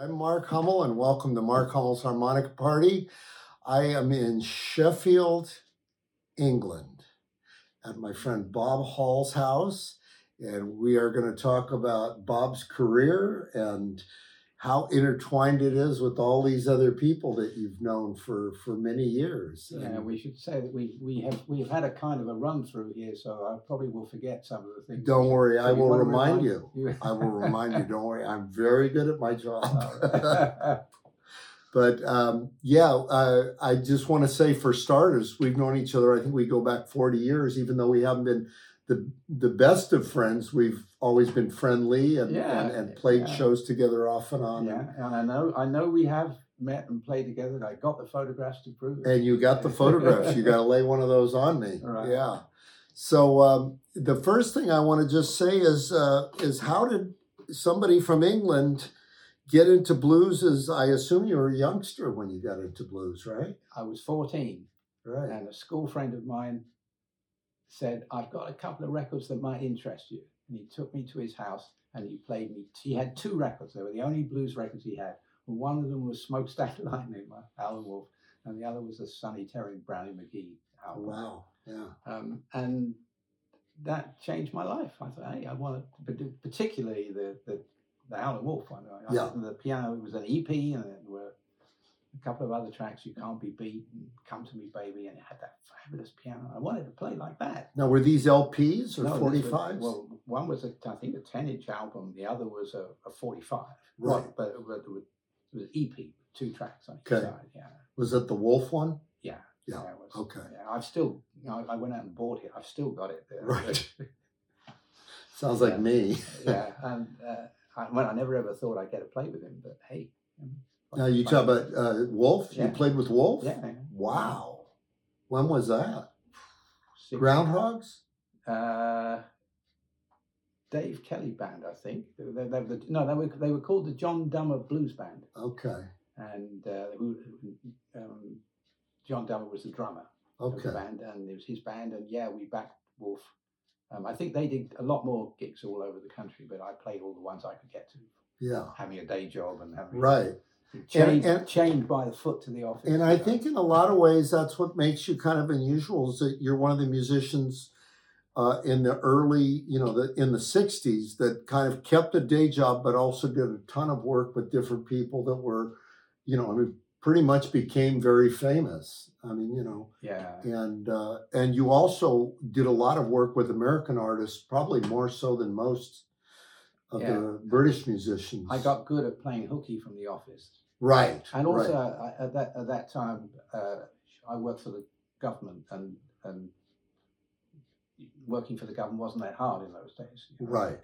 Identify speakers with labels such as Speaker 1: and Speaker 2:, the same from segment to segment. Speaker 1: I'm Mark Hummel, and welcome to Mark Hummel's Harmonic Party. I am in Sheffield, England, at my friend Bob Hall's house, and we are going to talk about Bob's career and how intertwined it is with all these other people that you've known for for many years.
Speaker 2: Yeah,
Speaker 1: And
Speaker 2: we should say that we, we have, we've had a kind of a run through here, so I probably will forget some of the things.
Speaker 1: don't worry, I
Speaker 2: You
Speaker 1: will
Speaker 2: wanna
Speaker 1: remind
Speaker 2: remind-
Speaker 1: you.
Speaker 2: you-
Speaker 1: I will remind you. Don't worry, I'm very good at my job.
Speaker 2: All
Speaker 1: But um, yeah, uh, I just want to say for starters, we've known each other. I think we go back forty years, even though we haven't been the the best of friends. We've always been friendly and
Speaker 2: Yeah,
Speaker 1: and, and played
Speaker 2: yeah.
Speaker 1: shows together off and
Speaker 2: right.
Speaker 1: on.
Speaker 2: yeah, and I know I know we have met and played together. and I got the photographs to prove it.
Speaker 1: And you got the photographs. you got to lay one of those on me.
Speaker 2: Right.
Speaker 1: Yeah. So um, the first thing I want to just say is uh, is how did somebody from England get into blues? As I assume you were a youngster when you got into blues, right?
Speaker 2: I was 14,
Speaker 1: Right.
Speaker 2: and a school friend of mine said, "I've got a couple of records that might interest you." And he took me to his house and he played me. He had two records. They were the only blues records he had. And one of them was Smokestack Lightning by Alan Wolf, and the other was the Sonny Terry and Brownie McGee album.
Speaker 1: Wow. Yeah.
Speaker 2: um, and that changed my life. I thought, hey, I want to, particularly the the, the Howlin' Wolf one. I, I
Speaker 1: Yeah.
Speaker 2: listened to the piano it was an EP, and there were a couple of other tracks. You can't be beat, and Come to Me, Baby, and it had that fabulous piano. I wanted to play like that.
Speaker 1: Now, were these LPs or
Speaker 2: No, this was-
Speaker 1: 45s?
Speaker 2: Well, one was a, I think a ten inch album. The other was a, a forty five.
Speaker 1: right.
Speaker 2: but, but it was it was EP, two tracks on each
Speaker 1: Okay.
Speaker 2: side. Yeah.
Speaker 1: Was it the Wolf one?
Speaker 2: Yeah.
Speaker 1: Yeah,
Speaker 2: it was-
Speaker 1: okay.
Speaker 2: Yeah, I've still, you know, I went out and bought it. I've still got it. there.
Speaker 1: Right. Sounds like
Speaker 2: Yeah.
Speaker 1: me.
Speaker 2: yeah. And uh, I, well, I never ever thought I'd get to play with him, but hey. um,
Speaker 1: Now, you talk about uh, Wolf? You
Speaker 2: Yeah.
Speaker 1: played with Wolf?
Speaker 2: Yeah.
Speaker 1: Wow. When was that?
Speaker 2: Six-
Speaker 1: Groundhogs?
Speaker 2: Uh, Dave Kelly Band, I think. They, they, they, were the- no, they were, they were called the John Dummer Blues Band.
Speaker 1: Okay.
Speaker 2: And uh, who, um, John Dummer was the drummer of
Speaker 1: Okay.
Speaker 2: the band, and it was his band. And yeah, we backed Wolf. Um, I think they did a lot more gigs all over the country, but I played all the ones I could get to.
Speaker 1: Yeah.
Speaker 2: having a day job and having
Speaker 1: Right.
Speaker 2: chained,
Speaker 1: and-
Speaker 2: chained by the foot to the office.
Speaker 1: And I
Speaker 2: you know.
Speaker 1: think in a lot of ways, that's what makes you kind of unusual is that you're one of the musicians uh, in the early, you know, the, in the 60s that kind of kept a day job, but also did a ton of work with different people that were, you know, I mean, pretty much became very famous. I mean, you know,
Speaker 2: yeah,
Speaker 1: and uh, and you also did a lot of work with American artists, probably more so than most of
Speaker 2: Yeah.
Speaker 1: the British musicians.
Speaker 2: I got good at playing hooky from the office,
Speaker 1: right,
Speaker 2: and also
Speaker 1: right.
Speaker 2: I, at that at that time uh, I worked for the government, and and working for the government wasn't that hard in those days. you know.
Speaker 1: Right.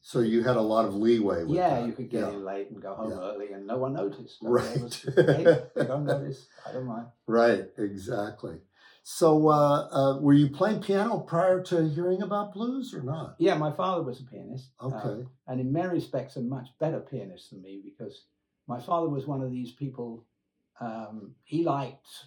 Speaker 1: So you had a lot of leeway. With
Speaker 2: Yeah,
Speaker 1: that.
Speaker 2: you could get
Speaker 1: Yeah.
Speaker 2: in late and go home
Speaker 1: Yeah.
Speaker 2: early, and no one noticed. No one
Speaker 1: Right.
Speaker 2: was- hey, don't notice. I don't mind.
Speaker 1: Right, exactly. So, uh, uh, were you playing piano prior to hearing about blues or not?
Speaker 2: Yeah, my father was a pianist. um,
Speaker 1: Okay,
Speaker 2: Uh, and in many respects a much better pianist than me because my father was one of these people um, he liked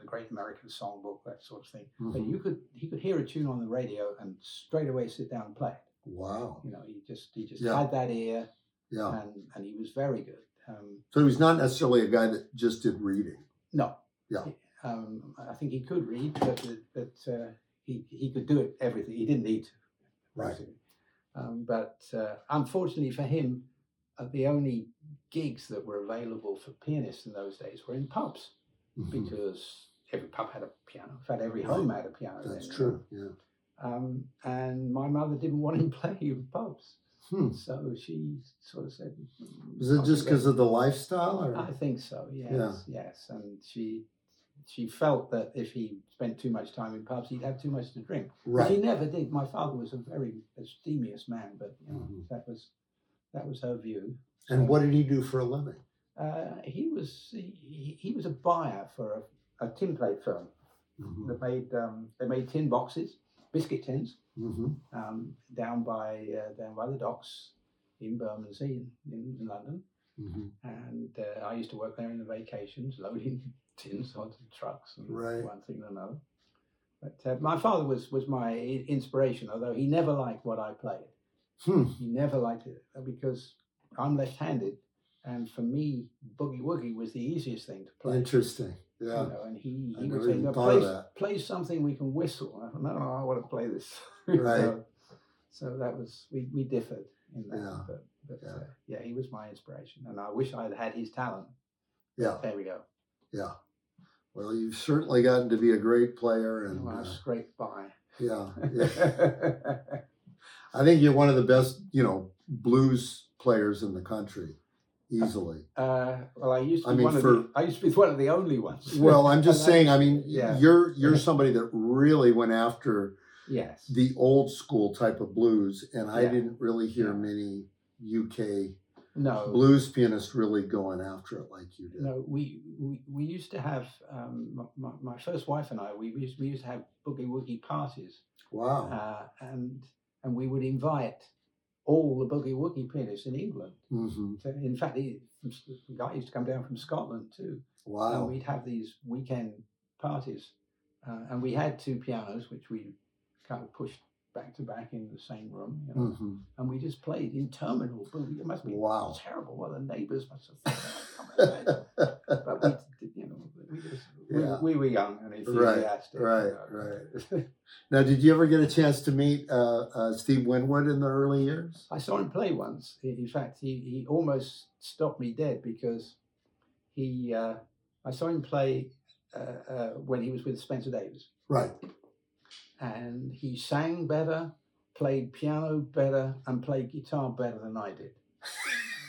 Speaker 2: the great american songbook that sort of thing but
Speaker 1: mhm.
Speaker 2: you could he could hear a tune on the radio and straight away sit down and play it
Speaker 1: wow,
Speaker 2: you know he just he just
Speaker 1: Yeah.
Speaker 2: had that ear
Speaker 1: yeah.
Speaker 2: and and he was very good um,
Speaker 1: So he was not necessarily a guy that just did reading.
Speaker 2: no
Speaker 1: Yeah.
Speaker 2: um, i think he could read but but uh, he, he could do it everything he didn't need to
Speaker 1: Right.
Speaker 2: basically. Um, but uh, unfortunately for him, uh, the only gigs that were available for pianists in those days were in pubs
Speaker 1: Mhm.
Speaker 2: because every pub had a piano. In fact, every home had a piano.
Speaker 1: That's
Speaker 2: then, you know.
Speaker 1: true. Yeah.
Speaker 2: Um, and my mother didn't want him playing in pubs,
Speaker 1: Hmm.
Speaker 2: so she sort of said, "Mm,
Speaker 1: Was it
Speaker 2: off
Speaker 1: just
Speaker 2: you go."
Speaker 1: because of the lifestyle, or
Speaker 2: I think so. Yes,
Speaker 1: Yeah.
Speaker 2: yes." And she she felt that if he spent too much time in pubs, he'd have too much to drink. But He
Speaker 1: right?
Speaker 2: never did. My father was a very abstemious man, but you know,
Speaker 1: Mhm.
Speaker 2: that was that was her view.
Speaker 1: And what did he do for a living?
Speaker 2: Uh, he was he, he was a buyer for a, a tin plate firm
Speaker 1: Mhm.
Speaker 2: that made um, they made tin boxes, biscuit tins,
Speaker 1: Mhm.
Speaker 2: um, down by uh, down by the docks in Bermondsey in, in, in London.
Speaker 1: Mhm.
Speaker 2: And uh, I used to work there in the vacations, loading tins onto trucks and
Speaker 1: Right.
Speaker 2: one thing and another. But uh, my father was was my i- inspiration, although he never liked what I played.
Speaker 1: Hmm.
Speaker 2: He never liked it uh, because I'm left-handed, And for me, Boogie Woogie was the easiest thing to play.
Speaker 1: Interesting.
Speaker 2: you
Speaker 1: Yeah.
Speaker 2: know, and he,
Speaker 1: I
Speaker 2: he
Speaker 1: never
Speaker 2: would say,
Speaker 1: even
Speaker 2: "No,
Speaker 1: thought of
Speaker 2: play,
Speaker 1: that."
Speaker 2: play something we can whistle. I thought, no, no, I want to play this.
Speaker 1: Right.
Speaker 2: so, so that was, we, we differed in that.
Speaker 1: Yeah.
Speaker 2: But, but yeah.
Speaker 1: Yeah.
Speaker 2: Uh, yeah, he was my inspiration. And I wish I'd had his talent.
Speaker 1: Yeah.
Speaker 2: There we go.
Speaker 1: Yeah. Well, you've certainly gotten to be a great player, and
Speaker 2: Well, I
Speaker 1: uh,
Speaker 2: scraped by.
Speaker 1: yeah, yeah. I think you're one of the best, you know, blues players in the country, easily.
Speaker 2: uh, well, I used to
Speaker 1: I
Speaker 2: be
Speaker 1: mean,
Speaker 2: one of the, I used to be one of the only ones.
Speaker 1: Well, I'm just
Speaker 2: And I-
Speaker 1: saying. I mean,
Speaker 2: Yeah.
Speaker 1: you're you're somebody that really went after
Speaker 2: yes.
Speaker 1: the old school type of blues, and I
Speaker 2: Yeah.
Speaker 1: didn't really hear
Speaker 2: Yeah.
Speaker 1: many UK
Speaker 2: no.
Speaker 1: blues pianists really going after it like you did.
Speaker 2: No, we, we we used to have um, my- my, my first wife and I. We used we used to have boogie woogie parties,
Speaker 1: Wow.
Speaker 2: uh, and and we would invite all the boogie woogie pianists in England.
Speaker 1: hmm
Speaker 2: So in fact, the the guy used to come down from Scotland too, and
Speaker 1: Wow.
Speaker 2: we'd have these weekend parties, uh, and we had two pianos which we kind of pushed back to back in the same room, you know,
Speaker 1: hmm
Speaker 2: and we just played interminable boogie. It must be
Speaker 1: Wow.
Speaker 2: terrible. Well, the neighbours must have. thought, "Oh, come on, mate." but we, did- you know, we, just,
Speaker 1: Yeah.
Speaker 2: we, we were young and
Speaker 1: Right,
Speaker 2: enthusiastic.
Speaker 1: right,
Speaker 2: right.
Speaker 1: now, did you ever get a chance to meet uh, uh, Steve Winwood in the early years?
Speaker 2: I saw him play once. In in fact, he, he almost stopped me dead because he uh, I saw him play uh, uh, when he was with Spencer Davis,
Speaker 1: Right.
Speaker 2: and he sang better, played piano better, and played guitar better than I did.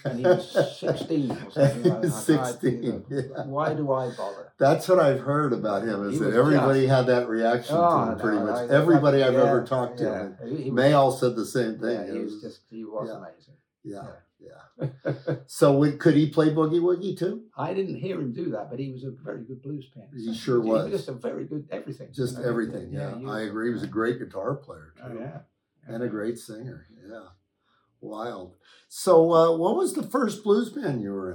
Speaker 2: And he was 16 or something like that. I- I-
Speaker 1: 16, yeah.
Speaker 2: Why do I bother?
Speaker 1: That's what I've heard about him. Is
Speaker 2: He
Speaker 1: that
Speaker 2: was
Speaker 1: everybody had that reaction to
Speaker 2: Oh,
Speaker 1: him? Pretty
Speaker 2: no,
Speaker 1: much
Speaker 2: I-
Speaker 1: everybody I've
Speaker 2: yeah,
Speaker 1: ever talked to. him.
Speaker 2: yeah. He- he was-
Speaker 1: They all said the same thing.
Speaker 2: Yeah,
Speaker 1: It
Speaker 2: he was
Speaker 1: was-
Speaker 2: just he was
Speaker 1: yeah.
Speaker 2: amazing.
Speaker 1: yeah, yeah. so would, could he play boogie woogie too?
Speaker 2: I didn't hear him do that, but he was a very good blues pianist.
Speaker 1: He sure
Speaker 2: he
Speaker 1: was.
Speaker 2: just a very good everything.
Speaker 1: Just
Speaker 2: you know,
Speaker 1: everything. Yeah,
Speaker 2: he
Speaker 1: I
Speaker 2: was-
Speaker 1: agree. He was a great guitar player
Speaker 2: Oh,
Speaker 1: too,
Speaker 2: yeah.
Speaker 1: and a great singer. Yeah, wild. So, uh, what was the first blues band you were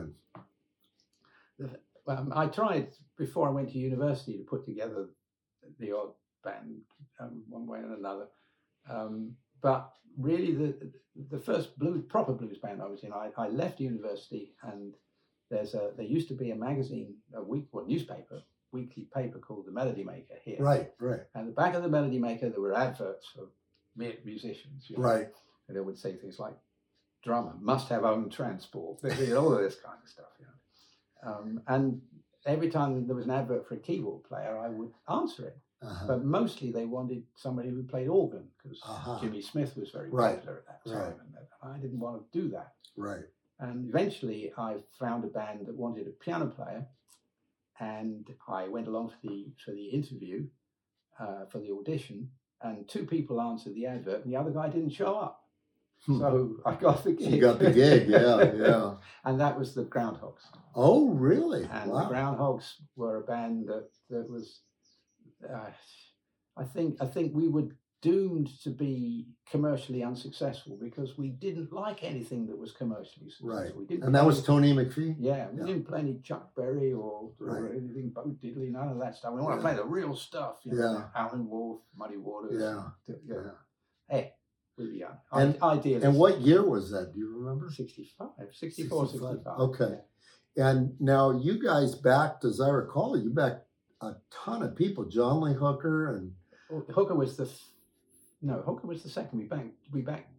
Speaker 1: in?
Speaker 2: Um, I tried before I went to university to put together the odd band um, one way and another, um, but really the the first blues proper blues band I was in, I, I left university and there's a there used to be a magazine, a week well, newspaper, weekly paper called the Melody Maker here,
Speaker 1: Right, right,
Speaker 2: And the back of the Melody Maker, there were adverts for mu- musicians. you know,
Speaker 1: right.
Speaker 2: And it would say things like, drummer must have own transport, you know, all of this kind of stuff. You know. um, and every time there was an advert for a keyboard player, I would answer it.
Speaker 1: Uh-huh.
Speaker 2: But mostly they wanted somebody who played organ because
Speaker 1: Uh-huh.
Speaker 2: Jimmy Smith was very
Speaker 1: Right,
Speaker 2: popular at that
Speaker 1: right.
Speaker 2: time. And I didn't want to do that.
Speaker 1: Right.
Speaker 2: And eventually I found a band that wanted a piano player and I went along for the for the interview, uh, for the audition, and two people answered the advert and the other guy didn't show up.
Speaker 1: Hmm.
Speaker 2: So I got the gig.
Speaker 1: You got the gig. Yeah, yeah.
Speaker 2: and that was the Groundhogs.
Speaker 1: Oh, really?
Speaker 2: And
Speaker 1: wow.
Speaker 2: the Groundhogs were a band that, that was uh, I think I think we were doomed to be commercially unsuccessful because we didn't like anything that was commercially successful.
Speaker 1: Right.
Speaker 2: We didn't
Speaker 1: and that
Speaker 2: like
Speaker 1: was Tony McPhee.
Speaker 2: yeah, we
Speaker 1: Yeah.
Speaker 2: didn't play any Chuck Berry or, or
Speaker 1: Right.
Speaker 2: anything Bo Diddley, none of that stuff. We want
Speaker 1: Yeah.
Speaker 2: to play the real stuff. You know,
Speaker 1: Yeah.
Speaker 2: Alan Wolf, Muddy Waters.
Speaker 1: Yeah,
Speaker 2: d- you
Speaker 1: yeah.
Speaker 2: know. Hey, we were young.
Speaker 1: And-
Speaker 2: I- Idealist.
Speaker 1: And what year was that? Do you remember?
Speaker 2: 65, 64,
Speaker 1: 65.
Speaker 2: 65.
Speaker 1: Okay. And now you guys backed, as I recall, you backed a ton of people. John Lee Hooker and
Speaker 2: Yeah. Hooker was the, f- no, Hooker was the second. We backed, we backed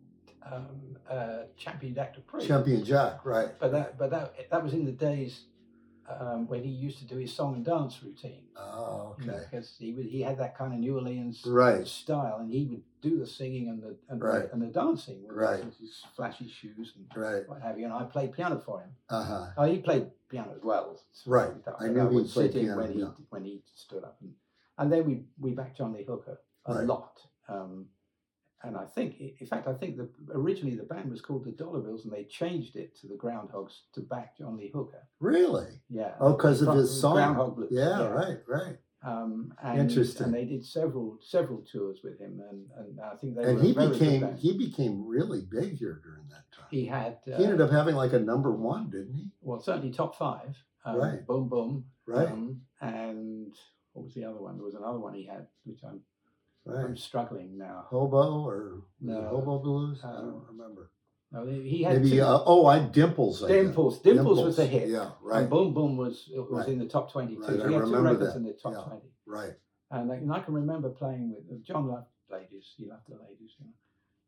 Speaker 2: um, uh, Champion Act of Proof.
Speaker 1: Champion Jack, right?
Speaker 2: But that, but that, that was in the days um, when he used to do his song and dance routine.
Speaker 1: Oh,
Speaker 2: Hmm.
Speaker 1: okay.
Speaker 2: Because he, was- he had that kind of New Orleans
Speaker 1: Right.
Speaker 2: style, and he would do the singing and the and,
Speaker 1: Right.
Speaker 2: the, and the dancing with
Speaker 1: Right.
Speaker 2: his, his flashy shoes and
Speaker 1: Right.
Speaker 2: what have you. And I played piano for him.
Speaker 1: Uh huh.
Speaker 2: Oh, he played piano as well. so
Speaker 1: Right.
Speaker 2: that-
Speaker 1: I
Speaker 2: that
Speaker 1: knew he
Speaker 2: would
Speaker 1: played
Speaker 2: sit in
Speaker 1: piano,
Speaker 2: when he
Speaker 1: yeah.
Speaker 2: when he stood up, and, and then we we backed John Lee Hooker a
Speaker 1: Right.
Speaker 2: lot. Um, and I think, in fact, I think the originally the band was called the Dollar Bills, and they changed it to the Groundhogs to back John Lee Hooker.
Speaker 1: Really?
Speaker 2: Yeah.
Speaker 1: Oh, because of
Speaker 2: From-
Speaker 1: his song.
Speaker 2: Groundhog Blues.
Speaker 1: Yeah, right, right.
Speaker 2: Um, and,
Speaker 1: Interesting.
Speaker 2: And they did several several tours with him, and, and I think they
Speaker 1: And
Speaker 2: were
Speaker 1: he
Speaker 2: a very good
Speaker 1: became
Speaker 2: band.
Speaker 1: he became really big here during that time.
Speaker 2: he had uh,
Speaker 1: He ended up having like a number one, didn't he?
Speaker 2: well certainly top five. Um,
Speaker 1: Right.
Speaker 2: Boom boom.
Speaker 1: Right,
Speaker 2: Um, and what was the other one? There was another one he had, which I'm, I'm
Speaker 1: right.
Speaker 2: struggling now.
Speaker 1: Hobo or was it
Speaker 2: No.
Speaker 1: Hobo Blues? I
Speaker 2: Uh,
Speaker 1: don't remember.
Speaker 2: No, he had
Speaker 1: Maybe
Speaker 2: two.
Speaker 1: uh, oh, I dimples. I think.
Speaker 2: Dimples. Dimples was a hit.
Speaker 1: Yeah,
Speaker 2: And
Speaker 1: right,
Speaker 2: Boom Boom was was
Speaker 1: Right.
Speaker 2: in the top 22.
Speaker 1: Right,
Speaker 2: So he
Speaker 1: I
Speaker 2: had two
Speaker 1: remember
Speaker 2: records
Speaker 1: that.
Speaker 2: in the top
Speaker 1: Yeah.
Speaker 2: 20.
Speaker 1: right.
Speaker 2: And I, and I can remember playing with uh, John loved ladies. He loved the ladies, you know.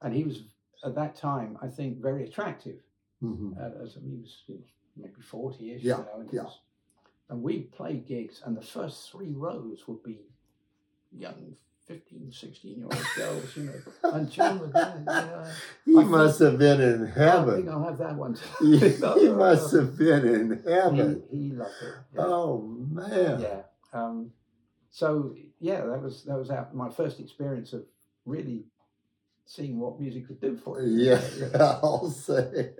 Speaker 2: And he was at that time, I think, very attractive.
Speaker 1: hmm
Speaker 2: Uh, as he was you know, maybe forty-ish,
Speaker 1: Yeah,
Speaker 2: you know. And, he
Speaker 1: yeah.
Speaker 2: was- and we played gigs, and the first three rows would be young 15, 16 year old girls, you know. And John would, go, you know,
Speaker 1: He
Speaker 2: I
Speaker 1: must have been in
Speaker 2: I think
Speaker 1: heaven.
Speaker 2: I'll have that one.
Speaker 1: He,
Speaker 2: No,
Speaker 1: he
Speaker 2: no,
Speaker 1: must
Speaker 2: no.
Speaker 1: have been in heaven.
Speaker 2: He, he loved it. Mm-hmm. yeah.
Speaker 1: Oh man.
Speaker 2: yeah. Um, so yeah, that was that was our, my first experience of really seeing what music could do for you.
Speaker 1: Yeah, I'll say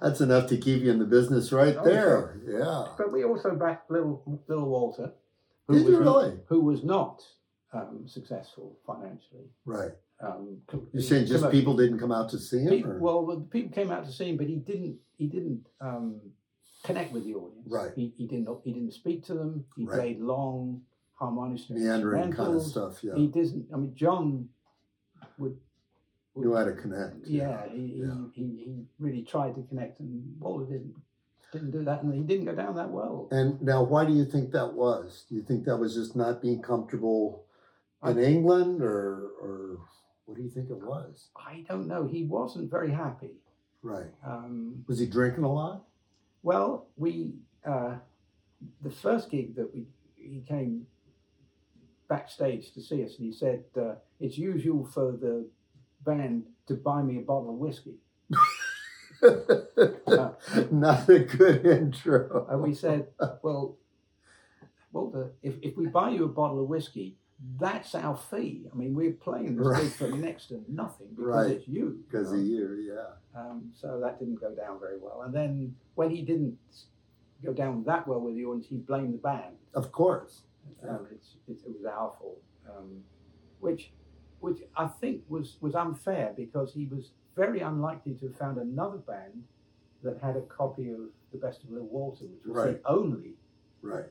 Speaker 1: that's enough to keep you in the business right
Speaker 2: Oh, yeah.
Speaker 1: there. Yeah.
Speaker 2: But we also backed little little Walter,
Speaker 1: Did you
Speaker 2: was not-
Speaker 1: really?
Speaker 2: who was not um, successful financially.
Speaker 1: Right.
Speaker 2: Um, co-
Speaker 1: You're saying just
Speaker 2: commercially.
Speaker 1: people didn't come out to see him?
Speaker 2: Pe-
Speaker 1: Or?
Speaker 2: well, well, people came out to see him, but he didn't. He didn't um, connect with the audience.
Speaker 1: Right.
Speaker 2: He, he didn't. He didn't speak to them. He
Speaker 1: Right.
Speaker 2: played long, harmonious,
Speaker 1: meandering kind of
Speaker 2: instrumentals.
Speaker 1: stuff. Yeah.
Speaker 2: He doesn't. I mean, John would. would-
Speaker 1: Knew how to connect.
Speaker 2: yeah, he,
Speaker 1: Yeah.
Speaker 2: He, he he really tried to connect, and Waller didn't didn't do that, and he didn't go down that well.
Speaker 1: And now, why do you think that was? Do you think that was just not being comfortable in
Speaker 2: I-
Speaker 1: England, or or what do you think it was?
Speaker 2: I don't know. He wasn't very happy.
Speaker 1: Right.
Speaker 2: Um,
Speaker 1: Was he drinking a lot?
Speaker 2: well, we uh, the first gig that we he came backstage to see us, and he said uh, it's usual for the band to buy me a bottle of whiskey. Uh,
Speaker 1: not a good intro.
Speaker 2: And we said, well, Walter, if, if we buy you a bottle of whiskey, that's our fee. I mean, we're playing this
Speaker 1: Right.
Speaker 2: gig for next to nothing because
Speaker 1: Right.
Speaker 2: it's you. you
Speaker 1: Because
Speaker 2: know?
Speaker 1: a year, yeah.
Speaker 2: um, so that didn't go down very well. And then when he didn't go down that well with the audience, he blamed the band.
Speaker 1: Of course.
Speaker 2: Um, it's, it, it was our fault, um, which, which I think was, was unfair because he was very unlikely to have found another band that had a copy of The Best of Little Walter, which was
Speaker 1: Right.
Speaker 2: the only
Speaker 1: Right.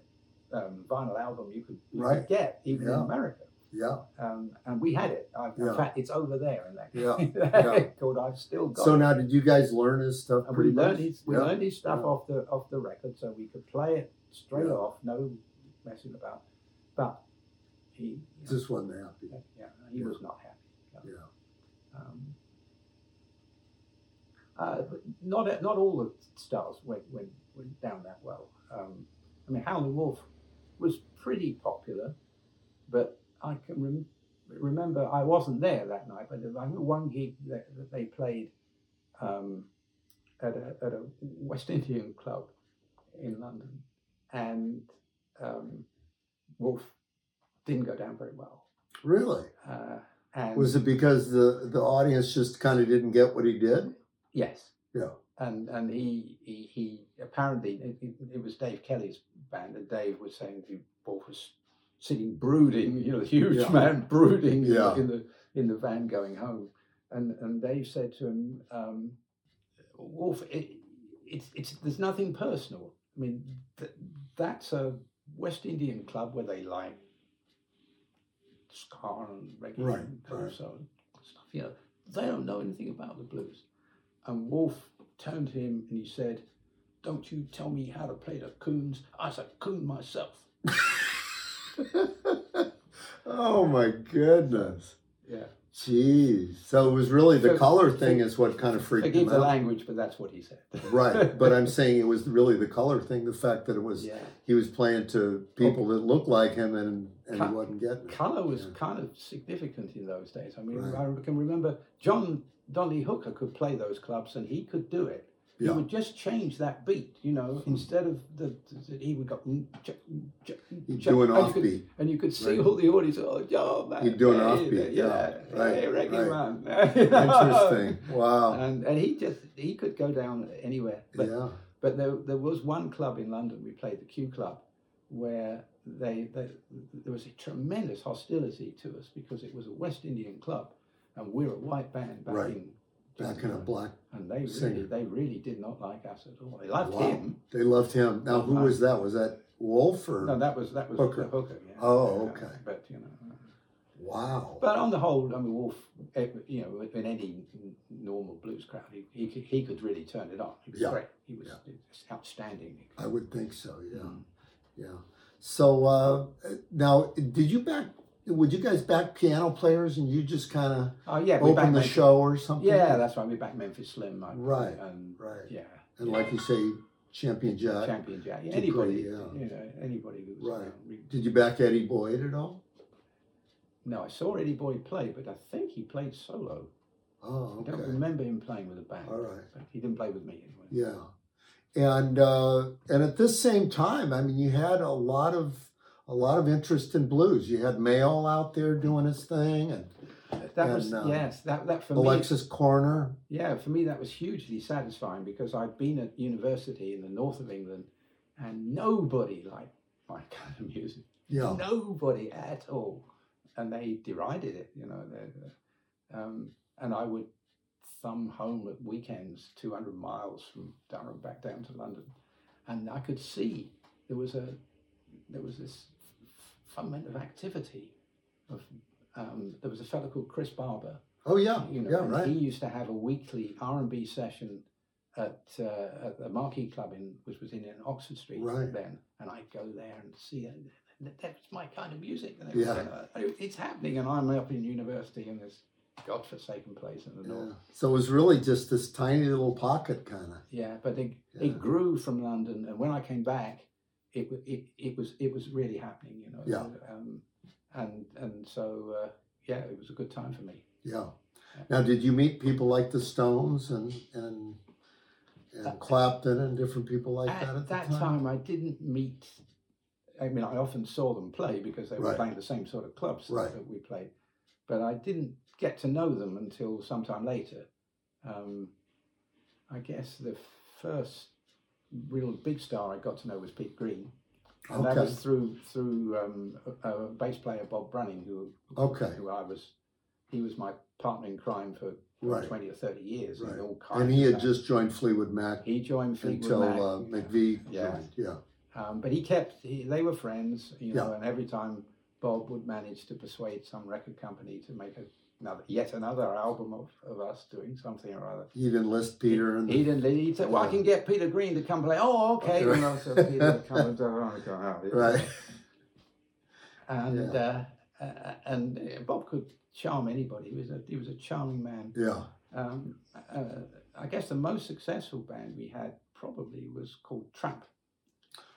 Speaker 2: um, vinyl album you could, you
Speaker 1: Right.
Speaker 2: could get, even in
Speaker 1: Yeah.
Speaker 2: America.
Speaker 1: Yeah.
Speaker 2: Um, and we had it. I, in
Speaker 1: Yeah.
Speaker 2: fact, it's over there in that
Speaker 1: Yeah,
Speaker 2: that
Speaker 1: yeah.
Speaker 2: record. I've still got.
Speaker 1: So
Speaker 2: it.
Speaker 1: now, did you guys learn his stuff
Speaker 2: and we
Speaker 1: pretty
Speaker 2: learned
Speaker 1: much?
Speaker 2: his we
Speaker 1: Yeah.
Speaker 2: learned his stuff
Speaker 1: Yeah.
Speaker 2: off the off the record, so we could play it straight
Speaker 1: Yeah.
Speaker 2: off, no messing about. But he,
Speaker 1: Just wasn't happy.
Speaker 2: yeah, he
Speaker 1: Yeah.
Speaker 2: was not happy.
Speaker 1: Yeah.
Speaker 2: Um, uh, but not not all the stars went went, went down that well. Um, I mean, Howlin' Wolf was pretty popular, but I can rem- remember I wasn't there that night. But there was one gig that, that they played um, at a at a West Indian club in London, and um, Wolf didn't go down very well.
Speaker 1: Really?
Speaker 2: Uh, and
Speaker 1: Was it because the the audience just kind of didn't get what he did?
Speaker 2: yes.
Speaker 1: Yeah.
Speaker 2: and and he he, he apparently it, it- it was Dave Kelly's band, and Dave was saying the Wolf was sitting brooding, you know, the huge
Speaker 1: Yeah.
Speaker 2: man brooding in the-
Speaker 1: Yeah.
Speaker 2: in the in the van going home, and and Dave said to him, um, Wolf, it, it's it's there's nothing personal. I mean, th- that's a West Indian club where they like ska and reggae
Speaker 1: Right,
Speaker 2: and
Speaker 1: right.
Speaker 2: so on, stuff. You know, they don't know anything about the blues. And Wolf turned to him and he said, "Don't you tell me how to play the coons. I a coon myself."
Speaker 1: oh my goodness.
Speaker 2: Yeah,
Speaker 1: Jeez. So it was really the
Speaker 2: For-
Speaker 1: color thing is what kind of freaked
Speaker 2: forgive
Speaker 1: him
Speaker 2: the
Speaker 1: out.
Speaker 2: language, but that's what he said.
Speaker 1: Right. But I'm saying it was really the color thing, the fact that it was
Speaker 2: yeah.
Speaker 1: he was playing to people that looked like him and, and he
Speaker 2: Cut-
Speaker 1: wasn't getting it.
Speaker 2: Colour was
Speaker 1: Yeah.
Speaker 2: kind of significant in those days. I mean,
Speaker 1: Right.
Speaker 2: I can remember John Donnelly Hooker could play those clubs and he could do it. He
Speaker 1: Yeah. Hmm.
Speaker 2: would just change that beat, you know, instead of the, the- he would go. mm, ch- mm, ch- mm,
Speaker 1: He'd
Speaker 2: ch-
Speaker 1: do an
Speaker 2: and you could-
Speaker 1: offbeat.
Speaker 2: and you could see
Speaker 1: Right.
Speaker 2: all the audience. Oh, John, man,
Speaker 1: He'd do an
Speaker 2: hey,
Speaker 1: offbeat,
Speaker 2: yeah,
Speaker 1: yeah, right,
Speaker 2: hey, reggae
Speaker 1: right.
Speaker 2: man.
Speaker 1: Interesting. Wow.
Speaker 2: And and he just he could go down anywhere, Uh, but
Speaker 1: yeah.
Speaker 2: but there, there was one club in London, we played the Q Club, where they, they there was a tremendous hostility to us because it was a West Indian club and we're a white band back
Speaker 1: Right.
Speaker 2: in
Speaker 1: Back in a black
Speaker 2: and they really
Speaker 1: singer.
Speaker 2: they really did not like us at all. They loved
Speaker 1: Wow.
Speaker 2: him.
Speaker 1: They loved him. Now who was that? Was that Wolf or
Speaker 2: No, that was that was
Speaker 1: Hooker.
Speaker 2: the hooker, yeah.
Speaker 1: Oh,
Speaker 2: Yeah,
Speaker 1: okay.
Speaker 2: But you know
Speaker 1: Wow.
Speaker 2: But on the whole, I mean, Wolf, eh, you know, in any n- normal blues crowd, he, he, could- he could really turn it on. He was
Speaker 1: Yeah.
Speaker 2: great. He was
Speaker 1: Yeah.
Speaker 2: just outstanding.
Speaker 1: I would think so. Yeah.
Speaker 2: Mm.
Speaker 1: Yeah. So uh, now, did you back? Would you guys back piano players, and you just kind of
Speaker 2: Oh, yeah. we
Speaker 1: open
Speaker 2: backed
Speaker 1: the
Speaker 2: Memphis-
Speaker 1: show or something?
Speaker 2: Yeah, that's right. We back Memphis Slim. I-
Speaker 1: Right,
Speaker 2: And,
Speaker 1: right.
Speaker 2: Yeah.
Speaker 1: And like you say, Champion Jack.
Speaker 2: Champion Jack.
Speaker 1: Dupree,
Speaker 2: Anybody,
Speaker 1: yeah.
Speaker 2: you know, anybody who was
Speaker 1: Right.
Speaker 2: around. We-
Speaker 1: Did you back Eddie Boyd at all?
Speaker 2: No, I saw Eddie Boyd play, but I think he played solo.
Speaker 1: Oh,
Speaker 2: I don't
Speaker 1: okay.
Speaker 2: remember him playing with a band.
Speaker 1: All right.
Speaker 2: But he didn't play with me anyway.
Speaker 1: Yeah. And uh, and at this same time, I mean, you had a lot of a lot of interest in blues. You had Mayall out there doing his thing, and
Speaker 2: That
Speaker 1: And,
Speaker 2: was
Speaker 1: uh,
Speaker 2: yes, that that for me
Speaker 1: Alexis Corner.
Speaker 2: Yeah, for me that was hugely satisfying because I'd been at university in the north of England and nobody liked my kind of music.
Speaker 1: Yeah.
Speaker 2: Nobody at all. And they derided it, you know. they- Um, and I would thumb home at weekends 200 miles from Durham back down to London. And I could see there was a there was this ferment of activity. Of, um, there was a fellow called Chris Barber
Speaker 1: Oh yeah.
Speaker 2: you know,
Speaker 1: yeah.
Speaker 2: and
Speaker 1: Right.
Speaker 2: he used to have a weekly R and B session at uh, at the Marquee Club in which was in, in Oxford Street
Speaker 1: Right.
Speaker 2: then, and I'd go there and see it. and th- That's my kind of music. And
Speaker 1: Yeah.
Speaker 2: everything, uh, it- it's happening, and I'm up in university in this godforsaken place in the
Speaker 1: Yeah.
Speaker 2: north.
Speaker 1: So it was really just this tiny little pocket, kind of.
Speaker 2: Yeah, but it,
Speaker 1: Yeah.
Speaker 2: it grew from London, and when I came back, it wa- it, it was it was really happening, you know.
Speaker 1: Yeah.
Speaker 2: Um, and and so uh, yeah, it was a good time for me.
Speaker 1: Yeah. Now, did you meet people like the Stones and and and
Speaker 2: That-
Speaker 1: Clapton and different people like that
Speaker 2: at
Speaker 1: at
Speaker 2: that
Speaker 1: the time?
Speaker 2: time, I didn't meet. I mean, I often saw them play because they were
Speaker 1: Right.
Speaker 2: playing the same sort of clubs
Speaker 1: Right.
Speaker 2: that we played, but I didn't get to know them until sometime later. Um, I guess the first real big star I got to know was Pete Green, and that
Speaker 1: Okay.
Speaker 2: was through through um, a, a bass player Bob Branning, who
Speaker 1: Okay.
Speaker 2: who I was. He was my partner in crime for
Speaker 1: Right.
Speaker 2: twenty or thirty years,
Speaker 1: Right.
Speaker 2: and all kinds.
Speaker 1: And he
Speaker 2: of
Speaker 1: had
Speaker 2: bands.
Speaker 1: just joined Fleetwood Mac
Speaker 2: he joined Fleetwood
Speaker 1: until
Speaker 2: Mac,
Speaker 1: uh,
Speaker 2: yeah.
Speaker 1: McVie.
Speaker 2: Yeah.
Speaker 1: joined. Yeah.
Speaker 2: Um, but he kept, he, they were friends, you
Speaker 1: Yeah.
Speaker 2: know, and every time Bob would manage to persuade some record company to make a, another, yet another album of, of us doing something or other.
Speaker 1: He didn't list Peter and
Speaker 2: He didn't, he said, well, I can get Peter Green to come play. Oh, okay.
Speaker 1: Right.
Speaker 2: And I said, Peter, would come and do it. Oh, God, oh, yeah.
Speaker 1: right.
Speaker 2: And, uh, uh, and uh, Bob could charm anybody. He was a, he was a charming man.
Speaker 1: Yeah.
Speaker 2: Um, uh, I guess the most successful band we had probably was called Tramp.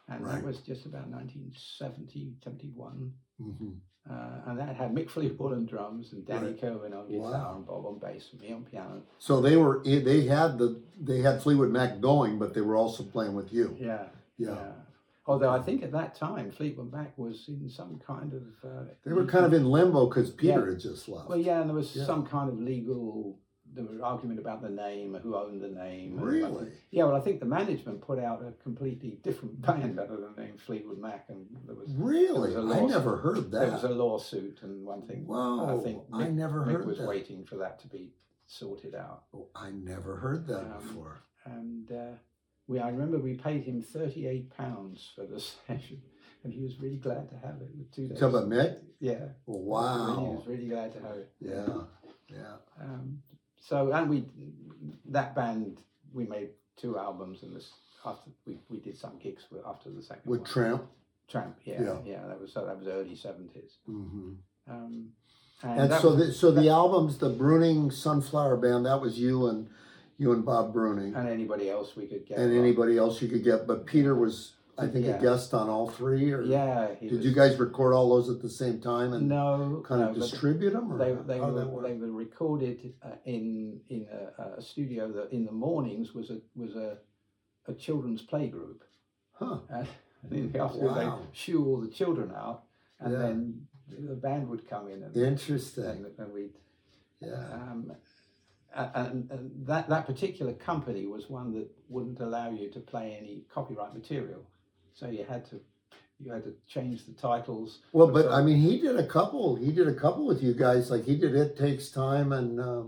Speaker 2: And
Speaker 1: Right.
Speaker 2: that was just about 1970, 71.
Speaker 1: hmm
Speaker 2: Uh, and that had Mick Fleetwood on drums and Danny
Speaker 1: Right.
Speaker 2: Cohen on guitar
Speaker 1: Wow.
Speaker 2: and Bob on bass and me on piano.
Speaker 1: So they were eh, they had the they had Fleetwood Mac going, but they were also playing with you.
Speaker 2: Yeah,
Speaker 1: Yeah.
Speaker 2: Although I think at that time Fleetwood Mac was in some kind of. Uh,
Speaker 1: They were kind of in limbo because Peter had just left.
Speaker 2: Well, yeah, and there was
Speaker 1: Yeah.
Speaker 2: some kind of legal. There was argument about the name, who owned the name. and-
Speaker 1: Really?
Speaker 2: Yeah, well, I think the management put out a completely different band under the name Fleetwood Mac, and there was
Speaker 1: Really?
Speaker 2: There was a
Speaker 1: I
Speaker 2: loss.
Speaker 1: never heard
Speaker 2: there was a
Speaker 1: that.
Speaker 2: lawsuit and one thing.
Speaker 1: Wow.
Speaker 2: I think
Speaker 1: I
Speaker 2: Mick-
Speaker 1: never
Speaker 2: Mick
Speaker 1: heard
Speaker 2: was
Speaker 1: that.
Speaker 2: waiting for that to be sorted out,
Speaker 1: Oh, I never heard that
Speaker 2: Um,
Speaker 1: before.
Speaker 2: and uh, we I remember we paid him thirty eight pounds for the session, and he was really glad to have it. With two days.
Speaker 1: Talk about Mick?
Speaker 2: Yeah. He
Speaker 1: Wow.
Speaker 2: was really glad to have it.
Speaker 1: Yeah. Yeah.
Speaker 2: Um, so and we that band we made two albums and this after we, we did some gigs with, after the second
Speaker 1: With
Speaker 2: one.
Speaker 1: Tramp.
Speaker 2: Tramp, yeah,
Speaker 1: Yeah.
Speaker 2: yeah, that was so that was early seventies.
Speaker 1: hmm
Speaker 2: Um, and
Speaker 1: And
Speaker 2: that
Speaker 1: so,
Speaker 2: was-
Speaker 1: the, so the
Speaker 2: that-
Speaker 1: albums, the Bruning Sunflower Band, that was you and you and Bob Bruning, and,
Speaker 2: and anybody else we could get from.
Speaker 1: anybody else you could get. But Peter was, I think, a
Speaker 2: Yeah.
Speaker 1: guest on all three. Or
Speaker 2: Yeah, he
Speaker 1: did
Speaker 2: was-
Speaker 1: you guys record all those at the same time and
Speaker 2: no
Speaker 1: kind
Speaker 2: no,
Speaker 1: of
Speaker 2: but
Speaker 1: distribute them? Or
Speaker 2: They
Speaker 1: how-
Speaker 2: they
Speaker 1: how
Speaker 2: were,
Speaker 1: that work?
Speaker 2: they were recorded uh, in in a, a studio that in the mornings was a was a a children's playgroup.
Speaker 1: Huh.
Speaker 2: and in the
Speaker 1: Wow.
Speaker 2: afternoon they'd shoo all the children out, and
Speaker 1: Yeah.
Speaker 2: then the band would come in and,
Speaker 1: Interesting.
Speaker 2: and, and we'd
Speaker 1: Yeah.
Speaker 2: um, a- and, and that that particular company was one that wouldn't allow you to play any copyright material, so you had to you had to change the titles.
Speaker 1: Well, but
Speaker 2: but so-
Speaker 1: I mean, he did a couple. He did a couple with you guys. Like he did "It Takes Time" and um,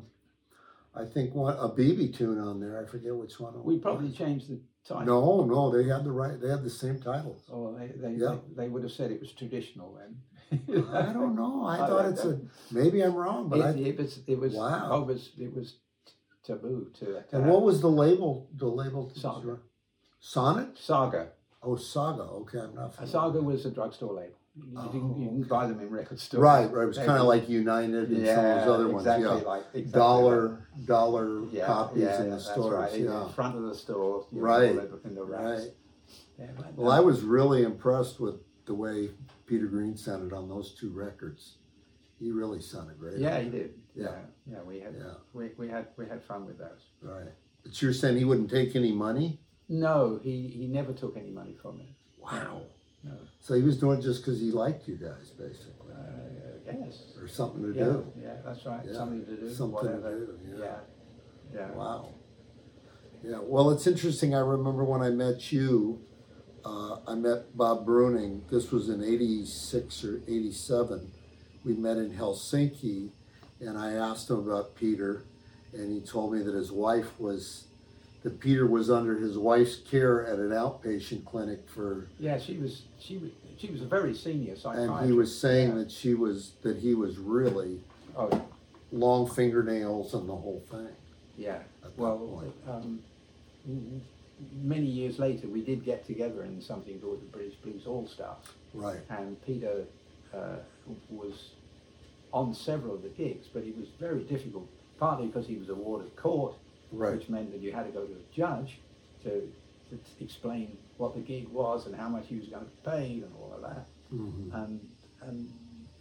Speaker 1: I think one a BB tune on there. I forget which one. it
Speaker 2: We
Speaker 1: was.
Speaker 2: probably changed the title.
Speaker 1: No, no, they had the right. They had the same titles.
Speaker 2: Or they, they,
Speaker 1: Yeah.
Speaker 2: they, they would have said it was traditional then.
Speaker 1: I don't know. I thought it's a maybe I'm wrong, but I,
Speaker 2: It, it was it was
Speaker 1: Wow.
Speaker 2: oh, it was it was taboo to, to
Speaker 1: and
Speaker 2: have
Speaker 1: what was the label? The label
Speaker 2: Saga.
Speaker 1: Sonnet?
Speaker 2: Saga.
Speaker 1: Oh, Saga. Okay, I'm not.
Speaker 2: A
Speaker 1: familiar.
Speaker 2: saga was a drugstore label. You, didn't, you
Speaker 1: Oh,
Speaker 2: didn't buy them in record stores.
Speaker 1: Right, right. It was
Speaker 2: They
Speaker 1: kind of
Speaker 2: were-
Speaker 1: like United and some of those other ones.
Speaker 2: exactly
Speaker 1: yeah.
Speaker 2: like exactly
Speaker 1: dollar
Speaker 2: like-
Speaker 1: dollar
Speaker 2: yeah,
Speaker 1: copies
Speaker 2: yeah,
Speaker 1: in the
Speaker 2: that's
Speaker 1: stores.
Speaker 2: right, in-
Speaker 1: Yeah.
Speaker 2: in front of the store, you know,
Speaker 1: Right,
Speaker 2: in the racks.
Speaker 1: right.
Speaker 2: Yeah, but um,
Speaker 1: Well, I was really impressed with the way Peter Green sounded on those two records. He really sounded great.
Speaker 2: yeah, he did.
Speaker 1: Yeah.
Speaker 2: yeah, we had
Speaker 1: Yeah.
Speaker 2: we, we had we had fun with those.
Speaker 1: Right. But you're saying he wouldn't take any money?
Speaker 2: No, he he never took any money from it.
Speaker 1: Wow.
Speaker 2: No.
Speaker 1: So he was doing it just because he liked you guys, basically,
Speaker 2: Uh, yes.
Speaker 1: or something to
Speaker 2: Yeah,
Speaker 1: do.
Speaker 2: yeah, that's right.
Speaker 1: Yeah.
Speaker 2: Something to do.
Speaker 1: Something
Speaker 2: whatever.
Speaker 1: to do. Yeah.
Speaker 2: Yeah. Yeah.
Speaker 1: Wow. Yeah. Well, it's interesting. I remember when I met you, uh, I met Bob Bruning. This was in 86 or 87. We met in Helsinki, and I asked him about Peter, and he told me that his wife was, that Peter was under his wife's care at an outpatient clinic for,
Speaker 2: Yeah, she was she was she was a very senior psychiatrist.
Speaker 1: and he was saying
Speaker 2: Oh yeah.
Speaker 1: that she was, that he was really
Speaker 2: Oh
Speaker 1: long fingernails and the whole thing.
Speaker 2: yeah.
Speaker 1: at that
Speaker 2: Well,
Speaker 1: point.
Speaker 2: um, m- many years later, we did get together in something called the British Blues All Stars,
Speaker 1: right.
Speaker 2: and Peter uh, was on several of the gigs, but it was very difficult. Partly because he was a ward of court,
Speaker 1: Right.
Speaker 2: which meant that you had to go to a judge to, to t- explain what the gig was and how much he was going to be paid and all of that.
Speaker 1: hmm
Speaker 2: And, and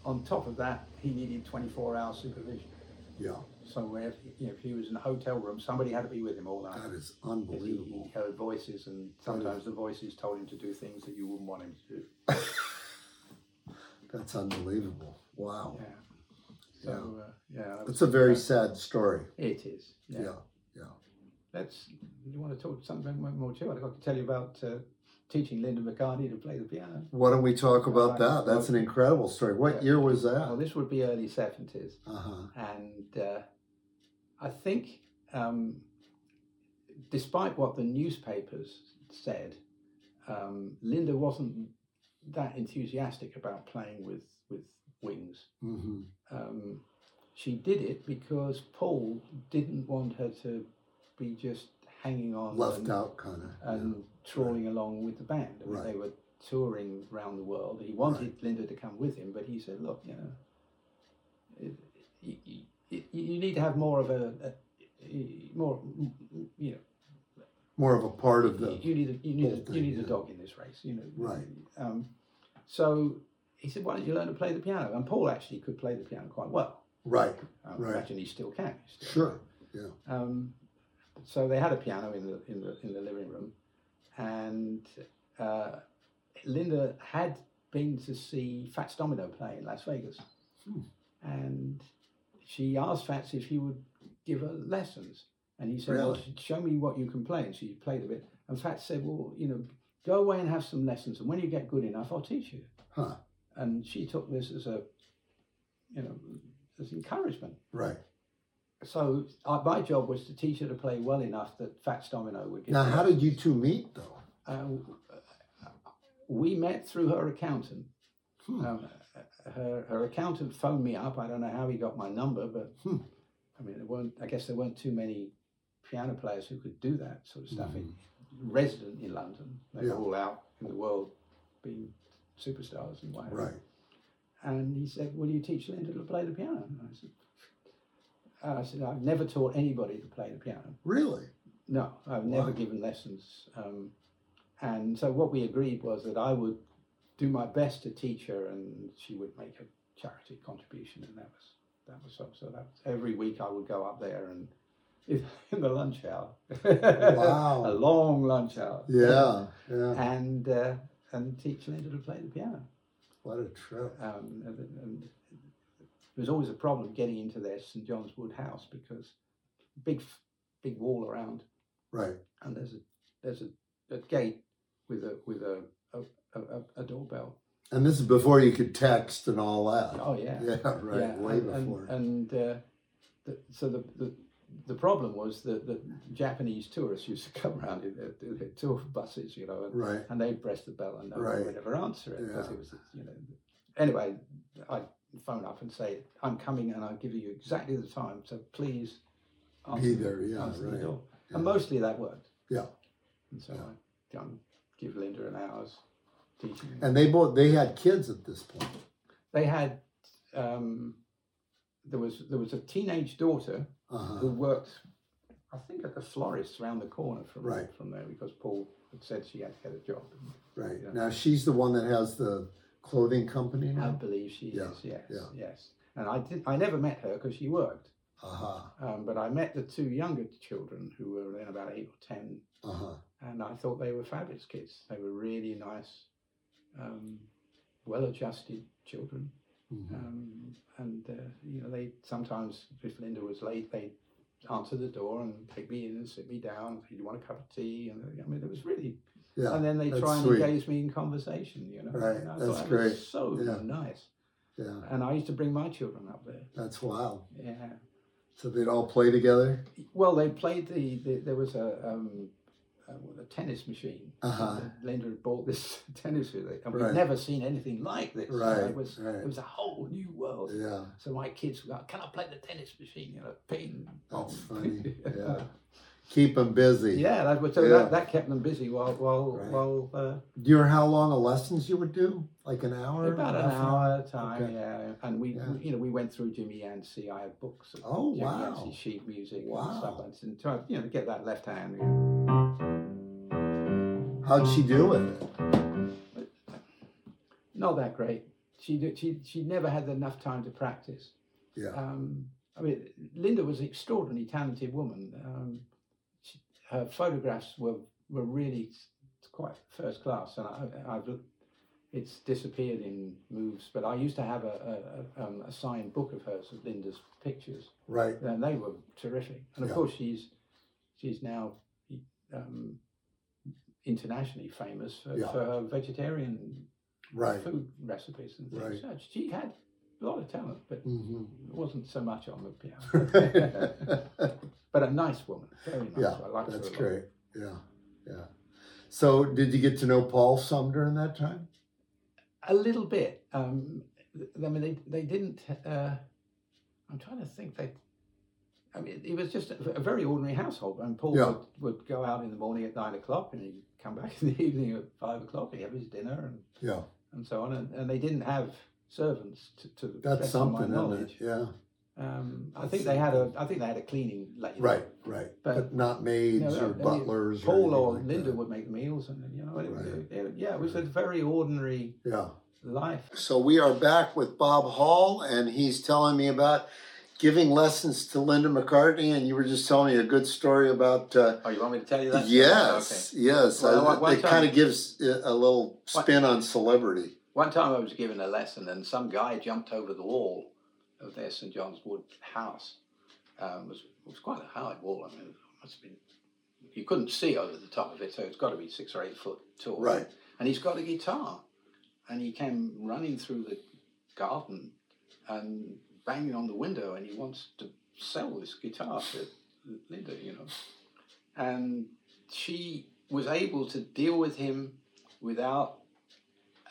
Speaker 2: on top of that, he needed 24 hour supervision.
Speaker 1: Yeah.
Speaker 2: So where if, you know, if he was in a hotel room, somebody had to be with him all night.
Speaker 1: That is
Speaker 2: 'Cause He, he
Speaker 1: unbelievable.
Speaker 2: heard voices, and sometimes the voices told him to do things that you wouldn't want him to do.
Speaker 1: That's unbelievable. Wow.
Speaker 2: Yeah. So, uh, yeah.
Speaker 1: It's a very sad story.
Speaker 2: It is.
Speaker 1: Yeah.
Speaker 2: yeah. That's you want to talk something more too. I've got to tell you about uh, teaching Linda McCartney to play the piano.
Speaker 1: Why don't we talk about
Speaker 2: Yeah, I-
Speaker 1: that? That's an incredible story. What
Speaker 2: Yeah.
Speaker 1: year was
Speaker 2: Well,
Speaker 1: that?
Speaker 2: this would be early seventies,
Speaker 1: Uh huh.
Speaker 2: and uh, I think, um, despite what the newspapers said, um, Linda wasn't that enthusiastic about playing with with wings.
Speaker 1: hmm
Speaker 2: Um, she did it because Paul didn't want her to be just hanging on
Speaker 1: Left
Speaker 2: and-
Speaker 1: out, kind of.
Speaker 2: and um, trawling along with the band. I mean,
Speaker 1: Right.
Speaker 2: They were touring around the world. He wanted Linda to come with him, but he said, "Look, you know, it, you, you, you need to have more of a, a more, you know,
Speaker 1: More of a part of the.
Speaker 2: you need a,
Speaker 1: whole
Speaker 2: you need a, you
Speaker 1: thing,
Speaker 2: need
Speaker 1: yeah.
Speaker 2: a dog in this race, you know."
Speaker 1: Right.
Speaker 2: Um, so he said, "Why don't you learn to play the piano?" And Paul actually could play the piano quite well.
Speaker 1: Right.
Speaker 2: I
Speaker 1: Right.
Speaker 2: imagine he still can. He still
Speaker 1: Sure.
Speaker 2: um, so they had a piano in the in the in the living room, and uh, Linda had been to see Fats Domino play in Las Vegas,
Speaker 1: Hmm.
Speaker 2: and she asked Fats if he would give her lessons, and he said, "Well,
Speaker 1: Really?
Speaker 2: show me what you can play." And she played a bit, and Fats said, "Well, you know, go away and have some lessons, and when you get good enough, I'll teach you."
Speaker 1: Huh.
Speaker 2: And she took this as a, you know, as encouragement
Speaker 1: Right.
Speaker 2: so uh, my job was to teach her to play well enough that Fats Domino would get.
Speaker 1: Now, how did you two meet, though?
Speaker 2: Uh, we met through her accountant.
Speaker 1: Hmm.
Speaker 2: Um, her her accountant phoned me up. I don't know how he got my number, but
Speaker 1: Hmm.
Speaker 2: I mean, there weren't. I guess there weren't too many piano players who could do that sort of stuff.
Speaker 1: Mhm.
Speaker 2: In, resident in London, they
Speaker 1: Yeah.
Speaker 2: were all out in the world being superstars and whatever.
Speaker 1: Right.
Speaker 2: And he said, "Will you teach Linda to play the piano?" And I said, uh, "I said I've never taught anybody to play the piano."
Speaker 1: Really?
Speaker 2: No, I've never
Speaker 1: Wow.
Speaker 2: given lessons. Um, and so what we agreed was that I would do my best to teach her, and she would make a charity contribution, and that was that was so. So that every week I would go up there and in, in the lunch hour, a
Speaker 1: Wow.
Speaker 2: long lunch hour,
Speaker 1: Yeah. Yeah.
Speaker 2: and uh, and teach Linda to play the piano.
Speaker 1: What a trip.
Speaker 2: Um, and, and it was always a problem getting into their St John's Wood house because big f- big wall around
Speaker 1: Right.
Speaker 2: and there's a there's a, a gate with a with a a, a, a- a doorbell.
Speaker 1: And this is before you could text and all that.
Speaker 2: Oh yeah,
Speaker 1: Yeah. Right.
Speaker 2: Yeah,
Speaker 1: Way
Speaker 2: and, and-
Speaker 1: before.
Speaker 2: And, uh, the, so the, the the problem was that the Japanese tourists used to come around in their, in their tour buses, you know, and,
Speaker 1: right.
Speaker 2: and they'd press the bell and no
Speaker 1: Right.
Speaker 2: one would ever answer it because
Speaker 1: Yeah.
Speaker 2: it was you know. anyway, I phone up and say, I'm coming and I'll give you exactly the time. So please
Speaker 1: Be
Speaker 2: answer-
Speaker 1: there, yeah,
Speaker 2: answer the
Speaker 1: right.
Speaker 2: door."
Speaker 1: Yeah.
Speaker 2: And mostly that worked.
Speaker 1: Yeah.
Speaker 2: And so
Speaker 1: Yeah.
Speaker 2: I done, give Linda an hour's teaching.
Speaker 1: And they both they had kids at this point.
Speaker 2: they had, um, there was there was a teenage daughter who
Speaker 1: Uh-huh.
Speaker 2: worked, I think, at the florist around the corner from
Speaker 1: Right.
Speaker 2: from there because Paul had said she had to get a job.
Speaker 1: Right.
Speaker 2: Yeah.
Speaker 1: Now she's the one that has the clothing company
Speaker 2: I
Speaker 1: now.
Speaker 2: believe she
Speaker 1: Yeah,
Speaker 2: is. Yes.
Speaker 1: yeah.
Speaker 2: Yes. And I did. I never met her because she worked.
Speaker 1: Uh-huh.
Speaker 2: Um, but I met the two younger children who were then about eight or ten,
Speaker 1: Uh-huh.
Speaker 2: and I thought they were fabulous kids. They were really nice, um, well-adjusted children.
Speaker 1: Mhm.
Speaker 2: Um, and uh, you know, they sometimes, if Linda was late, they'd answer the door and take me in and sit me down. Do you want a cup of tea? And uh, I mean, it was really.
Speaker 1: Yeah.
Speaker 2: and then they
Speaker 1: that's
Speaker 2: try and
Speaker 1: sweet.
Speaker 2: engage me in conversation. You know,
Speaker 1: Right,
Speaker 2: And
Speaker 1: that's
Speaker 2: I thought that was
Speaker 1: great.
Speaker 2: So
Speaker 1: Yeah.
Speaker 2: nice.
Speaker 1: Yeah.
Speaker 2: And I used to bring my children up there.
Speaker 1: That's wild.
Speaker 2: Yeah.
Speaker 1: So they'd all play together?
Speaker 2: Well, they played the, the there was a um, a, a tennis machine.
Speaker 1: Uh-huh.
Speaker 2: And Linda had bought this tennis machine, and we'd
Speaker 1: Right.
Speaker 2: never seen anything like this. You know,
Speaker 1: Right,
Speaker 2: It was
Speaker 1: right.
Speaker 2: it was a whole new world.
Speaker 1: Yeah.
Speaker 2: So my kids were like, "Can I play the tennis machine?" You know, ping. pong.
Speaker 1: That's funny. Yeah. Keep them busy.
Speaker 2: yeah, that was so
Speaker 1: Yeah.
Speaker 2: that, that kept them busy while while
Speaker 1: Right.
Speaker 2: while uh,
Speaker 1: Do you know how long a lessons you would do? Like an hour?
Speaker 2: about an
Speaker 1: half
Speaker 2: hour at a time.
Speaker 1: Okay.
Speaker 2: Yeah, and we
Speaker 1: Yeah.
Speaker 2: you know we went through Jimmy Yancey. I had books of
Speaker 1: Oh,
Speaker 2: Jimmy
Speaker 1: wow.
Speaker 2: Yancey sheet music and
Speaker 1: Wow.
Speaker 2: stuff, like that, and try you know to get that left hand.
Speaker 1: How'd she do with
Speaker 2: Um,
Speaker 1: it?
Speaker 2: not that great. She did, she she never had enough time to practice.
Speaker 1: Yeah.
Speaker 2: Um, I mean, Linda was an extraordinarily talented woman. Um, she, her photographs were were really s- quite first class, and I, I've it's disappeared in moves. But I used to have a a, a, um, a signed book of hers of Linda's pictures,
Speaker 1: Right.
Speaker 2: and they were terrific. And of
Speaker 1: Yeah.
Speaker 2: course, she's she's now um, internationally famous for,
Speaker 1: Yeah.
Speaker 2: for her vegetarian
Speaker 1: Right.
Speaker 2: food recipes and things. So She had a lot of talent, but
Speaker 1: hmm
Speaker 2: it wasn't so much on the piano. but a nice woman, very nice.
Speaker 1: Yeah,
Speaker 2: I liked
Speaker 1: That's
Speaker 2: her a lot.
Speaker 1: great. Yeah. Yeah. So did you get to know Paul some during that time?
Speaker 2: A little bit. Um, th- I mean, they they didn't. Uh, I'm trying to think. They. I mean, it was just a a very ordinary household. And Paul
Speaker 1: Yeah.
Speaker 2: would, would go out in the morning at nine o'clock, and he'd come back in the evening at five o'clock. He'd have his dinner and,
Speaker 1: Yeah.
Speaker 2: and so on. And, and they didn't have servants to, to the
Speaker 1: That's
Speaker 2: best
Speaker 1: something,
Speaker 2: of my
Speaker 1: isn't
Speaker 2: knowledge.
Speaker 1: it? Yeah.
Speaker 2: Um, I
Speaker 1: That's
Speaker 2: think they had a. I think they had a cleaning lady.
Speaker 1: Right, right. But,
Speaker 2: But-
Speaker 1: not maids
Speaker 2: No, no,
Speaker 1: or
Speaker 2: I mean,
Speaker 1: butlers.
Speaker 2: Paul
Speaker 1: anything
Speaker 2: or
Speaker 1: like
Speaker 2: Linda
Speaker 1: that.
Speaker 2: would make the meals, and you know, it,
Speaker 1: Right.
Speaker 2: it- yeah, it was a very ordinary
Speaker 1: Yeah.
Speaker 2: life.
Speaker 1: So we are back with Bob Hall, and he's telling me about giving lessons to Linda McCartney. And you were just telling me a good story about. Uh,
Speaker 2: Oh, you want me to tell you that?
Speaker 1: yes, yes.
Speaker 2: Well,
Speaker 1: I-
Speaker 2: one- one
Speaker 1: it
Speaker 2: time-
Speaker 1: kind of gives a a little spin on celebrity.
Speaker 2: One time I was given a lesson, and some guy jumped over the wall of their St John's Wood house. Um, it was it was quite a high wall. I mean, it must have been. You couldn't see over the top of it, so it's got to be six or eight foot tall.
Speaker 1: Right.
Speaker 2: and he's got a guitar, and he came running through the garden and banging on the window, and he wants to sell this guitar to Linda, you know, and she was able to deal with him without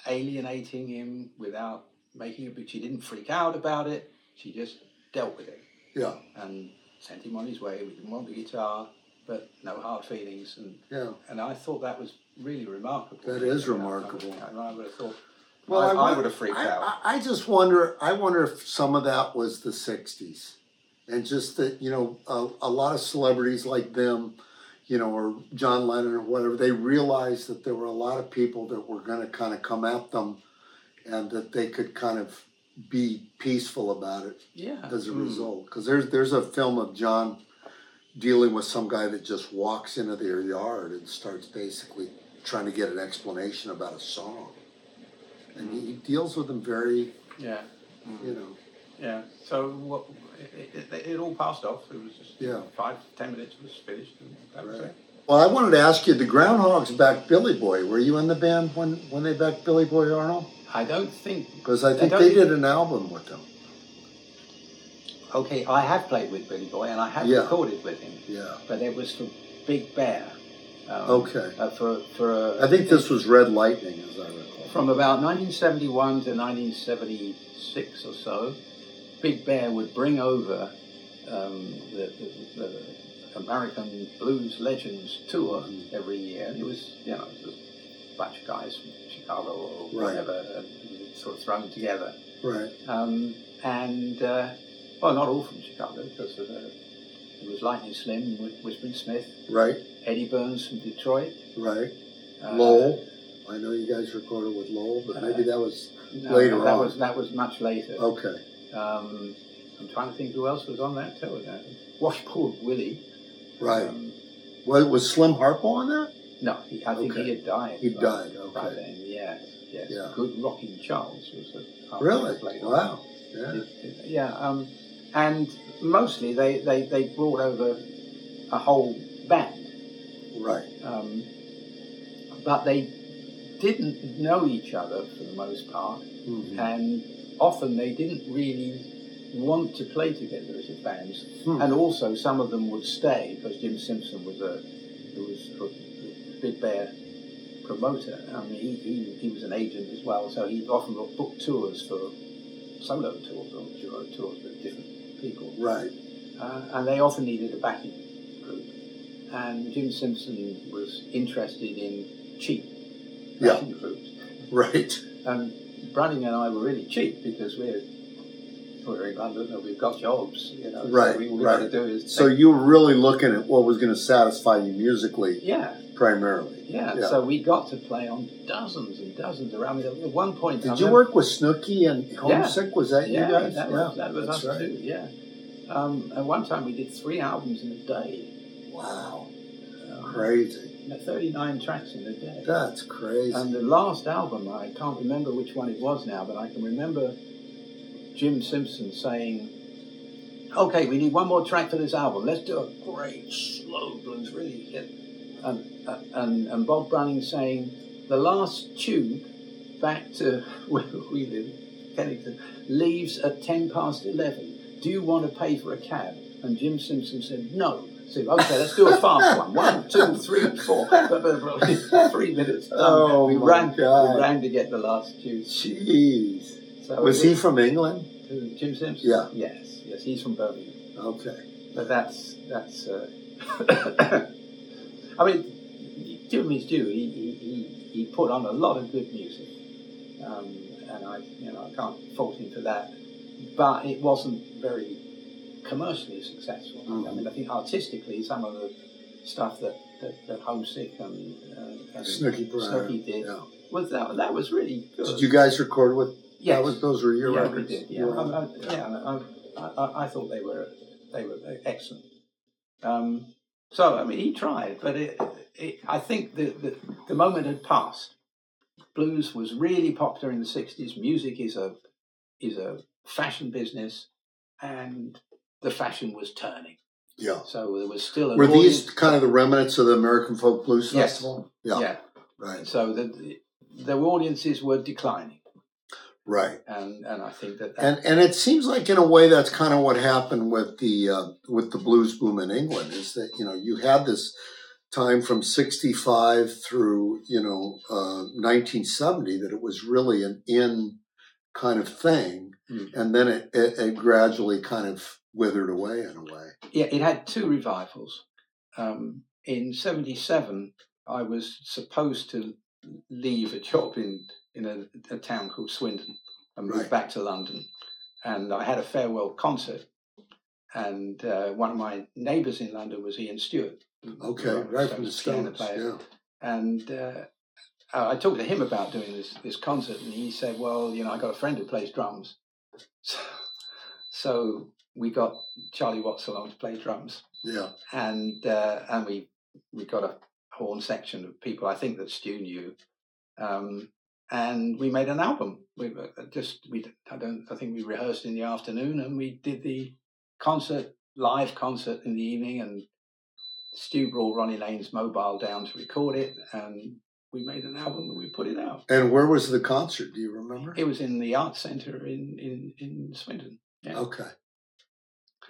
Speaker 2: alienating him, without making a big. She didn't freak out about it. She just dealt with it
Speaker 1: Yeah,
Speaker 2: and sent him on his way. We didn't want the guitar, but no hard feelings and
Speaker 1: yeah.
Speaker 2: and I thought that was really remarkable.
Speaker 1: That is
Speaker 2: I mean, I-
Speaker 1: remarkable.
Speaker 2: I, I would have thought. I, I,
Speaker 1: won-
Speaker 2: would have freaked
Speaker 1: I,
Speaker 2: out.
Speaker 1: I- I just wonder. I wonder if some of that was the '60s, and just that you know, a, a lot of celebrities like them, you know, or John Lennon or whatever, they realized that there were a lot of people that were going to kind of come at them, and that they could kind of be peaceful about it
Speaker 2: yeah.
Speaker 1: as a
Speaker 2: Mm.
Speaker 1: result. Because there's there's a film of John dealing with some guy that just walks into their yard and starts basically trying to get an explanation about a song, and he, he deals with them very,
Speaker 2: Yeah.
Speaker 1: you know,
Speaker 2: Yeah. So what? It, it, it all passed off. It was just
Speaker 1: Yeah.
Speaker 2: five, ten minutes was finished, and that was
Speaker 1: Right.
Speaker 2: it.
Speaker 1: Well, I wanted to ask you, the Groundhogs backed Billy Boy. Were you in the band when, when they backed Billy Boy Arnold?
Speaker 2: I don't think.
Speaker 1: Because I think
Speaker 2: don't
Speaker 1: they
Speaker 2: think-
Speaker 1: did an album with them.
Speaker 2: Okay, I have played with Billy Boy, and I have
Speaker 1: Yeah.
Speaker 2: recorded with him,
Speaker 1: Yeah.
Speaker 2: but it was for Big Bear. Um,
Speaker 1: Okay.
Speaker 2: Uh, for for. a-
Speaker 1: I think this was Red Lightning, as I recall.
Speaker 2: from about 1971 to 1976 or so, Big Bear would bring over um, the, the, the American Blues Legends tour every year. It was, you know, it was a bunch of guys from Chicago or
Speaker 1: Right.
Speaker 2: whatever, uh, sort of thrown together.
Speaker 1: Right.
Speaker 2: Um, and, uh, well, not all from Chicago, because of the, it was Lightning Slim, Wh- Whitman Smith,
Speaker 1: Right.
Speaker 2: Eddie Burns from Detroit.
Speaker 1: Right.
Speaker 2: uh,
Speaker 1: Lowell. I know you guys recorded with Lowell, but maybe that was
Speaker 2: no,
Speaker 1: later
Speaker 2: that
Speaker 1: on. Oh,
Speaker 2: Was, that was much later.
Speaker 1: okay.
Speaker 2: Um, I'm trying to think who else was on that tour. Now. Washboard Willie.
Speaker 1: Right.
Speaker 2: Um,
Speaker 1: Well, was Slim Harpo on that?
Speaker 2: no, he, I think
Speaker 1: Okay.
Speaker 2: he had died.
Speaker 1: He
Speaker 2: by-
Speaker 1: died.
Speaker 2: By
Speaker 1: Okay.
Speaker 2: then, yeah. Yes.
Speaker 1: Yeah.
Speaker 2: Good Rocking Charles was the
Speaker 1: Really?
Speaker 2: later on.
Speaker 1: Wow. Yeah.
Speaker 2: Yeah, um, and mostly they, they, they brought over a whole band,
Speaker 1: Right.
Speaker 2: um, but they didn't know each other for the most part,
Speaker 1: Mhm.
Speaker 2: and often they didn't really want to play together as a band.
Speaker 1: Hmm.
Speaker 2: And also, some of them would stay because Jim Simpson was a who was a big bear promoter. I mean, he, he, he was an agent as well, so he often booked book tours for solo tours or duo tours with different people.
Speaker 1: Right.
Speaker 2: Uh, and they often needed a backing group. And Jim Simpson was interested in cheap
Speaker 1: Yeah.
Speaker 2: backing groups.
Speaker 1: Right.
Speaker 2: And Branning and I were really cheap because we're we're in London and we've got jobs, you know. so
Speaker 1: Right,
Speaker 2: we, all we
Speaker 1: right.
Speaker 2: gotta do is
Speaker 1: So
Speaker 2: take-
Speaker 1: you were really looking at what was going to satisfy you musically
Speaker 2: yeah,
Speaker 1: primarily.
Speaker 2: yeah,
Speaker 1: Yeah.
Speaker 2: So we got to play on dozens and dozens around. the- At one point, I
Speaker 1: Did you
Speaker 2: remember-
Speaker 1: work with Snooky and Homesick? Was that
Speaker 2: Yeah,
Speaker 1: you guys?
Speaker 2: that was, that was us
Speaker 1: that's right.
Speaker 2: too. Yeah. Um, at one time, we did three albums in a day.
Speaker 1: Wow.
Speaker 2: Um,
Speaker 1: Crazy.
Speaker 2: Thirty-nine tracks in a day.
Speaker 1: That's crazy.
Speaker 2: And the last album, I can't remember which one it was now, but I can remember Jim Simpson saying, "Okay, we need one more track for this album. Let's do a great slow blues, really." Get... And, uh, and and Bob Browning saying, "The last tube back to where we live, Kennington, leaves at ten past eleven. Do you want to pay for a cab?" And Jim Simpson said, "No." So, okay, let's do a fast one. One, two, three, four. Three minutes. done.
Speaker 1: oh
Speaker 2: Um, we
Speaker 1: my
Speaker 2: ran
Speaker 1: God.
Speaker 2: we ran to get the last two.
Speaker 1: Jeez.
Speaker 2: So
Speaker 1: Was
Speaker 2: it
Speaker 1: he from England?
Speaker 2: who, Jim Simpson?
Speaker 1: Yeah.
Speaker 2: Yes, yes, he's from Birmingham.
Speaker 1: Okay.
Speaker 2: But that's that's. Uh, I mean, give him his due. He, he, he, he put on a lot of good music, um, and I you know I can't fault him for that. But it wasn't very commercially successful. I
Speaker 1: Mm-hmm.
Speaker 2: mean, I think artistically, some of the stuff that that, that Homesick and, uh, and
Speaker 1: Snooky Brown.
Speaker 2: Snooki did
Speaker 1: Yeah.
Speaker 2: was that that was really good.
Speaker 1: Did you guys record with?
Speaker 2: Yes.
Speaker 1: That was those were your
Speaker 2: yeah,
Speaker 1: records.
Speaker 2: We did, yeah, Um, I, I, yeah I, I, I thought they were they were excellent. Um, so I mean, he tried, but it, it, I think the, the the moment had passed. Blues was really popular in the '60s. Music is a is a fashion business, and the fashion was turning.
Speaker 1: Yeah.
Speaker 2: So there was still a
Speaker 1: Were these kind of the remnants of the American Folk Blues
Speaker 2: Yes.
Speaker 1: Festival?
Speaker 2: yeah.
Speaker 1: Yeah. Right.
Speaker 2: So the, the audiences were declining,
Speaker 1: Right.
Speaker 2: and and I think that, that
Speaker 1: And and it seems like in a way that's kind of what happened with the uh, with the blues boom in England is that you know you had this time from '65 through you know uh, 1970 that it was really an in kind of thing,
Speaker 2: Mm.
Speaker 1: and then it, it, it gradually kind of withered away in a way.
Speaker 2: Yeah, it had two revivals. Um, in '77, I was supposed to leave a job in in a, a town called Swindon and move
Speaker 1: Right.
Speaker 2: back to London, and I had a farewell concert. And uh, one of my neighbours in London was Ian Stewart.
Speaker 1: Okay, right
Speaker 2: Right, so
Speaker 1: from the
Speaker 2: piano
Speaker 1: Stones,
Speaker 2: player.
Speaker 1: yeah.
Speaker 2: And uh, I I talked to him about doing this this concert, and he said, "Well, you know, I got a friend who plays drums, so, so we got Charlie Watts along to play drums."
Speaker 1: Yeah,
Speaker 2: and uh, and we we got a horn section of people I think that Stu knew, um, and we made an album. We were just we I don't I think we rehearsed in the afternoon and we did the concert live concert in the evening and Stu brought Ronnie Lane's mobile down to record it and we made an album and we put it out.
Speaker 1: and where was the concert? Do you remember?
Speaker 2: It was in the Arts Centre in in in Swindon.
Speaker 1: Okay,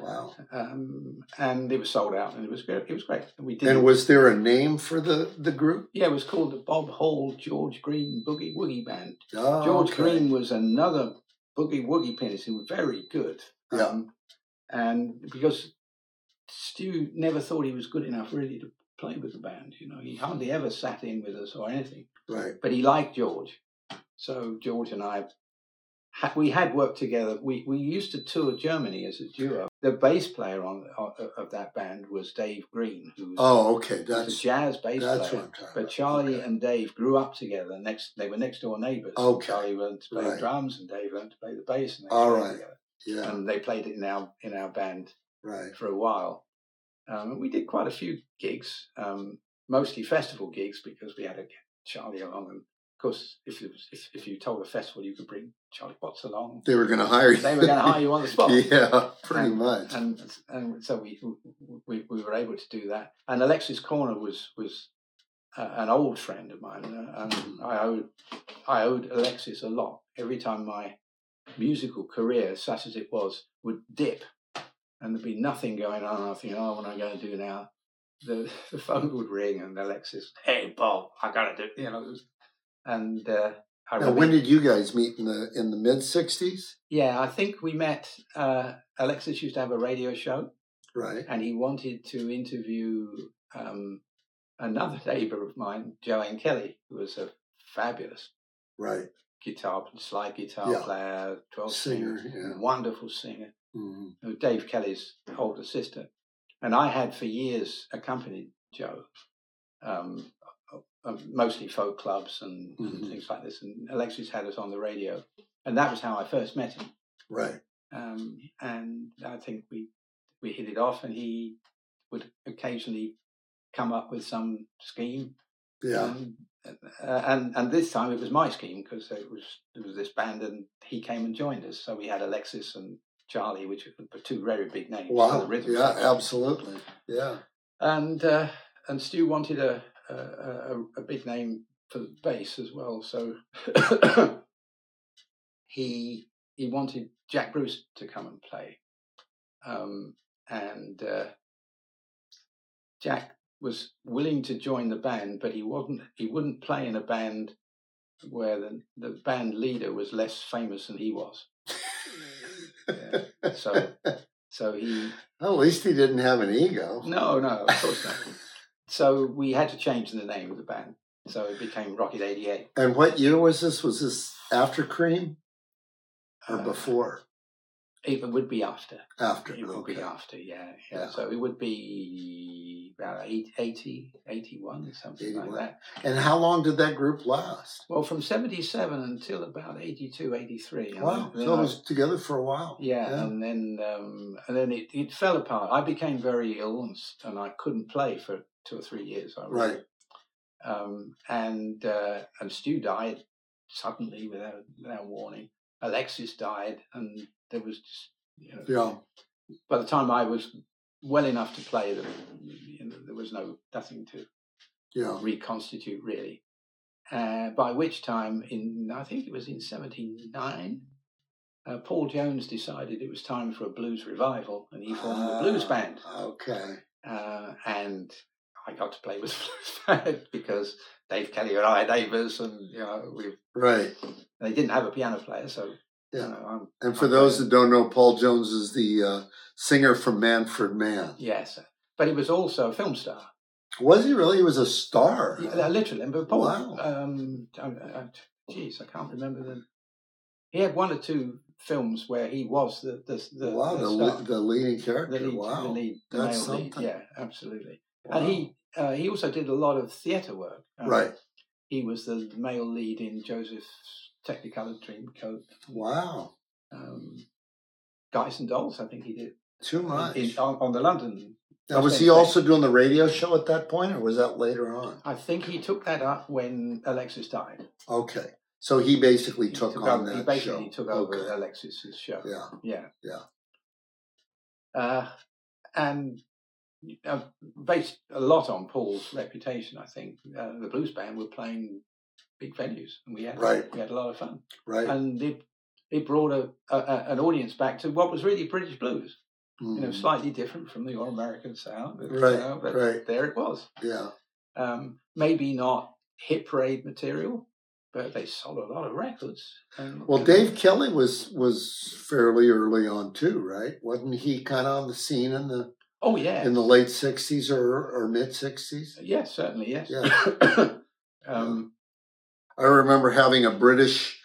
Speaker 1: Wow.
Speaker 2: um, and it was sold out, and it was good. It was great. And we did.
Speaker 1: And
Speaker 2: it.
Speaker 1: was there a name for the the group?
Speaker 2: yeah, it was called the Bob Hall George Green Boogie Woogie Band.
Speaker 1: Oh,
Speaker 2: George
Speaker 1: okay.
Speaker 2: Green was another boogie woogie pianist who was very good.
Speaker 1: Yeah.
Speaker 2: Um, and because Stu never thought he was good enough really to play with the band, you know, he hardly ever sat in with us or anything.
Speaker 1: Right.
Speaker 2: But he liked George, so George and I. ha- We had worked together. We, we used to tour Germany as a duo. The bass player on of, of that band was Dave Green, who was,
Speaker 1: Oh, okay.
Speaker 2: who was
Speaker 1: That's
Speaker 2: a jazz bass
Speaker 1: that's
Speaker 2: player.
Speaker 1: what I'm talking
Speaker 2: But
Speaker 1: about.
Speaker 2: Charlie
Speaker 1: Okay.
Speaker 2: and Dave grew up together. Next, they were next door neighbours.
Speaker 1: Okay.
Speaker 2: Charlie learned to play
Speaker 1: Right.
Speaker 2: drums, and Dave learned to play the bass. And they
Speaker 1: All
Speaker 2: played
Speaker 1: right.
Speaker 2: together.
Speaker 1: yeah.
Speaker 2: And they played it in our in our band
Speaker 1: Right.
Speaker 2: for a while. Um, and we did quite a few gigs, um, mostly festival gigs, because we had to get Charlie along. And of course, if it was, if, if you told a festival you could bring Charlie Watts along,
Speaker 1: They were going to hire you.
Speaker 2: they were going to hire you on the spot.
Speaker 1: yeah, pretty
Speaker 2: And-
Speaker 1: much.
Speaker 2: And and so we we we were able to do that. And Alexis Corner was was uh, an old friend of mine, uh, and I owed I owed Alexis a lot. Every time my musical career, such as it was, would dip, and there'd be nothing going on, I think, oh, what am I going to do now? The the phone would ring, and Alexis, hey Bob, I got to do, you know, it was- and. Uh, I
Speaker 1: now,
Speaker 2: remember-
Speaker 1: when did you guys meet in the in the mid '60s?
Speaker 2: yeah, I think we met. Uh, Alexis used to have a radio show,
Speaker 1: Right.
Speaker 2: and he wanted to interview um, another neighbour of mine, Joanne Kelly, who was a fabulous
Speaker 1: Right.
Speaker 2: guitar, slide guitar
Speaker 1: Yeah.
Speaker 2: player, twelve
Speaker 1: Singer,
Speaker 2: singer,
Speaker 1: yeah.
Speaker 2: wonderful singer,
Speaker 1: Mhm.
Speaker 2: who- Dave Kelly's older sister, and I had for years accompanied Joe, um, uh, uh, mostly folk clubs and,
Speaker 1: Mhm.
Speaker 2: and things like this, and Alexis had us on the radio, and that was how I first met him
Speaker 1: Right.
Speaker 2: um, and I think we we hit it off. And he would occasionally come up with some scheme,
Speaker 1: Yeah.
Speaker 2: um, uh, and and this time it was my scheme because it was it was this band, and he came and joined us. So we had Alexis and Charlie, which were two very big names. for
Speaker 1: Wow.
Speaker 2: the rhythm
Speaker 1: Yeah.
Speaker 2: section
Speaker 1: Absolutely. Yeah.
Speaker 2: and uh, and Stu wanted a, a a a big name for the bass as well, so he he wanted Jack Bruce to come and play, um, and uh, Jack was willing to join the band, but he wasn't. He wouldn't play in a band where the the band leader was less famous than he was. Yeah, so so he
Speaker 1: At least he didn't have an ego.
Speaker 2: no, no, of course not. so we had to change the name of the band. So it became Rocket 88.
Speaker 1: And what year was this? Was this after Cream or
Speaker 2: Uh,
Speaker 1: before?
Speaker 2: It would be after.
Speaker 1: After.
Speaker 2: It would be
Speaker 1: okay.
Speaker 2: after, yeah, yeah.
Speaker 1: Yeah.
Speaker 2: So it would be about eight- 80, 81, something
Speaker 1: 81.
Speaker 2: like that.
Speaker 1: And how long did that group last?
Speaker 2: Well, from 77 until about 82, 83. and
Speaker 1: Wow.
Speaker 2: then
Speaker 1: So it
Speaker 2: I-
Speaker 1: was together for a while.
Speaker 2: uh, yeah, and then um, and then it, it fell apart. I became very ill and, s- and I couldn't play for two or three years. I was
Speaker 1: Right.
Speaker 2: um, and uh, and Stu died suddenly without without warning. Alexis died, and there was just you know,
Speaker 1: Yeah.
Speaker 2: by the time I was well enough to play, there, you know, there was no nothing to
Speaker 1: Yeah.
Speaker 2: reconstitute really. Uh, by which time, in I think it was in '79, uh, Paul Jones decided it was time for a blues revival, and he formed the blues
Speaker 1: Ah,
Speaker 2: band
Speaker 1: Okay.
Speaker 2: uh, and I got to play with Blues Band because Dave Kelly and I are neighbours, and you know we
Speaker 1: Right.
Speaker 2: they didn't have a piano player, so
Speaker 1: Yeah.
Speaker 2: you know, I'm,
Speaker 1: And for those that don't know, Paul Jones is the uh, singer from Manfred Mann.
Speaker 2: yes, but he was also a film star,
Speaker 1: Was he really? He was a star. huh?
Speaker 2: Yeah, literally. But Paul,
Speaker 1: Wow.
Speaker 2: um, I, I, geez, I can't remember the. He had one or two films where he was the the the,
Speaker 1: wow. The,
Speaker 2: the,
Speaker 1: le-
Speaker 2: star,
Speaker 1: the leading character.
Speaker 2: the lead,
Speaker 1: wow.
Speaker 2: the lead, the
Speaker 1: That's
Speaker 2: male lead.
Speaker 1: something.
Speaker 2: Yeah, absolutely.
Speaker 1: Wow.
Speaker 2: And he uh, he also did a lot of theatre work. Um,
Speaker 1: Right.
Speaker 2: he was the male lead in Joseph's Technicolor Dreamcoat.
Speaker 1: Wow.
Speaker 2: Um, Guys and Dolls, I think he did.
Speaker 1: Too much.
Speaker 2: In- on, on the London.
Speaker 1: now, was he also doing the radio show at that point, or was that later on?
Speaker 2: I think he took that up when Alexis died.
Speaker 1: Okay. So he basically took, on
Speaker 2: over,
Speaker 1: that
Speaker 2: He basically
Speaker 1: show.
Speaker 2: took over
Speaker 1: Okay.
Speaker 2: Alexis's show.
Speaker 1: Yeah.
Speaker 2: Yeah.
Speaker 1: Yeah.
Speaker 2: Uh, and uh, based a lot on Paul's reputation, I think. Uh, the blues band were playing big venues, and we had
Speaker 1: Right.
Speaker 2: we had a lot of fun.
Speaker 1: Right.
Speaker 2: and it it brought a, a, a- an audience back to what was really British blues.
Speaker 1: Mm.
Speaker 2: you know, slightly different from the All American sound. But, you
Speaker 1: Right,
Speaker 2: know, but
Speaker 1: right.
Speaker 2: there it was.
Speaker 1: yeah,
Speaker 2: Um, maybe not hit parade material, but they sold a lot of records. And,
Speaker 1: well, Dave Kelly was was fairly early on too, right? Wasn't he kind of on the scene in the
Speaker 2: Oh yeah.
Speaker 1: in the late '60s or or mid '60s?
Speaker 2: yes, certainly yes.
Speaker 1: Yeah.
Speaker 2: Um,
Speaker 1: I remember having a British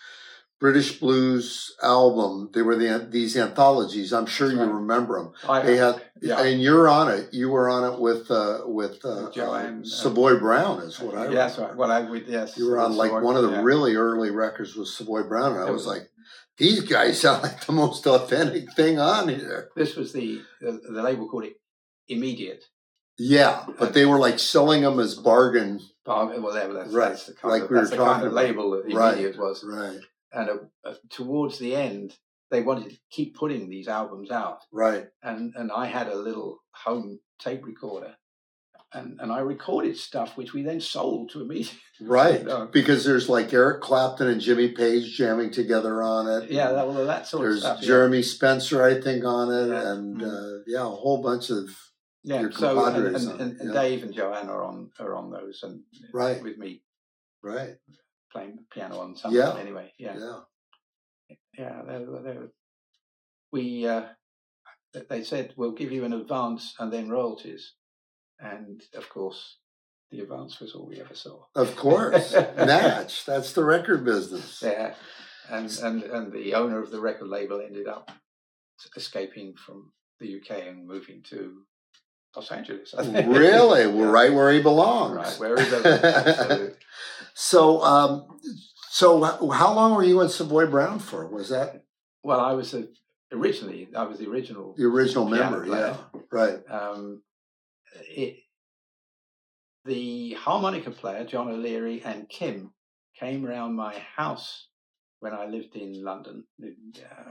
Speaker 1: British blues album. They were the, these anthologies. I'm sure
Speaker 2: That's
Speaker 1: you
Speaker 2: right.
Speaker 1: remember them.
Speaker 2: I,
Speaker 1: They had,
Speaker 2: yeah.
Speaker 1: and you're on it. You were on it with uh, with uh,
Speaker 2: With Joanne,
Speaker 1: uh,
Speaker 2: uh,
Speaker 1: Savoy Brown, is what I.
Speaker 2: yes,
Speaker 1: remember.
Speaker 2: right. Well, I would. Yes,
Speaker 1: You were on like
Speaker 2: Sorry,
Speaker 1: one of the
Speaker 2: yeah.
Speaker 1: really early records with Savoy Brown, and I
Speaker 2: It
Speaker 1: was
Speaker 2: was-
Speaker 1: like, these guys sound like the most authentic thing on here.
Speaker 2: This was the the, the label called it immediate.
Speaker 1: Yeah, but they were like selling them as bargain.
Speaker 2: um, Well, whatever. That's,
Speaker 1: Right,
Speaker 2: That's the kind
Speaker 1: like
Speaker 2: of,
Speaker 1: we were
Speaker 2: that's the kind
Speaker 1: talking
Speaker 2: of
Speaker 1: about.
Speaker 2: label that
Speaker 1: Right,
Speaker 2: immediate was.
Speaker 1: Right,
Speaker 2: And uh, uh, towards the end, they wanted to keep putting these albums out.
Speaker 1: right.
Speaker 2: and and I had a little home tape recorder, and and I recorded stuff which we then sold to a media.
Speaker 1: Right,
Speaker 2: No.
Speaker 1: because there's like Eric Clapton and Jimmy Page jamming together on it.
Speaker 2: Yeah, that, all of that sort
Speaker 1: there's
Speaker 2: of stuff. yeah.
Speaker 1: Jeremy Spencer, I think, on it,
Speaker 2: Yeah.
Speaker 1: and
Speaker 2: Mm.
Speaker 1: uh, yeah, a whole bunch of
Speaker 2: yeah.
Speaker 1: your
Speaker 2: so and,
Speaker 1: compadres
Speaker 2: and,
Speaker 1: on,
Speaker 2: and, and
Speaker 1: yeah.
Speaker 2: Dave and Joanne are on are on those, and
Speaker 1: right,
Speaker 2: with me
Speaker 1: right,
Speaker 2: playing piano on something.
Speaker 1: Yeah.
Speaker 2: Anyway, yeah, yeah.
Speaker 1: yeah,
Speaker 2: they, were- they were- we uh, th- they said we'll give you an advance and then royalties, and of course, the advance was all we ever saw.
Speaker 1: of course, Natch. That's the record business.
Speaker 2: Yeah, and and and the owner of the record label ended up escaping from the UK and moving to Los Angeles. I think.
Speaker 1: Really, we're
Speaker 2: Yeah.
Speaker 1: right where he belongs.
Speaker 2: Right, where is it?
Speaker 1: So, um, so h- how long were you in Savoy Brown for? Was that
Speaker 2: well, I was a, originally I was the original.
Speaker 1: the original
Speaker 2: Piano
Speaker 1: member? Yeah,
Speaker 2: player.
Speaker 1: right.
Speaker 2: Um, it, the harmonica player John O'Leary and Kim came round my house when I lived in London. They,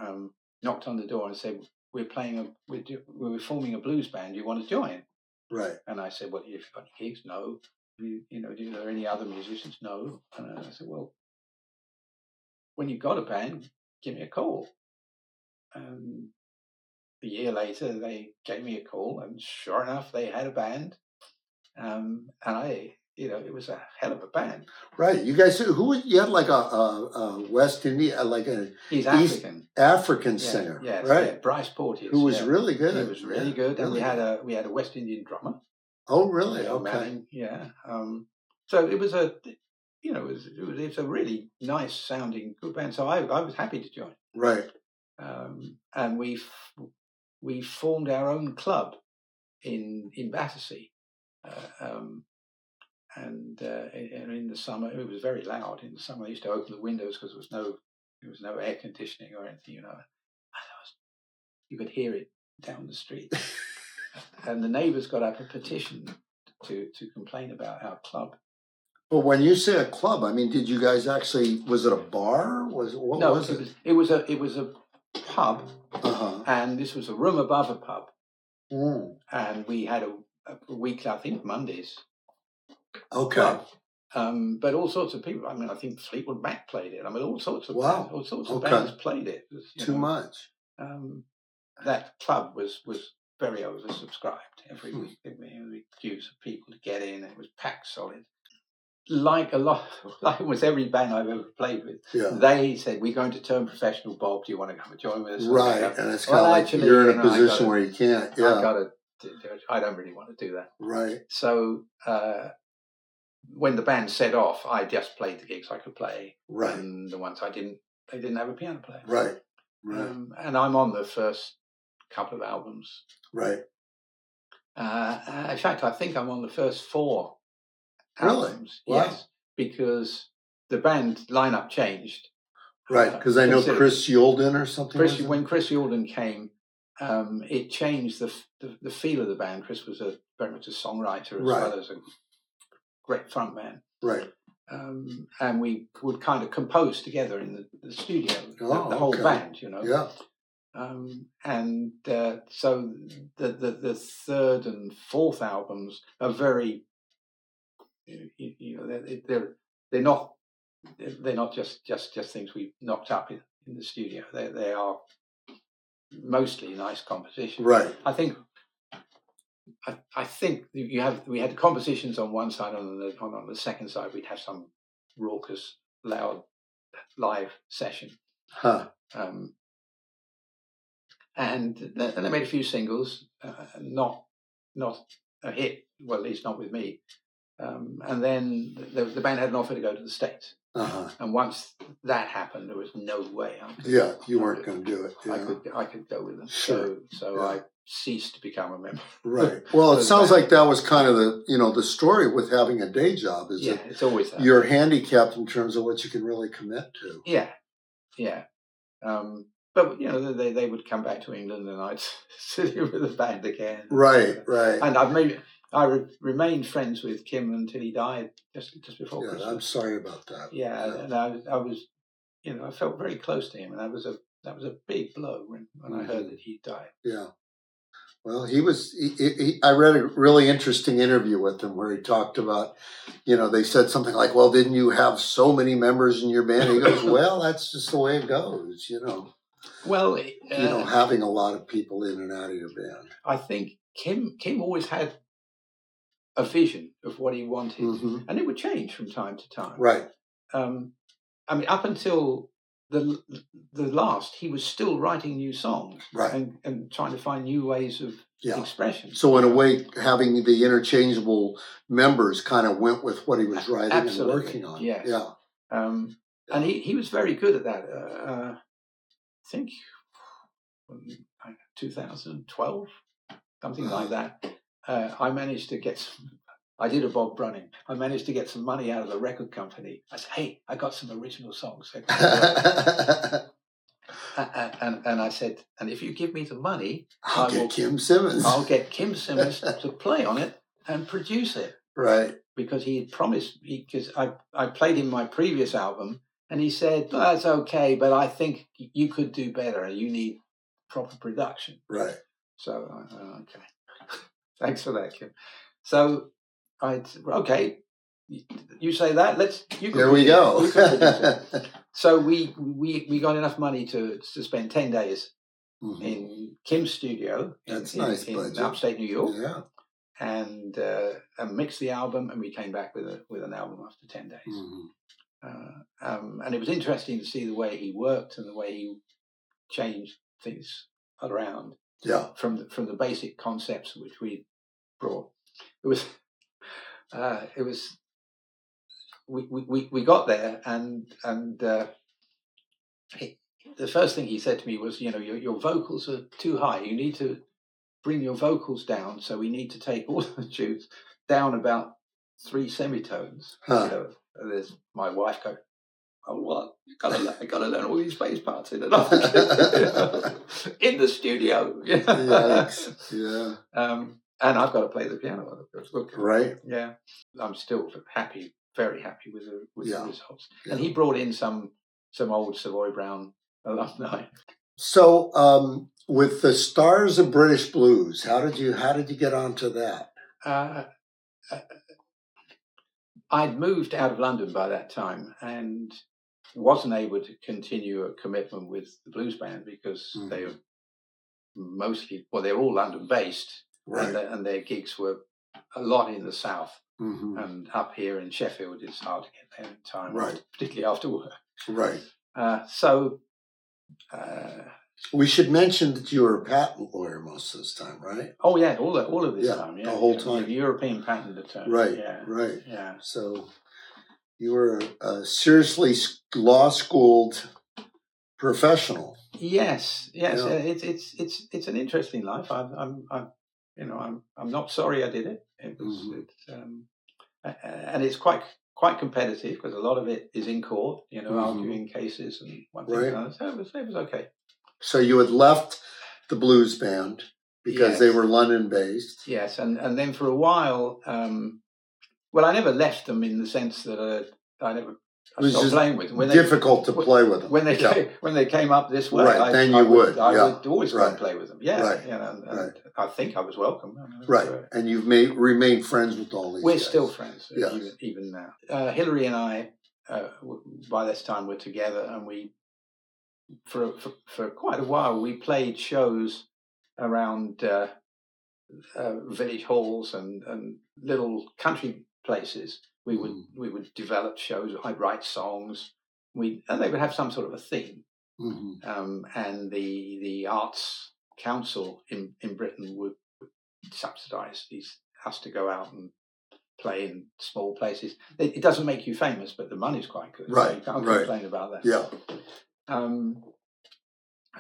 Speaker 2: Um, knocked on the door and said, "We're playing a we're, do- we're forming a blues band. You want to join?"
Speaker 1: Right.
Speaker 2: And I said, "Well, have you got any gigs? No. You, you know, do there any other musicians? No." And I said, "Well, when you've got a band, give me a call." Um, a year later, they gave me a call, and sure enough, they had a band. Um, and I, you know, it was a hell of a band.
Speaker 1: Right. You guys, who was- you had like a, a, a West Indian, uh, like an
Speaker 2: He's
Speaker 1: He's-
Speaker 2: African
Speaker 1: African
Speaker 2: Yeah,
Speaker 1: singer,
Speaker 2: yes,
Speaker 1: right?
Speaker 2: yeah, Bryce Porteous,
Speaker 1: Who was
Speaker 2: yeah.
Speaker 1: really good.
Speaker 2: He was really
Speaker 1: Yeah,
Speaker 2: good, and
Speaker 1: really
Speaker 2: we had
Speaker 1: good.
Speaker 2: a we had a West Indian drummer.
Speaker 1: Oh, really?
Speaker 2: Yeah,
Speaker 1: Okay.
Speaker 2: Manning, yeah. Um, so it was a, you know, it was, it was, it was a really nice sounding good band. So I, I was happy to join.
Speaker 1: Right.
Speaker 2: Um, and we f- we formed our own club in in Battersea, uh, um, and uh, in, and in the summer it was very loud. In the summer, I used to open the windows because there was no there was no air conditioning or anything, you know. And I was, you could hear it down the street, and the neighbours got up a petition to to complain about our club.
Speaker 1: But when you say a club, I mean, did you guys actually? Was it a bar? Was what
Speaker 2: no,
Speaker 1: was
Speaker 2: it
Speaker 1: it?
Speaker 2: was it was a it was a pub,
Speaker 1: Uh-huh.
Speaker 2: and this was a room above a pub.
Speaker 1: Mm.
Speaker 2: and we had a, a week, I think Mondays.
Speaker 1: Okay.
Speaker 2: Um, but all sorts of people. I mean, I think Fleetwood Mac played it. I mean, all sorts of
Speaker 1: Wow.
Speaker 2: bands, all sorts of
Speaker 1: Okay.
Speaker 2: bands played it. you
Speaker 1: Too
Speaker 2: know.
Speaker 1: much.
Speaker 2: Um, that club was was very oversubscribed every
Speaker 1: Hmm.
Speaker 2: week. There were queues of people to get in. It was packed solid. Like a lot, like almost every band I've ever played with,
Speaker 1: Yeah.
Speaker 2: they said, "We're going to turn professional, Bob. Do you want to come and join with us?" And I said,
Speaker 1: Right, and it's kind
Speaker 2: Well,
Speaker 1: of like
Speaker 2: actually,
Speaker 1: you're in
Speaker 2: you
Speaker 1: a
Speaker 2: know, I
Speaker 1: position
Speaker 2: gotta-
Speaker 1: where you can't.
Speaker 2: "No, I
Speaker 1: Yeah.
Speaker 2: gotta. do it. I don't really want to do that.
Speaker 1: Right.
Speaker 2: So uh, when the band set off, I just played the gigs I could play,
Speaker 1: Right.
Speaker 2: and the ones I didn't, they didn't have a piano player.
Speaker 1: Right. Right.
Speaker 2: Um, and I'm on the first couple of albums.
Speaker 1: Right.
Speaker 2: Uh, uh, in fact, I think I'm on the first four
Speaker 1: Really?
Speaker 2: albums.
Speaker 1: Wow.
Speaker 2: Yes, because the band lineup changed.
Speaker 1: Right. Because I know
Speaker 2: Consider-
Speaker 1: Chris Yolden or something.
Speaker 2: Chris,
Speaker 1: was it?
Speaker 2: when Chris Yorden came, um, it changed the, f- the the feel of the band. Chris was a very much a songwriter as
Speaker 1: Right.
Speaker 2: well as a great frontman.
Speaker 1: Right.
Speaker 2: um, and we would kind of compose together in the, the studio, the-
Speaker 1: Oh,
Speaker 2: the, whole
Speaker 1: okay.
Speaker 2: band, you know.
Speaker 1: Yeah.
Speaker 2: Um, and uh, so the, the the third and fourth albums are very, you, you know, they're, they're they're not they're not just just just things we knocked up in, in the studio. They they are mostly nice compositions.
Speaker 1: Right.
Speaker 2: I think I, I think you have we had compositions on one side, and on the on, on the second side we'd have some raucous, loud, live session.
Speaker 1: Huh.
Speaker 2: Um, and th- and they made a few singles, uh, not not a hit. Well, at least not with me. Um, and then the, the band had an offer to go to the states,
Speaker 1: Uh huh.
Speaker 2: and once that happened, there was no way I could,
Speaker 1: Yeah, you weren't going to do it.
Speaker 2: I
Speaker 1: Yeah.
Speaker 2: could I could go with them.
Speaker 1: Sure.
Speaker 2: So so
Speaker 1: Yeah.
Speaker 2: I ceased to become a member.
Speaker 1: Right. Well, it
Speaker 2: Those
Speaker 1: sounds
Speaker 2: bands.
Speaker 1: like that was kind of the you know the story with having a day job is
Speaker 2: yeah,
Speaker 1: that
Speaker 2: it's always that.
Speaker 1: you're handicapped in terms of what you can really commit to.
Speaker 2: Yeah, yeah. Um, but you know, they they would come back to England, and I'd sit here with the band again.
Speaker 1: Right. Right.
Speaker 2: And I've made I re- remained friends with Kim until he died, just just before
Speaker 1: yeah, I'm
Speaker 2: Christmas.
Speaker 1: sorry about that.
Speaker 2: Yeah, and I was- I was, you know, I felt very close to him, and that was a that was a big blow when when I
Speaker 1: Mm-hmm.
Speaker 2: heard that he died.
Speaker 1: Yeah. Well, he was. He, he, he- I read a really interesting interview with him where he talked about, you know, they said something like, "Well, didn't you have so many members in your band?" He goes, "Well, that's just the way it goes, you know.
Speaker 2: Well, uh,
Speaker 1: you know, having a lot of people in and out of your band."
Speaker 2: I think Kim Kim always had a vision of what he wanted,
Speaker 1: hmm
Speaker 2: and it would change from time to time.
Speaker 1: Right.
Speaker 2: um, I mean, up until the the last, he was still writing new songs
Speaker 1: Right.
Speaker 2: and, and trying to find new ways of
Speaker 1: Yeah.
Speaker 2: expression.
Speaker 1: So in a way, having the interchangeable members kind of went with what he was writing
Speaker 2: Absolutely,
Speaker 1: and working on.
Speaker 2: yes.
Speaker 1: Yeah.
Speaker 2: um, and he, he was very good at that. Uh, uh, I think um, 2012, something like that. Uh, I managed to get some. I did a Bob Brunning. I managed to get some money out of the record company. I said, "Hey, I got some original songs."
Speaker 1: I'll
Speaker 2: and, Uh, and, and I said, "And if you give me the money, I
Speaker 1: get
Speaker 2: will-
Speaker 1: Kim Simmons.
Speaker 2: I'll get Kim Simmons to play on it and produce it
Speaker 1: Right.
Speaker 2: because he had promised because I I played him my previous album and he said "Well, that's okay but I think you could do better and you need proper production
Speaker 1: Right.
Speaker 2: so I- I, okay thanks for that Kim so I okay you- you say that let's you can
Speaker 1: There we
Speaker 2: produce it,
Speaker 1: go.
Speaker 2: you can produce it. so we we we got enough money to to spend ten days
Speaker 1: Mhm.
Speaker 2: in Kim's studio in-
Speaker 1: That's
Speaker 2: in,
Speaker 1: nice
Speaker 2: in
Speaker 1: budget.
Speaker 2: upstate New York
Speaker 1: Yeah.
Speaker 2: and uh, and mixed the album, and we came back with a with an album after ten days.
Speaker 1: Mhm.
Speaker 2: Uh, um, and it was interesting to see the way he worked and the way he changed things around
Speaker 1: Yeah.
Speaker 2: from the, from the basic concepts which we brought. It was uh, it was we, we- we, we got there and and uh, he, the first thing he said to me was you know your, your vocals are too high you need to bring your vocals down so we need to take all the tunes down about three semitones you
Speaker 1: Huh.
Speaker 2: know, and there's my wife going, "Oh, what? You gotta, learn, you gotta learn all these bass parts in another in the studio."
Speaker 1: Yikes. Yeah.
Speaker 2: um, and I've got to play the piano. of course. Look,
Speaker 1: Right.
Speaker 2: yeah, I'm still happy, very happy with the with
Speaker 1: Yeah.
Speaker 2: the results.
Speaker 1: Yeah.
Speaker 2: And he brought in some some old Savoy Brown alumni.
Speaker 1: So, um, with the stars of British blues, how did you how did you get onto that?
Speaker 2: uh, uh, I'd moved out of London by that time and wasn't able to continue a commitment with the blues band because
Speaker 1: Mhm.
Speaker 2: they were mostly well they're all London based and, their, and their gigs were a lot in the south
Speaker 1: hmm
Speaker 2: and up here in Sheffield it's hard to get there in time
Speaker 1: Right.
Speaker 2: particularly after work
Speaker 1: Right.
Speaker 2: uh, so uh,
Speaker 1: We should mention that you were a patent lawyer most of this time, right?
Speaker 2: oh yeah all the, all of this
Speaker 1: Yeah,
Speaker 2: time yeah
Speaker 1: the whole
Speaker 2: yeah,
Speaker 1: time.
Speaker 2: European patent attorney
Speaker 1: Right.
Speaker 2: Uh, yeah
Speaker 1: Right.
Speaker 2: yeah
Speaker 1: So, you were a seriously law schooled professional.
Speaker 2: Yes, yes,
Speaker 1: Yeah.
Speaker 2: uh, it's it's it's it's an interesting life. I'm I'm, I'm you know I'm I'm not sorry I did it. It was
Speaker 1: Mhm.
Speaker 2: it's, um, a- a- and it's quite quite competitive because a lot of it is in court. You know,
Speaker 1: Mhm.
Speaker 2: arguing cases and one thing
Speaker 1: Right.
Speaker 2: and another. So it was it was okay.
Speaker 1: So you had left the blues band because they
Speaker 2: Yes.
Speaker 1: were London based.
Speaker 2: Yes, and and then for a while, um, well, I never left them in the sense that uh, I never
Speaker 1: It
Speaker 2: I
Speaker 1: was
Speaker 2: stopped
Speaker 1: just
Speaker 2: playing with them when they
Speaker 1: Difficult to play with them
Speaker 2: when they
Speaker 1: Yeah.
Speaker 2: came, when they came up this way.
Speaker 1: Right,
Speaker 2: I,
Speaker 1: then
Speaker 2: I
Speaker 1: you would,
Speaker 2: I
Speaker 1: yeah.
Speaker 2: would always go
Speaker 1: Right.
Speaker 2: and play with them. Yeah,
Speaker 1: Right.
Speaker 2: you know, and, and I think I was welcome. I mean,
Speaker 1: Right,
Speaker 2: uh,
Speaker 1: and you've made remained friends with all these.
Speaker 2: We're
Speaker 1: guys.
Speaker 2: still friends,
Speaker 1: Yes.
Speaker 2: even, even now. Uh, Hillary and I, uh, w- by this time, were together, and we for, for for quite a while we played shows around uh, uh, village halls and, and little country places. We would
Speaker 1: Mm.
Speaker 2: we would develop shows. I'd write songs. We and they would have some sort of a theme.
Speaker 1: hmm
Speaker 2: Um, and the the arts council in in Britain would subsidise these us to go out and play in small places. It, it doesn't make you famous, but the money's quite good. so
Speaker 1: Right,
Speaker 2: you can't
Speaker 1: right.
Speaker 2: complain about that
Speaker 1: Yeah.
Speaker 2: um,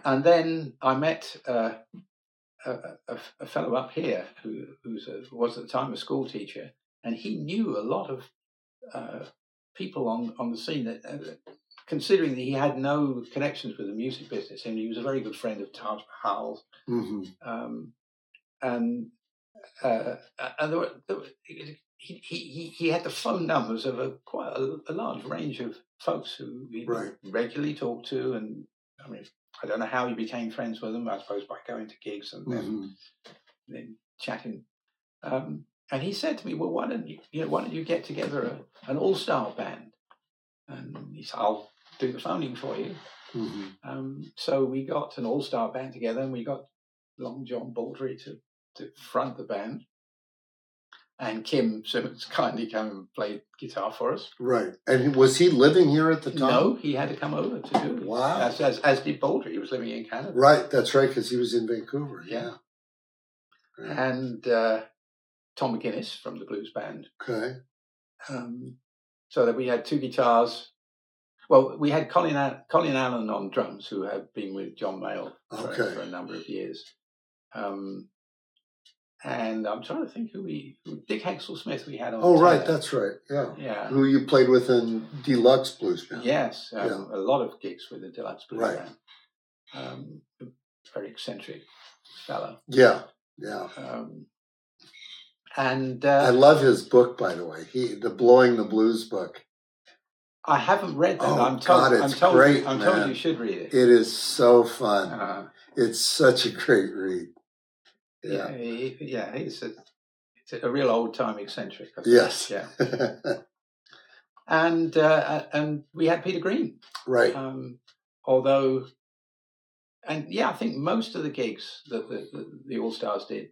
Speaker 2: and then I met uh, a, a, a fellow up here who who's a, was at the time a school teacher, and he knew a lot of uh, people on on the scene. That, uh, considering that he had no connections with the music business, and he was a very good friend of Taj Mahal's,
Speaker 1: hmm
Speaker 2: um, and uh, and there were, there were, he, he he he had the phone numbers of a quite a, a large range of folks who he
Speaker 1: Right.
Speaker 2: regularly talked to, and I mean I don't know how he became friends with them. I suppose by going to gigs and then,
Speaker 1: hmm
Speaker 2: then chatting. Um, and he said to me, "Well, why don't you you know why don't you get together a, an all star band?" And he said, "I'll do the phoning for you."
Speaker 1: hmm
Speaker 2: Um, so we got an all star band together and we got Long John Baldry to, to front the band. And Kim Simmons kindly came and played guitar for us.
Speaker 1: Right. And was he living here at the time?
Speaker 2: No, he had to come over to do it.
Speaker 1: Wow.
Speaker 2: As, as, as did Baldry. He was living in Canada.
Speaker 1: Right. That's right. Because he was in Vancouver. Yeah. Yeah.
Speaker 2: And uh, Tom McGuinness from the blues band.
Speaker 1: Okay.
Speaker 2: Um, so that we had two guitars. Well, we had Colin, Al- Colin Allen on drums, who had been with John Mayall for,
Speaker 1: Okay.
Speaker 2: for a number of years. Um, and I'm trying to think who we, who- Dick Hexel Smith we had on.
Speaker 1: Oh, right.
Speaker 2: tenor.
Speaker 1: That's right. Yeah.
Speaker 2: yeah,
Speaker 1: Who you played with in Deluxe Blues Band.
Speaker 2: yes, um,
Speaker 1: Yeah.
Speaker 2: a lot of gigs with the Deluxe Blues
Speaker 1: Right.
Speaker 2: Band. Um, very eccentric fellow.
Speaker 1: Yeah. Yeah.
Speaker 2: Um, and
Speaker 1: I
Speaker 2: uh,
Speaker 1: love his book, by the way. He the Blowing the Blues book.
Speaker 2: I, haven't read that.
Speaker 1: Oh,
Speaker 2: I'm told,
Speaker 1: God,
Speaker 2: I'm
Speaker 1: it's
Speaker 2: told,
Speaker 1: great,
Speaker 2: I'm told
Speaker 1: man.
Speaker 2: you should read it.
Speaker 1: It is so fun.
Speaker 2: Uh,
Speaker 1: It's such a great read.
Speaker 2: yeah,
Speaker 1: Yeah.
Speaker 2: he- yeah, he's a, it's a real old time eccentric. I think.
Speaker 1: Yes.
Speaker 2: yeah, and uh, and we had Peter Green,
Speaker 1: right.
Speaker 2: um, although, and yeah, I think most of the gigs that the, the, the All Stars did,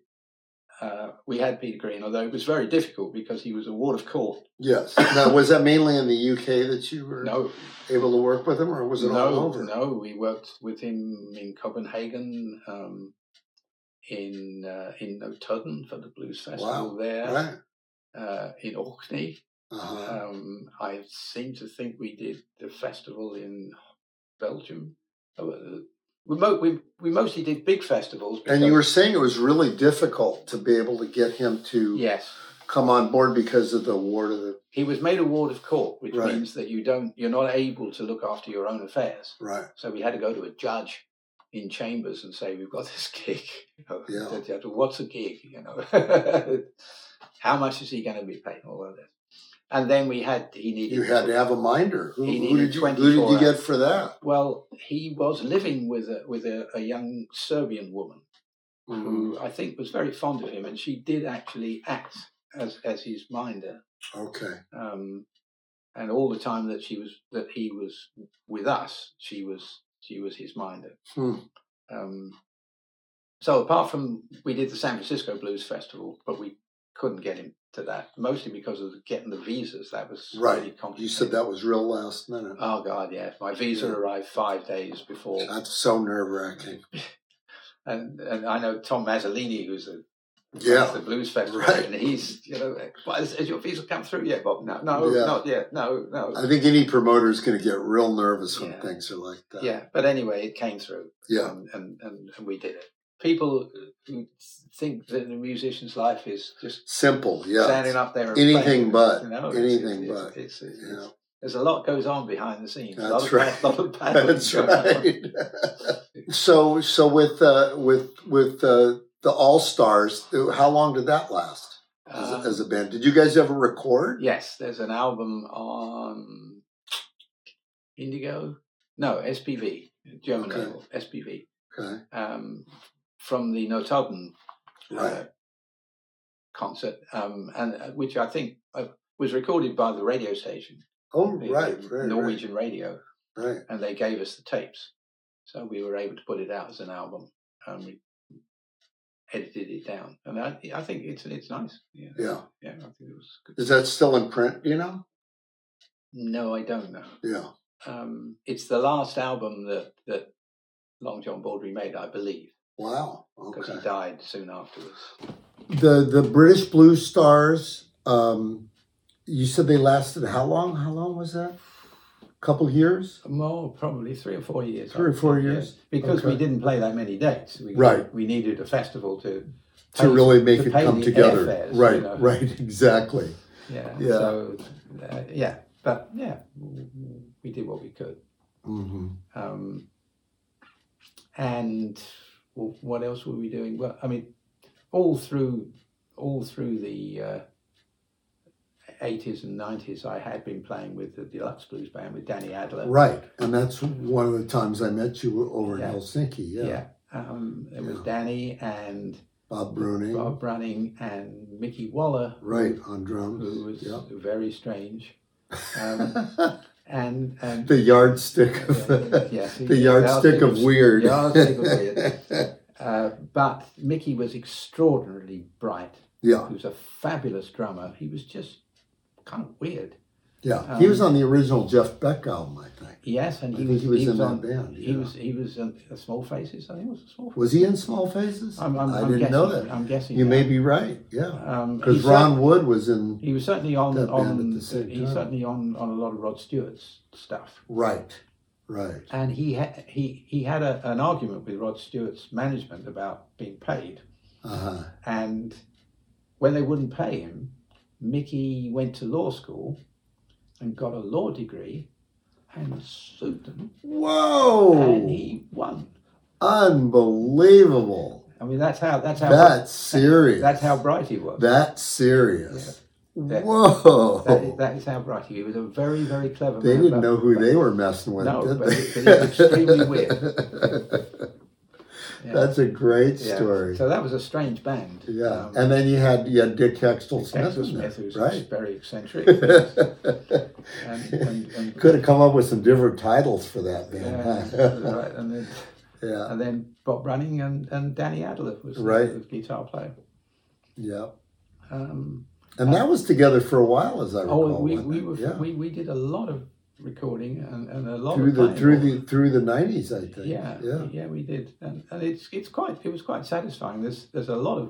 Speaker 2: uh, we had Peter Green, although it was very difficult because he was a ward of court.
Speaker 1: Yes. Now, was that mainly in the UK that you were
Speaker 2: No,
Speaker 1: able to work with him, or was it
Speaker 2: no,
Speaker 1: all over?
Speaker 2: no, we worked with him in Copenhagen. Um, in uh, in Notodden for the blues festival there,
Speaker 1: Right.
Speaker 2: uh, in Orkney,
Speaker 1: Uh-huh.
Speaker 2: Um, I seem to think we did the festival in Belgium. Oh, uh, We, mo- we, we mostly did big festivals.
Speaker 1: And you were
Speaker 2: because-
Speaker 1: saying it was really difficult to be able to get him to
Speaker 2: yes.
Speaker 1: come on board because of the award of the
Speaker 2: He was made a ward of court, which
Speaker 1: Right.
Speaker 2: means that you don't you're not able to look after your own affairs.
Speaker 1: right.
Speaker 2: So we had to go to a judge in chambers and say we've got this gig.
Speaker 1: Yeah.
Speaker 2: The judge, What's a gig? You know, how much is he going to be paid? All of this. And then we had he needed
Speaker 1: You had to have a minder. Who,
Speaker 2: He
Speaker 1: who
Speaker 2: needed
Speaker 1: did you who did
Speaker 2: 24
Speaker 1: you get for that?
Speaker 2: Well, he was living with a with a, a young Serbian woman
Speaker 1: Mm-hmm.
Speaker 2: who I think was very fond of him, and she did actually act as as his minder.
Speaker 1: Okay.
Speaker 2: Um, and all the time that she was that he was with us, she was she was his minder.
Speaker 1: Hmm.
Speaker 2: Um, so apart from we did the San Francisco Blues Festival, but we couldn't get him to that mostly because of getting the visas. That was
Speaker 1: Right.
Speaker 2: Really complicated.
Speaker 1: You said that was real last minute.
Speaker 2: Oh God, yes. My visa arrived five days before.
Speaker 1: That's so nerve wracking.
Speaker 2: and and I know Tom Mazzolini, who's a
Speaker 1: Yeah.
Speaker 2: the blues festival,
Speaker 1: Right.
Speaker 2: and he's you know, well, has, has your visa come through yet, Bob? No, no,
Speaker 1: Yeah.
Speaker 2: not yet. No, no.
Speaker 1: I think any promoter is going to get real nervous when
Speaker 2: Yeah.
Speaker 1: things are like that.
Speaker 2: yeah, but anyway, it came through,
Speaker 1: Yeah.
Speaker 2: and, and and and we did it. People who think that the musician's life is just
Speaker 1: Simple. Yeah.
Speaker 2: standing up there, and
Speaker 1: Anything
Speaker 2: playing,
Speaker 1: but.
Speaker 2: you know,
Speaker 1: Anything
Speaker 2: it's,
Speaker 1: but.
Speaker 2: It's, it's,
Speaker 1: Yeah.
Speaker 2: it's- there's a lot goes on behind the scenes. a lot
Speaker 1: That's
Speaker 2: of,
Speaker 1: right.
Speaker 2: lot of battling
Speaker 1: That's
Speaker 2: going on.
Speaker 1: right. so so with uh, with with uh, the All Stars, uh, how long did that last as,
Speaker 2: Uh,
Speaker 1: a, as a band? Did you guys ever record?
Speaker 2: Yes, there's an album on Indigo. No, SPV, German
Speaker 1: Okay.
Speaker 2: label, SPV,
Speaker 1: Okay.
Speaker 2: um, from the Notodden uh,
Speaker 1: Right.
Speaker 2: concert, um, and uh, which I think uh, was recorded by the radio station,
Speaker 1: Oh
Speaker 2: the-
Speaker 1: right,
Speaker 2: the
Speaker 1: right,
Speaker 2: Norwegian radio,
Speaker 1: right, right.
Speaker 2: and they gave us the tapes. So we were able to put it out as an album, and we edited it down. And I, I think it's it's nice. Yeah,
Speaker 1: Yeah.
Speaker 2: yeah. I think it was good.
Speaker 1: Is that still in print? do You know?
Speaker 2: No, I don't know.
Speaker 1: Yeah.
Speaker 2: Um, it's the last album that that Long John Baldry made, I believe,
Speaker 1: Wow.
Speaker 2: because
Speaker 1: Okay.
Speaker 2: he died soon afterwards.
Speaker 1: The the British Blue Stars. Um, you said they lasted how long? How long was that? couple years.
Speaker 2: More probably three or four years.
Speaker 1: Three or four
Speaker 2: Yeah,
Speaker 1: years?
Speaker 2: because we
Speaker 1: Okay.
Speaker 2: didn't play that many dates. We,
Speaker 1: Right.
Speaker 2: We needed a festival to
Speaker 1: To really make
Speaker 2: to
Speaker 1: it
Speaker 2: pay
Speaker 1: come
Speaker 2: the
Speaker 1: together.
Speaker 2: airfares, you
Speaker 1: right.
Speaker 2: know.
Speaker 1: Right. Exactly.
Speaker 2: Yeah.
Speaker 1: Yeah.
Speaker 2: So, uh, yeah. But yeah, w- w- we did what we could.
Speaker 1: hmm
Speaker 2: Um, and w- what else were we doing? Well, I mean, all through, all through the uh, eighties and nineties, I had been playing with the Deluxe Blues Band with Danny Adler.
Speaker 1: Right. And that's one of the times I met you over
Speaker 2: Yeah.
Speaker 1: in Helsinki. Yeah.
Speaker 2: Yeah. Um, it was
Speaker 1: Yeah.
Speaker 2: Danny and
Speaker 1: Bob Bruning.
Speaker 2: Bob Browning and Mickey Waller,
Speaker 1: Right on
Speaker 2: who
Speaker 1: drums.
Speaker 2: was
Speaker 1: Yeah.
Speaker 2: very strange. Um, and and uh,
Speaker 1: the yardstick of
Speaker 2: Yeah, yeah, see,
Speaker 1: the yardstick of weird.
Speaker 2: yardstick of weird. Uh, but Mickey was extraordinarily bright.
Speaker 1: yeah,
Speaker 2: He was a fabulous drummer. He was just kind of weird.
Speaker 1: yeah. he
Speaker 2: Um,
Speaker 1: was on the original Jeff Beck album, I think.
Speaker 2: Yes, and
Speaker 1: I
Speaker 2: he
Speaker 1: think
Speaker 2: was
Speaker 1: he was in that
Speaker 2: on,
Speaker 1: band,
Speaker 2: He
Speaker 1: yeah.
Speaker 2: was he was in the Small Faces. I think it was a Small Faces.
Speaker 1: Was he in Small Faces?
Speaker 2: I'm, I'm,
Speaker 1: I
Speaker 2: I'm
Speaker 1: didn't
Speaker 2: guessing,
Speaker 1: know that.
Speaker 2: I'm guessing
Speaker 1: you may
Speaker 2: that.
Speaker 1: be right. Yeah,
Speaker 2: Um,
Speaker 1: because
Speaker 2: he cer-
Speaker 1: Ron Wood was in.
Speaker 2: he was certainly on
Speaker 1: that band
Speaker 2: on
Speaker 1: at the same
Speaker 2: he's
Speaker 1: time.
Speaker 2: certainly on on a lot of Rod Stewart's stuff.
Speaker 1: Right, right.
Speaker 2: and he ha- he he had a, an argument with Rod Stewart's management about being paid,
Speaker 1: Uh huh.
Speaker 2: and when they wouldn't pay him, Mickey went to law school and got a law degree and sued them, and
Speaker 1: Whoa!
Speaker 2: he won.
Speaker 1: Unbelievable.
Speaker 2: I mean, that's how that's how
Speaker 1: That's serious.
Speaker 2: that's how bright he was.
Speaker 1: That's serious.
Speaker 2: That-
Speaker 1: Whoa!
Speaker 2: That is, that is how bright he was. A very very clever.
Speaker 1: They
Speaker 2: man,
Speaker 1: didn't
Speaker 2: but-
Speaker 1: know who
Speaker 2: but-
Speaker 1: they were messing with,
Speaker 2: No,
Speaker 1: did
Speaker 2: but
Speaker 1: they?
Speaker 2: it- but it was extremely weird. yeah,
Speaker 1: That's a great
Speaker 2: yeah.
Speaker 1: story.
Speaker 2: So that was a strange band.
Speaker 1: Yeah,
Speaker 2: Um,
Speaker 1: and then you had you had Dick Hextall Smith,
Speaker 2: Texas
Speaker 1: in there,
Speaker 2: Smith, who's
Speaker 1: right?
Speaker 2: very eccentric. and,
Speaker 1: Could
Speaker 2: and, and,
Speaker 1: have come up with some different titles for that man.
Speaker 2: yeah,
Speaker 1: huh?
Speaker 2: right, and, then,
Speaker 1: yeah,
Speaker 2: and then Bob Running and, and Danny Adler was
Speaker 1: Right.
Speaker 2: the guitar player.
Speaker 1: yeah.
Speaker 2: Um,
Speaker 1: And that was together for a while, as I recall.
Speaker 2: oh, we,
Speaker 1: wasn't
Speaker 2: we,
Speaker 1: it?
Speaker 2: were,
Speaker 1: yeah.
Speaker 2: we, we did a lot of recording and, and a lot
Speaker 1: through
Speaker 2: of
Speaker 1: the
Speaker 2: playing.
Speaker 1: through the through the nineties, I think.
Speaker 2: yeah, yeah,
Speaker 1: yeah,
Speaker 2: we did, and, and it's it's quite it was quite satisfying. There's there's a lot of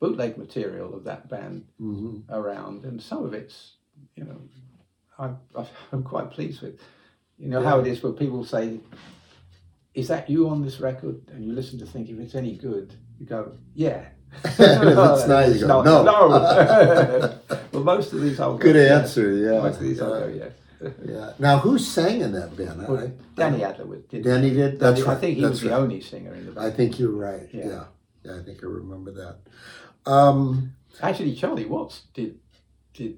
Speaker 2: bootleg material of that band
Speaker 1: hmm
Speaker 2: around, and some of it's, you know, I'm, I'm quite pleased with. You know how it is where people say, "Is that you on this record?" and you listen to think if it's any good, you go, "Yeah."
Speaker 1: And if it's not, you go,
Speaker 2: not-
Speaker 1: "No."
Speaker 2: no. well, most of these I'll go,
Speaker 1: Good
Speaker 2: "Yeah."
Speaker 1: answer. Yeah,
Speaker 2: Most of these I'll
Speaker 1: yeah,
Speaker 2: go, "Yeah."
Speaker 1: yeah. Now, who sang in that band? I-
Speaker 2: Well, Danny Adler was. Did,
Speaker 1: Danny did. That's
Speaker 2: I
Speaker 1: right.
Speaker 2: think he
Speaker 1: That's
Speaker 2: was
Speaker 1: right.
Speaker 2: the only singer in the
Speaker 1: I
Speaker 2: band.
Speaker 1: think you're right.
Speaker 2: Yeah.
Speaker 1: Yeah. yeah. I think I remember that. Um,
Speaker 2: Actually, Charlie Watts did did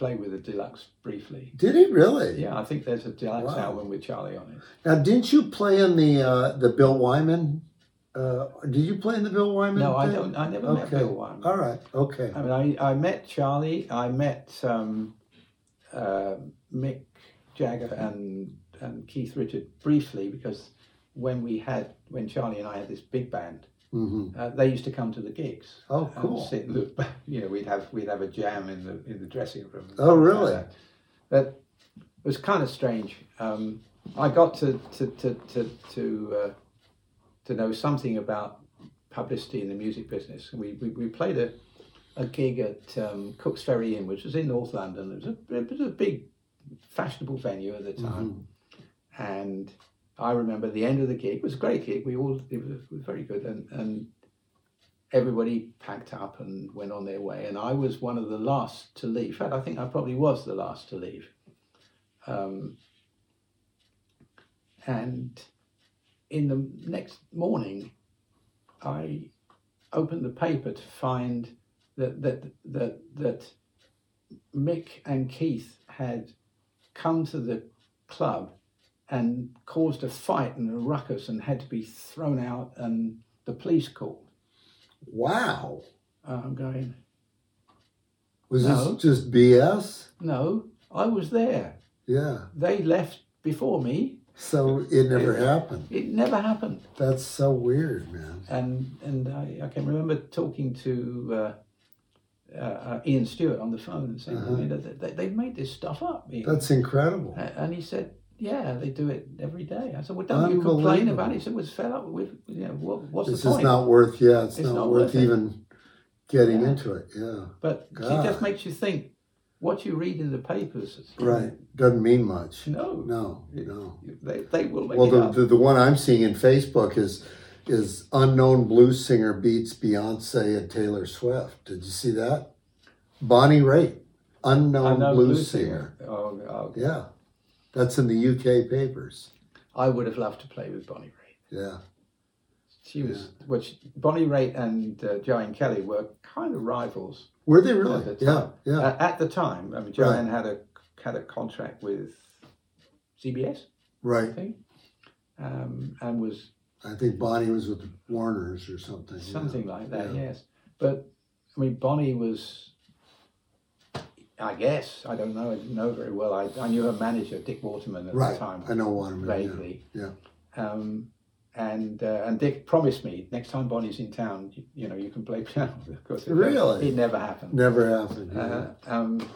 Speaker 2: play with the Deluxe briefly.
Speaker 1: did he really?
Speaker 2: Yeah, I think there's a Deluxe
Speaker 1: Wow.
Speaker 2: album with Charlie on it.
Speaker 1: Now, didn't you play in the uh, the Bill Wyman? Uh, did you play in the Bill Wyman?
Speaker 2: No, I
Speaker 1: thing?
Speaker 2: don't. I never met
Speaker 1: Mm-hmm. Okay.
Speaker 2: Bill Wyman.
Speaker 1: All right. Okay.
Speaker 2: I mean, I, I met Charlie. I met um, uh, Mick Jagger and and Keith Richard briefly because when we had when Charlie and I had this big band,
Speaker 1: hmm
Speaker 2: uh, they used to come to the gigs.
Speaker 1: Oh,
Speaker 2: and
Speaker 1: cool.
Speaker 2: sit in the, you know, we'd have we'd have a jam in the in the dressing room. and
Speaker 1: Oh,
Speaker 2: things like
Speaker 1: really?
Speaker 2: that. That was kind of strange. Um, I got to to to to to, uh, to know something about publicity in the music business. We we, we played a a gig at um, Cook's Ferry Inn, which was in North London. It was a, it was a big, fashionable venue at the
Speaker 1: Mm-hmm.
Speaker 2: time, and I remember the end of the gig it was a great gig. We all it was, it was very good, and and everybody packed up and went on their way. And I was one of the last to leave. In fact, I think I probably was the last to leave. Um, and in the next morning, I opened the paper to find that that that that Mick and Keith had come to the club and caused a fight and a ruckus and had to be thrown out and the police called.
Speaker 1: Wow.
Speaker 2: Uh, I'm going,
Speaker 1: Was
Speaker 2: No.
Speaker 1: this just BS?
Speaker 2: no, I was there.
Speaker 1: Yeah.
Speaker 2: They left before me.
Speaker 1: So it never
Speaker 2: Yeah.
Speaker 1: happened.
Speaker 2: It never happened.
Speaker 1: That's so weird, man.
Speaker 2: And and I, I can remember talking to uh, uh, uh, Ian Stewart on the phone and saying,
Speaker 1: Uh-huh.
Speaker 2: you know, they, they've made this stuff up. Ian."
Speaker 1: That's incredible.
Speaker 2: A- And he said, "Yeah, they do it every day." I said, "Well, don't you complain
Speaker 1: Unbelievable.
Speaker 2: about it?" He said, "Well, it's fed up with you know what, what's
Speaker 1: This
Speaker 2: the
Speaker 1: is
Speaker 2: point?"
Speaker 1: not worth, yeah, it's
Speaker 2: It's
Speaker 1: not
Speaker 2: not
Speaker 1: worth
Speaker 2: worth it.
Speaker 1: even getting
Speaker 2: Yeah.
Speaker 1: into it. Yeah.
Speaker 2: but
Speaker 1: God.
Speaker 2: it just makes you think. What you read in the papers, is-
Speaker 1: Right. Doesn't mean much.
Speaker 2: No,
Speaker 1: No, no.
Speaker 2: they, they will make
Speaker 1: Well,
Speaker 2: it
Speaker 1: the,
Speaker 2: up.
Speaker 1: the the one I'm seeing in Facebook is is unknown blues singer beats Beyonce and Taylor Swift. Did you see that? Bonnie Raitt, unknown
Speaker 2: Unknown
Speaker 1: blues,
Speaker 2: blues
Speaker 1: singer.
Speaker 2: Oh, oh,
Speaker 1: Yeah, that's in the UK papers.
Speaker 2: I would have loved to play with Bonnie Raitt.
Speaker 1: Yeah,
Speaker 2: She was, which Bonnie Raitt and uh, Joanne Kelly were kind of rivals
Speaker 1: were they really?
Speaker 2: At the
Speaker 1: Yeah,
Speaker 2: time.
Speaker 1: yeah.
Speaker 2: uh, at the time. I mean, Joanne had a had a contract with CBS, I
Speaker 1: right.
Speaker 2: think, um, and was
Speaker 1: I think Bonnie was with Warner's or something. yeah.
Speaker 2: Something like that,
Speaker 1: Yeah.
Speaker 2: yes. But I mean, Bonnie was, I guess, I don't know, I didn't know very well. I, I knew her manager, Dick Waterman, at
Speaker 1: Right.
Speaker 2: the time,
Speaker 1: I know Waterman. Yeah.
Speaker 2: vaguely.
Speaker 1: yeah.
Speaker 2: Um, and uh, and Dick promised me next time Bonnie's in town, you, you know, you can play piano. Of course, it-
Speaker 1: Really?
Speaker 2: it never happened.
Speaker 1: Never happened. yeah.
Speaker 2: Uh, um,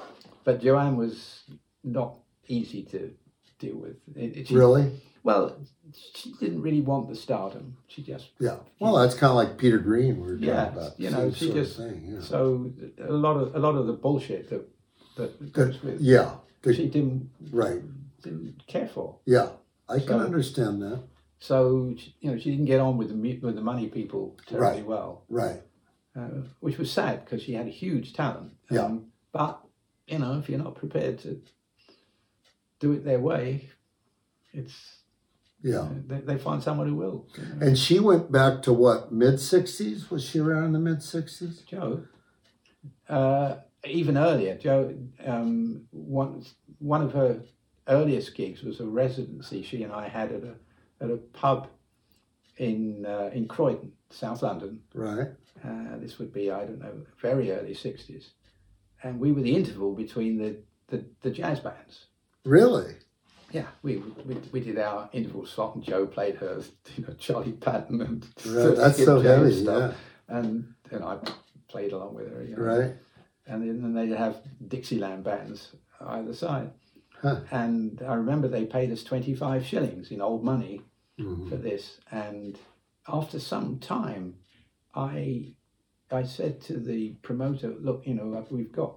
Speaker 2: but Joanne was not easy to deal with. It, it- she-
Speaker 1: really?
Speaker 2: Well, she didn't really want the stardom. She just
Speaker 1: Yeah. Well, that's kind of like Peter Green. We were talking
Speaker 2: Yeah,
Speaker 1: about.
Speaker 2: you know,
Speaker 1: Same
Speaker 2: she
Speaker 1: sort of
Speaker 2: just-
Speaker 1: thing. Yeah.
Speaker 2: So a lot of a lot of the bullshit that that goes
Speaker 1: That-
Speaker 2: with
Speaker 1: yeah. the-
Speaker 2: she didn't
Speaker 1: right.
Speaker 2: didn't care for.
Speaker 1: Yeah, I can
Speaker 2: So-
Speaker 1: understand that.
Speaker 2: So she, you know she didn't get on with the mu- with the money people terribly
Speaker 1: Right.
Speaker 2: well,
Speaker 1: Right.
Speaker 2: uh, which was sad because she had a huge talent.
Speaker 1: Yeah.
Speaker 2: Um, but you know if you're not prepared to do it their way, it's
Speaker 1: Yeah.
Speaker 2: you know, they, they find someone who will. you know.
Speaker 1: And she went back to what mid sixties? Was she around in the mid sixties?
Speaker 2: Joe, uh, even earlier, Joe, um, one, one of her earliest gigs was a residency she and I had at a, at a pub in, uh, in Croydon, South London.
Speaker 1: Right.
Speaker 2: Uh, this would be, I don't know, very early 60s. And we were the interval between the, the, the jazz bands.
Speaker 1: Really?
Speaker 2: Yeah, we, we we did our interval slot, and Joe played hers. You know, Charlie Patton and
Speaker 1: Right, That's
Speaker 2: Skip
Speaker 1: so
Speaker 2: James
Speaker 1: heavy.
Speaker 2: stuff, and and I played along with her. You
Speaker 1: Yeah.
Speaker 2: know
Speaker 1: Right.
Speaker 2: and then and they'd have Dixieland bands either side.
Speaker 1: Huh.
Speaker 2: And I remember they paid us 25 shillings in old money for
Speaker 1: Mhm.
Speaker 2: this. And after some time, I I said to the promoter, look, you know, like, we've got.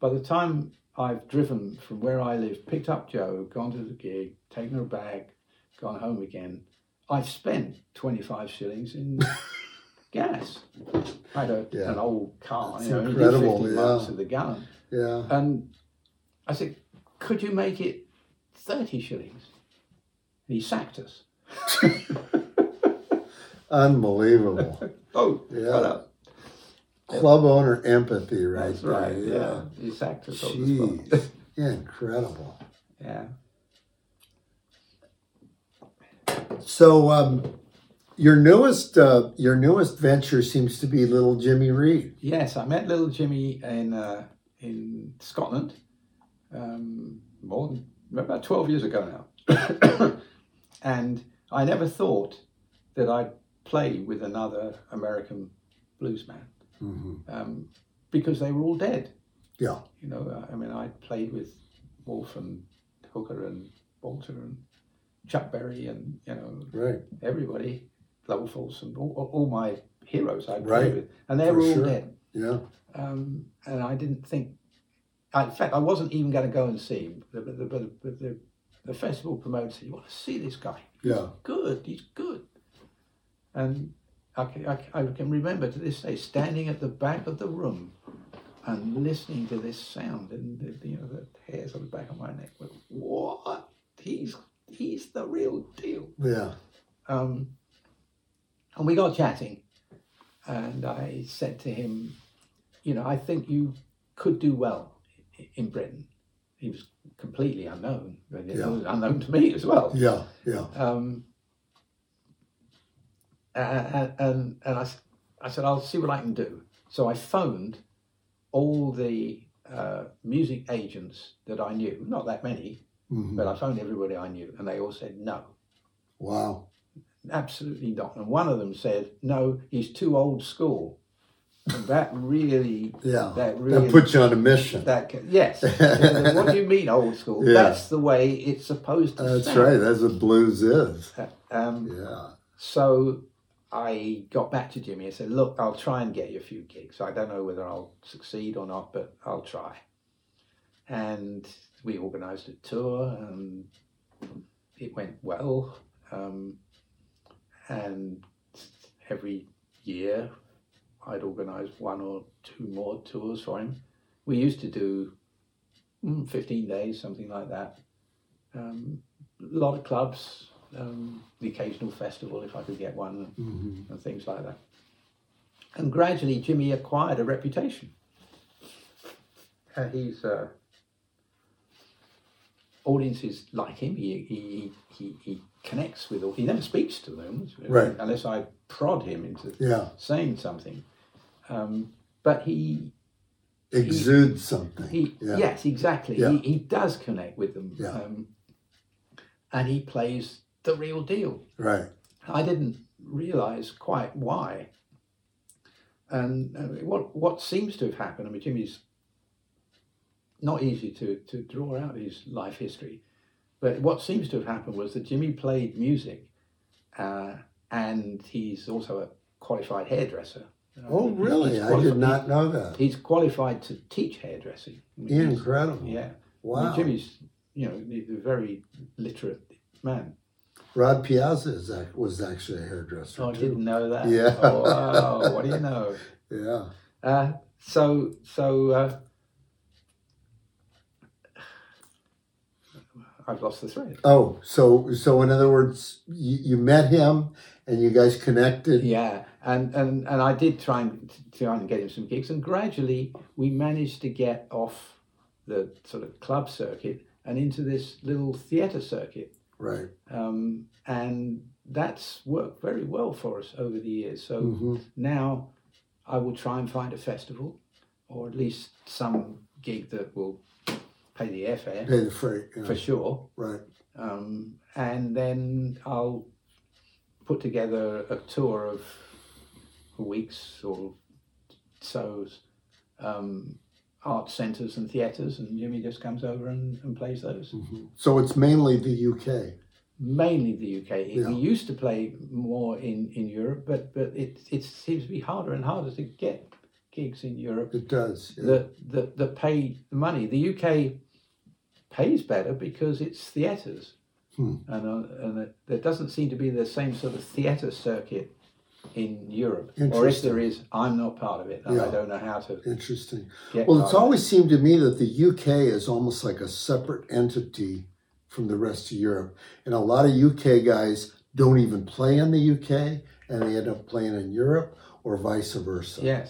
Speaker 2: By the time I've driven from where I live, picked up Jo, gone to the gig, taken her back, gone home again, I've spent 25 shillings in gas. I had a,
Speaker 1: Yeah.
Speaker 2: an old car,
Speaker 1: That's
Speaker 2: you know, it did
Speaker 1: incredible,
Speaker 2: 50 miles
Speaker 1: yeah.
Speaker 2: to the gallon.
Speaker 1: Yeah.
Speaker 2: And I said, could you make it 30 shillings? And he sacked us.
Speaker 1: Unbelievable.
Speaker 2: Oh, shut
Speaker 1: Yeah.
Speaker 2: up.
Speaker 1: Club owner empathy, right?
Speaker 2: That's right.
Speaker 1: there,
Speaker 2: Yeah. It's actors on the spot.
Speaker 1: Jeez. Incredible.
Speaker 2: Yeah.
Speaker 1: So, um, your newest uh, your newest venture seems to be little Jimmy Reed.
Speaker 2: Yes, I met little Jimmy in uh, in Scotland. Um, more than about twelve years ago now, and I never thought that I'd play with another American blues man
Speaker 1: hmm
Speaker 2: um, because they were all dead.
Speaker 1: Yeah.
Speaker 2: You know, Uh, I mean, I played with Wolf and Hooker and Walter and Chuck Berry and you know
Speaker 1: Right.
Speaker 2: everybody, Level Folsom, all, all- all my heroes I played
Speaker 1: Right.
Speaker 2: with, and they
Speaker 1: For
Speaker 2: were all
Speaker 1: sure.
Speaker 2: dead.
Speaker 1: Yeah.
Speaker 2: Um, and I didn't think, I, in fact, I wasn't even going to go and see him. But the, the, the, the, the festival promoter said, You want to see this guy?
Speaker 1: Yeah.
Speaker 2: Good, he's good. And I can, I, can- I can remember to this day standing at the back of the room and listening to this sound, and the, the, you know, the hairs on the back of my neck went, What? He's, he's the real deal.
Speaker 1: Yeah.
Speaker 2: Um, and we got chatting, and I said to him, You know, I think you could do well i- in Britain. He was completely unknown, and it
Speaker 1: Yeah.
Speaker 2: was unknown to me as well.
Speaker 1: Yeah. Yeah.
Speaker 2: Um, a- a- a- and and I, s- I said, I'll see what I can do. So I phoned all the uh, music agents that I knew, not that many,
Speaker 1: Mhm.
Speaker 2: But I phoned everybody I knew, and they all said no,
Speaker 1: Wow.
Speaker 2: absolutely not. And one of them said, no, he's too old school. And that really,
Speaker 1: Yeah.
Speaker 2: that really,
Speaker 1: That puts you on a mission.
Speaker 2: that ca- yes. what do you mean old school?
Speaker 1: Yeah.
Speaker 2: That's the way it's supposed to.
Speaker 1: That's
Speaker 2: sound.
Speaker 1: right. That's what blues is.
Speaker 2: Um,
Speaker 1: Yeah.
Speaker 2: So I got back to Jimmy and said, Look, I'll try and get you a few gigs. I don't know whether I'll succeed or not, but I'll try. And we organized a tour and it went well. Um, and every year I'd organize one or two more tours for him. We used to do mm, 15 days, something like that. Um, a lot of clubs, um, the occasional festival if I could get one,
Speaker 1: Mhm.
Speaker 2: and things like that. And gradually, Jimmy acquired a reputation. Uh, he's uh, audiences like him. He he, he he connects with all. He never speaks to them
Speaker 1: Right.
Speaker 2: unless I prod him into
Speaker 1: Yeah.
Speaker 2: saying something. Um, but he
Speaker 1: Exude something.
Speaker 2: he,
Speaker 1: yeah.
Speaker 2: Yes, exactly.
Speaker 1: Yeah.
Speaker 2: He, he does connect with them.
Speaker 1: Yeah.
Speaker 2: Um, and he plays the real deal.
Speaker 1: Right.
Speaker 2: I didn't realize quite why. And uh, what, what seems to have happened, I mean, Jimmy's not easy to, to draw out his life history, but what seems to have happened was that Jimmy played music uh, and he's also a qualified hairdresser.
Speaker 1: Oh,
Speaker 2: He's
Speaker 1: really? I
Speaker 2: qualified-
Speaker 1: did not know that.
Speaker 2: He's qualified to teach hairdressing. I mean, he's-
Speaker 1: Incredible.
Speaker 2: yeah. I mean,
Speaker 1: Wow.
Speaker 2: Jimmy's, you know, he's a very literate man.
Speaker 1: Rod Piazza is, ac- was actually a hairdresser.
Speaker 2: Oh, I
Speaker 1: too.
Speaker 2: didn't know that.
Speaker 1: Yeah.
Speaker 2: Oh, wow. What do you know?
Speaker 1: Yeah.
Speaker 2: Uh, so, so uh, I've lost the thread.
Speaker 1: Oh, so so in other words, you, you met him and you guys connected.
Speaker 2: Yeah, and, and, and I did try and try and get him some gigs, and gradually we managed to get off the sort of club circuit and into this little theatre circuit.
Speaker 1: Right.
Speaker 2: um, and that's worked very well for us over the years. So
Speaker 1: hmm
Speaker 2: now I will try and find a festival, or at least some gig that will pay the airfare
Speaker 1: Pay the freight. Yeah.
Speaker 2: for sure,
Speaker 1: Right. Mm-hmm.
Speaker 2: um, and then I'll put together a tour of weeks or so's um, art centres and theatres, and Jimmy just comes over and, and plays those.
Speaker 1: hmm So it's mainly the UK.
Speaker 2: mainly the UK.
Speaker 1: Yeah.
Speaker 2: We used to play more in, in Europe, but but it it seems to be harder and harder to get gigs in Europe
Speaker 1: It does. yeah.
Speaker 2: that, that that pay the money. The UK pays better because it's theatres,
Speaker 1: Hmm.
Speaker 2: and uh, and it, there doesn't seem to be the same sort of theatre circuit in Europe. Or if
Speaker 1: Interesting.
Speaker 2: there is, I'm not part of it, and I
Speaker 1: Yeah.
Speaker 2: don't know how to
Speaker 1: Interesting.
Speaker 2: get.
Speaker 1: Well, it's
Speaker 2: part of it.
Speaker 1: always seemed to me that the UK is almost like a separate entity from the rest of Europe. And a lot of UK guys don't even play in the UK and they end up playing in Europe or vice versa.
Speaker 2: yes.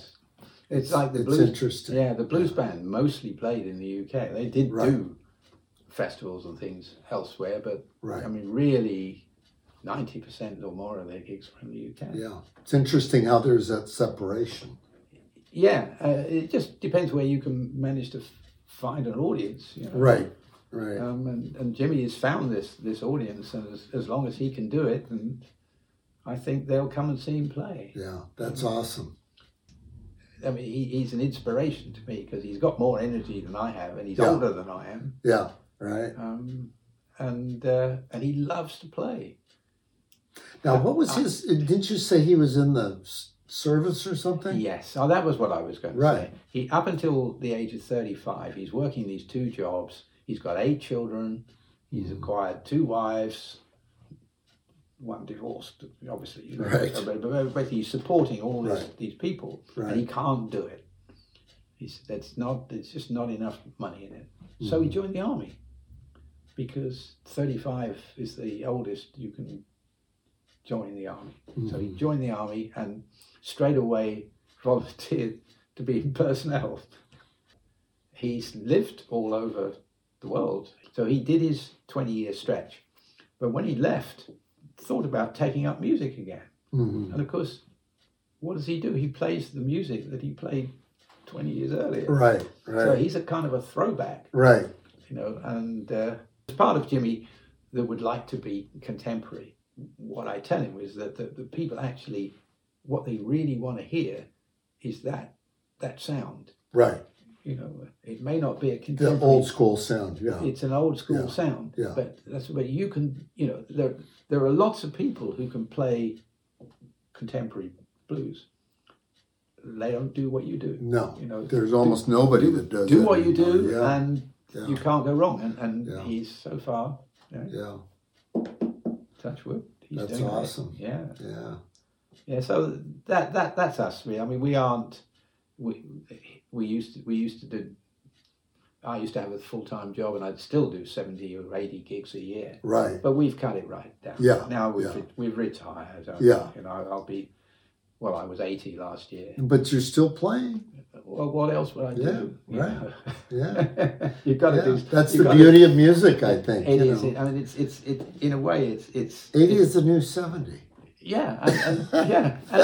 Speaker 2: It's like the
Speaker 1: it's
Speaker 2: blues
Speaker 1: interesting.
Speaker 2: Yeah, the blues band mostly played in the UK. They did
Speaker 1: Right.
Speaker 2: do festivals and things elsewhere, but
Speaker 1: Right.
Speaker 2: I mean, really, ninety percent or more of their gigs were in the UK.
Speaker 1: Yeah. It's interesting how there's that separation.
Speaker 2: Yeah, uh, it just depends where you can manage to f- find an audience. You know?
Speaker 1: Right. Right.
Speaker 2: Um, and, and Jimmy has found this this audience, and as, as long as he can do it, and I think they'll come and see him play.
Speaker 1: Yeah, that's awesome.
Speaker 2: I mean, he, he's an inspiration to me because he's got more energy than I have, and he's
Speaker 1: Yeah.
Speaker 2: older than I am.
Speaker 1: Yeah, right.
Speaker 2: um, and uh, and he loves to play.
Speaker 1: Now, what was his? uh, Didn't you say he was in the s- service or something?
Speaker 2: Yes, oh, that was what I was going to
Speaker 1: Right.
Speaker 2: say. He up until the age of thirty-five, he's working these two jobs. He's got eight children. He's
Speaker 1: Mhm.
Speaker 2: acquired two wives, one divorced, obviously. you know,
Speaker 1: Right.
Speaker 2: But, but, but he's supporting all this,
Speaker 1: Right.
Speaker 2: these people, and he
Speaker 1: Right.
Speaker 2: can't do it. He's that's not. There's just not enough money in it. So he
Speaker 1: Mhm.
Speaker 2: joined the army because 35 is the oldest you can join the army. So he
Speaker 1: Mhm.
Speaker 2: joined the army and straight away volunteered to be in personnel. He's lived all over the world. So he did his 20 year stretch. But when he left, thought about taking up music again.
Speaker 1: Mhm.
Speaker 2: And of course, what does he do? He plays the music that he played 20 years earlier.
Speaker 1: Mm-hmm. Right.
Speaker 2: So
Speaker 1: Right.
Speaker 2: he's a kind of a throwback
Speaker 1: Right.
Speaker 2: you know, and uh, part of Jimmy that would like to be contemporary, what I tell him is that the, the people actually, what they really want to hear is that that sound.
Speaker 1: Right.
Speaker 2: You know, it may not be a
Speaker 1: The
Speaker 2: contemporary.
Speaker 1: old school sound. Yeah.
Speaker 2: It's an old school
Speaker 1: Yeah.
Speaker 2: sound,
Speaker 1: Yeah.
Speaker 2: but that's but you can you know there there are lots of people who can play contemporary blues. They don't do what you do.
Speaker 1: No.
Speaker 2: You know,
Speaker 1: There's almost nobody that does
Speaker 2: do
Speaker 1: that
Speaker 2: what you do,
Speaker 1: anymore. uh, Yeah.
Speaker 2: and
Speaker 1: Yeah.
Speaker 2: you can't go wrong. And, and
Speaker 1: Yeah.
Speaker 2: he's so far
Speaker 1: yeah.
Speaker 2: touch wood. He's
Speaker 1: That's
Speaker 2: doing it.
Speaker 1: awesome.
Speaker 2: Yeah.
Speaker 1: Yeah.
Speaker 2: Yeah, so that that that's us. really. I mean, we aren't. We we used to we used to do. I used to have a full time job, and I'd still do seventy or eighty gigs a year.
Speaker 1: Right.
Speaker 2: But we've cut it right down.
Speaker 1: Yeah,
Speaker 2: Now we've
Speaker 1: yeah.
Speaker 2: re- we've retired. I-
Speaker 1: Yeah.
Speaker 2: You know, I'll be. Well, I was eighty last year.
Speaker 1: But you're still playing.
Speaker 2: Well, what else would I do?
Speaker 1: Yeah, right. Yeah.
Speaker 2: right. You've got to
Speaker 1: Yeah.
Speaker 2: do.
Speaker 1: That's the
Speaker 2: you've gotta-
Speaker 1: beauty of music, I think.
Speaker 2: It
Speaker 1: you
Speaker 2: is.
Speaker 1: know.
Speaker 2: I mean, it's it's it in a way. It's it's
Speaker 1: 80
Speaker 2: it's-
Speaker 1: is the new 70.
Speaker 2: Yeah, and, and yeah, and,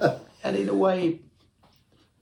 Speaker 2: and, and in a way,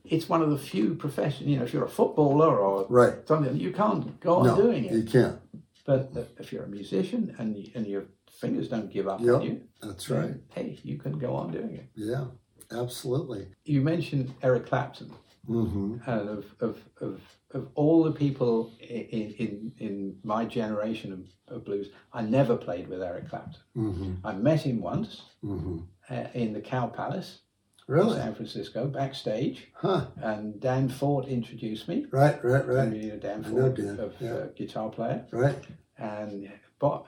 Speaker 2: it's one of the few professions. You know, if you're a footballer or
Speaker 1: Right.
Speaker 2: something, you can't go on
Speaker 1: No,
Speaker 2: doing
Speaker 1: you
Speaker 2: it.
Speaker 1: can't.
Speaker 2: But if you're a musician and y- and your fingers don't give up
Speaker 1: Yeah,
Speaker 2: on you,
Speaker 1: That's
Speaker 2: then,
Speaker 1: right.
Speaker 2: Hey, you can go on doing it.
Speaker 1: Yeah, absolutely.
Speaker 2: You mentioned Eric Clapton,
Speaker 1: hmm
Speaker 2: and of of of, of all the people i- in in in my generation of, of blues, I never played with Eric Clapton.
Speaker 1: hmm
Speaker 2: I met him once
Speaker 1: hmm
Speaker 2: uh, in the Cow Palace.
Speaker 1: Really?
Speaker 2: San Francisco, backstage,
Speaker 1: Huh.
Speaker 2: and Dan Ford introduced me.
Speaker 1: Right, right,
Speaker 2: And
Speaker 1: right.
Speaker 2: you know Dan
Speaker 1: I
Speaker 2: Ford,
Speaker 1: know Dan,
Speaker 2: of
Speaker 1: yeah.
Speaker 2: uh, guitar player,
Speaker 1: Right.
Speaker 2: and Bob,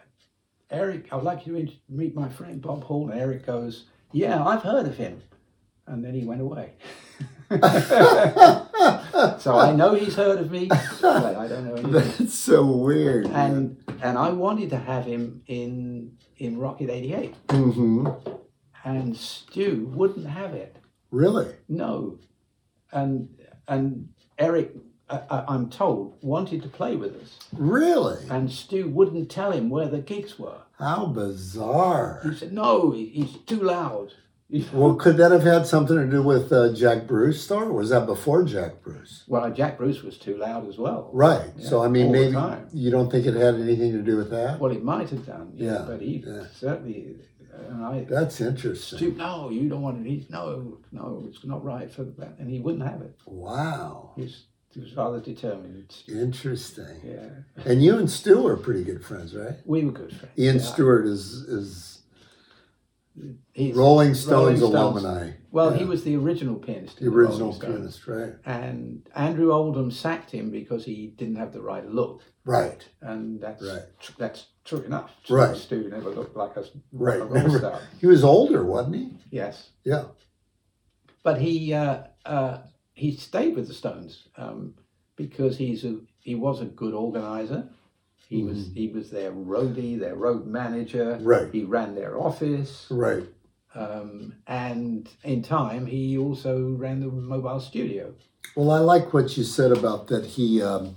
Speaker 2: Eric. I'd like you to int- meet my friend Bob Hall. And Eric goes, "Yeah, I've heard of him," and then he went away. so I know he's heard of me, but I don't know. Anything.
Speaker 1: That's so weird.
Speaker 2: And and I wanted to have him in in Rocket '88,
Speaker 1: hmm
Speaker 2: and Stu wouldn't have it.
Speaker 1: Really?
Speaker 2: No, and and Eric, I, I, I'm told, wanted to play with us,
Speaker 1: Really?
Speaker 2: and Stu wouldn't tell him where the gigs were.
Speaker 1: How bizarre.
Speaker 2: He said, "No, he- he's too loud."
Speaker 1: Well, could that have had something to do with uh, Jack Bruce, though? Or was that before Jack Bruce?
Speaker 2: well, Jack Bruce was too loud as well.
Speaker 1: Right. so,
Speaker 2: Yeah,
Speaker 1: I mean,
Speaker 2: all the
Speaker 1: maybe
Speaker 2: time.
Speaker 1: you don't think it had anything to do with that?
Speaker 2: Well, it might have done. Yeah,
Speaker 1: Yeah,
Speaker 2: but he
Speaker 1: yeah.
Speaker 2: certainly. And I,
Speaker 1: That's interesting.
Speaker 2: Stu, no, you don't want it. He's no, no, it's not right for that, and he wouldn't have it.
Speaker 1: Wow.
Speaker 2: He was, he was rather determined.
Speaker 1: Interesting.
Speaker 2: Yeah,
Speaker 1: And you and Stu are pretty good friends, right?
Speaker 2: we were good friends.
Speaker 1: Ian
Speaker 2: yeah.
Speaker 1: Stewart is is
Speaker 2: He's-
Speaker 1: Rolling Stones
Speaker 2: Stones.
Speaker 1: alumni,
Speaker 2: Well,
Speaker 1: Yeah.
Speaker 2: he was the original pianist.
Speaker 1: the
Speaker 2: of the Rolling
Speaker 1: original
Speaker 2: Stones.
Speaker 1: pianist, right?
Speaker 2: And Andrew Oldham sacked him because he didn't have the right look.
Speaker 1: Right,
Speaker 2: And that's
Speaker 1: Right.
Speaker 2: tr- that's true enough.
Speaker 1: Right.
Speaker 2: Stu never looked like a, s-
Speaker 1: right.
Speaker 2: a rock
Speaker 1: Remember,
Speaker 2: star.
Speaker 1: he was older, wasn't he?
Speaker 2: Yes.
Speaker 1: Yeah.
Speaker 2: But he uh, uh, he stayed with the Stones um, because he's a, he was a good organizer. He was
Speaker 1: Mm-hmm.
Speaker 2: he was their roadie, their road manager.
Speaker 1: Right,
Speaker 2: He ran their office.
Speaker 1: right.
Speaker 2: Um, and in time, he also ran the mobile studio.
Speaker 1: Well, I like what you said about that. He um,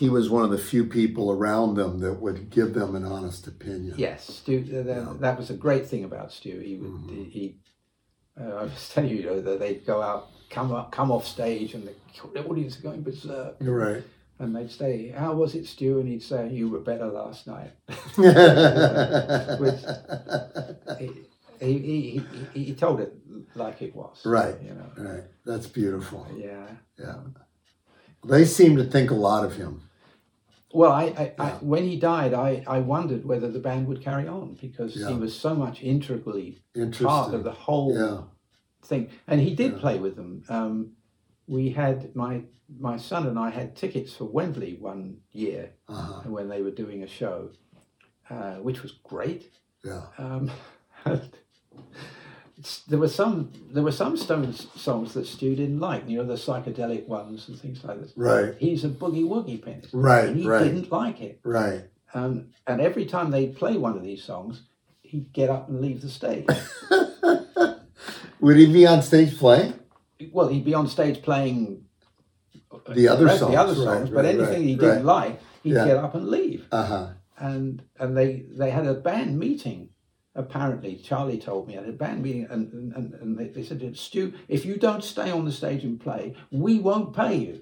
Speaker 1: he was one of the few people around them that would give them an honest opinion.
Speaker 2: Yes, Stu. th- th-
Speaker 1: Yeah.
Speaker 2: That was a great thing about Stu. He would.
Speaker 1: Mhm.
Speaker 2: He. Uh, I was telling you, you know, that they'd go out, come up, come off stage, and the audience are going berserk.
Speaker 1: You're right.
Speaker 2: And they'd say, "How was it, Stu?" And he'd say, "You were better last night." he, he, he, he, he told it like it was.
Speaker 1: Right.
Speaker 2: You know.
Speaker 1: right. That's beautiful.
Speaker 2: Yeah.
Speaker 1: They seem to think a lot of him.
Speaker 2: Well, I, I, I
Speaker 1: Yeah.
Speaker 2: when he died, I, I wondered whether the band would carry on because
Speaker 1: Yeah.
Speaker 2: he was so much integrally
Speaker 1: Interesting.
Speaker 2: part of the whole
Speaker 1: yeah.
Speaker 2: thing. And he did
Speaker 1: Yeah.
Speaker 2: play with them. Um, we had my my son and I had tickets for Wembley one year
Speaker 1: Uh-huh.
Speaker 2: when they were doing a show, uh, which was great.
Speaker 1: Yeah.
Speaker 2: Um, it's- there were some there were some Stones songs that Stu didn't like, you know, the psychedelic ones and things like this.
Speaker 1: Right.
Speaker 2: He's a boogie woogie pianist,
Speaker 1: Right.
Speaker 2: and he
Speaker 1: Right.
Speaker 2: didn't like it.
Speaker 1: Right.
Speaker 2: Um, and every time they'd play one of these songs, he'd get up and leave the stage.
Speaker 1: Would he be on stage playing?
Speaker 2: well, he'd be on stage playing
Speaker 1: The other
Speaker 2: rest of
Speaker 1: songs,
Speaker 2: the other
Speaker 1: right,
Speaker 2: songs,
Speaker 1: right,
Speaker 2: but anything
Speaker 1: right,
Speaker 2: he didn't like, he'd
Speaker 1: Yeah.
Speaker 2: get up and leave.
Speaker 1: Uh huh.
Speaker 2: And and they they had a band meeting. Apparently, Charlie told me at a band meeting, and and- and, and they, they said, Stu, if you don't stay on the stage and play, we won't pay you.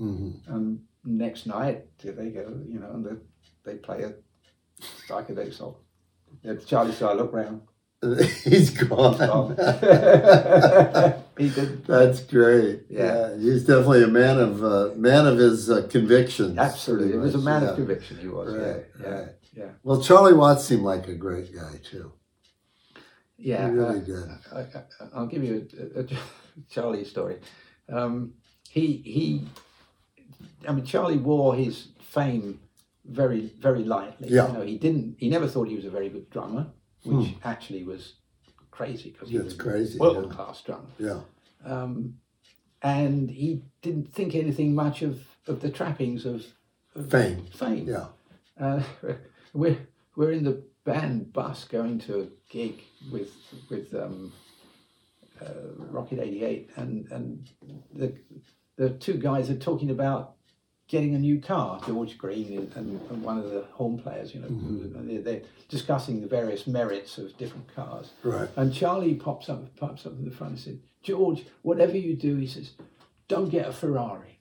Speaker 1: hmm
Speaker 2: And next night, there they go, you know, and they, they play a psychedelic soul. Yeah, Charlie said, I look round.
Speaker 1: He's gone.
Speaker 2: Oh. he did.
Speaker 1: That's great.
Speaker 2: Yeah.
Speaker 1: he's definitely a man of uh, man of his uh, convictions.
Speaker 2: Absolutely. It
Speaker 1: pretty
Speaker 2: was a
Speaker 1: much,
Speaker 2: man
Speaker 1: yeah.
Speaker 2: of conviction, he was.
Speaker 1: Right,
Speaker 2: yeah.
Speaker 1: right.
Speaker 2: yeah.
Speaker 1: Well, Charlie Watts seemed like a great guy too.
Speaker 2: Yeah.
Speaker 1: he
Speaker 2: yeah. uh,
Speaker 1: really did.
Speaker 2: I, I, I'll give you a, a, a Charlie story. Um, he he, I mean Charlie wore his fame very very lightly.
Speaker 1: Yeah. Hmm.
Speaker 2: You know, he didn't. He never thought he was a very good drummer, which actually was crazy because he
Speaker 1: That's
Speaker 2: was
Speaker 1: crazy, yeah.
Speaker 2: world class drummer.
Speaker 1: Yeah,
Speaker 2: Um, and he didn't think anything much of, of the trappings of, of
Speaker 1: Fame.
Speaker 2: Fame.
Speaker 1: yeah.
Speaker 2: Uh, we're we're in the band bus going to a gig with with um, uh, Rocket eighty eight, and and the the two guys are talking about getting a new car. George Green and- and, and one of the horn players, you know,
Speaker 1: Mhm.
Speaker 2: they're, they're discussing the various merits of different cars.
Speaker 1: Right.
Speaker 2: And Charlie pops up pops up to the front and said, George, whatever you do, he says, don't get a Ferrari.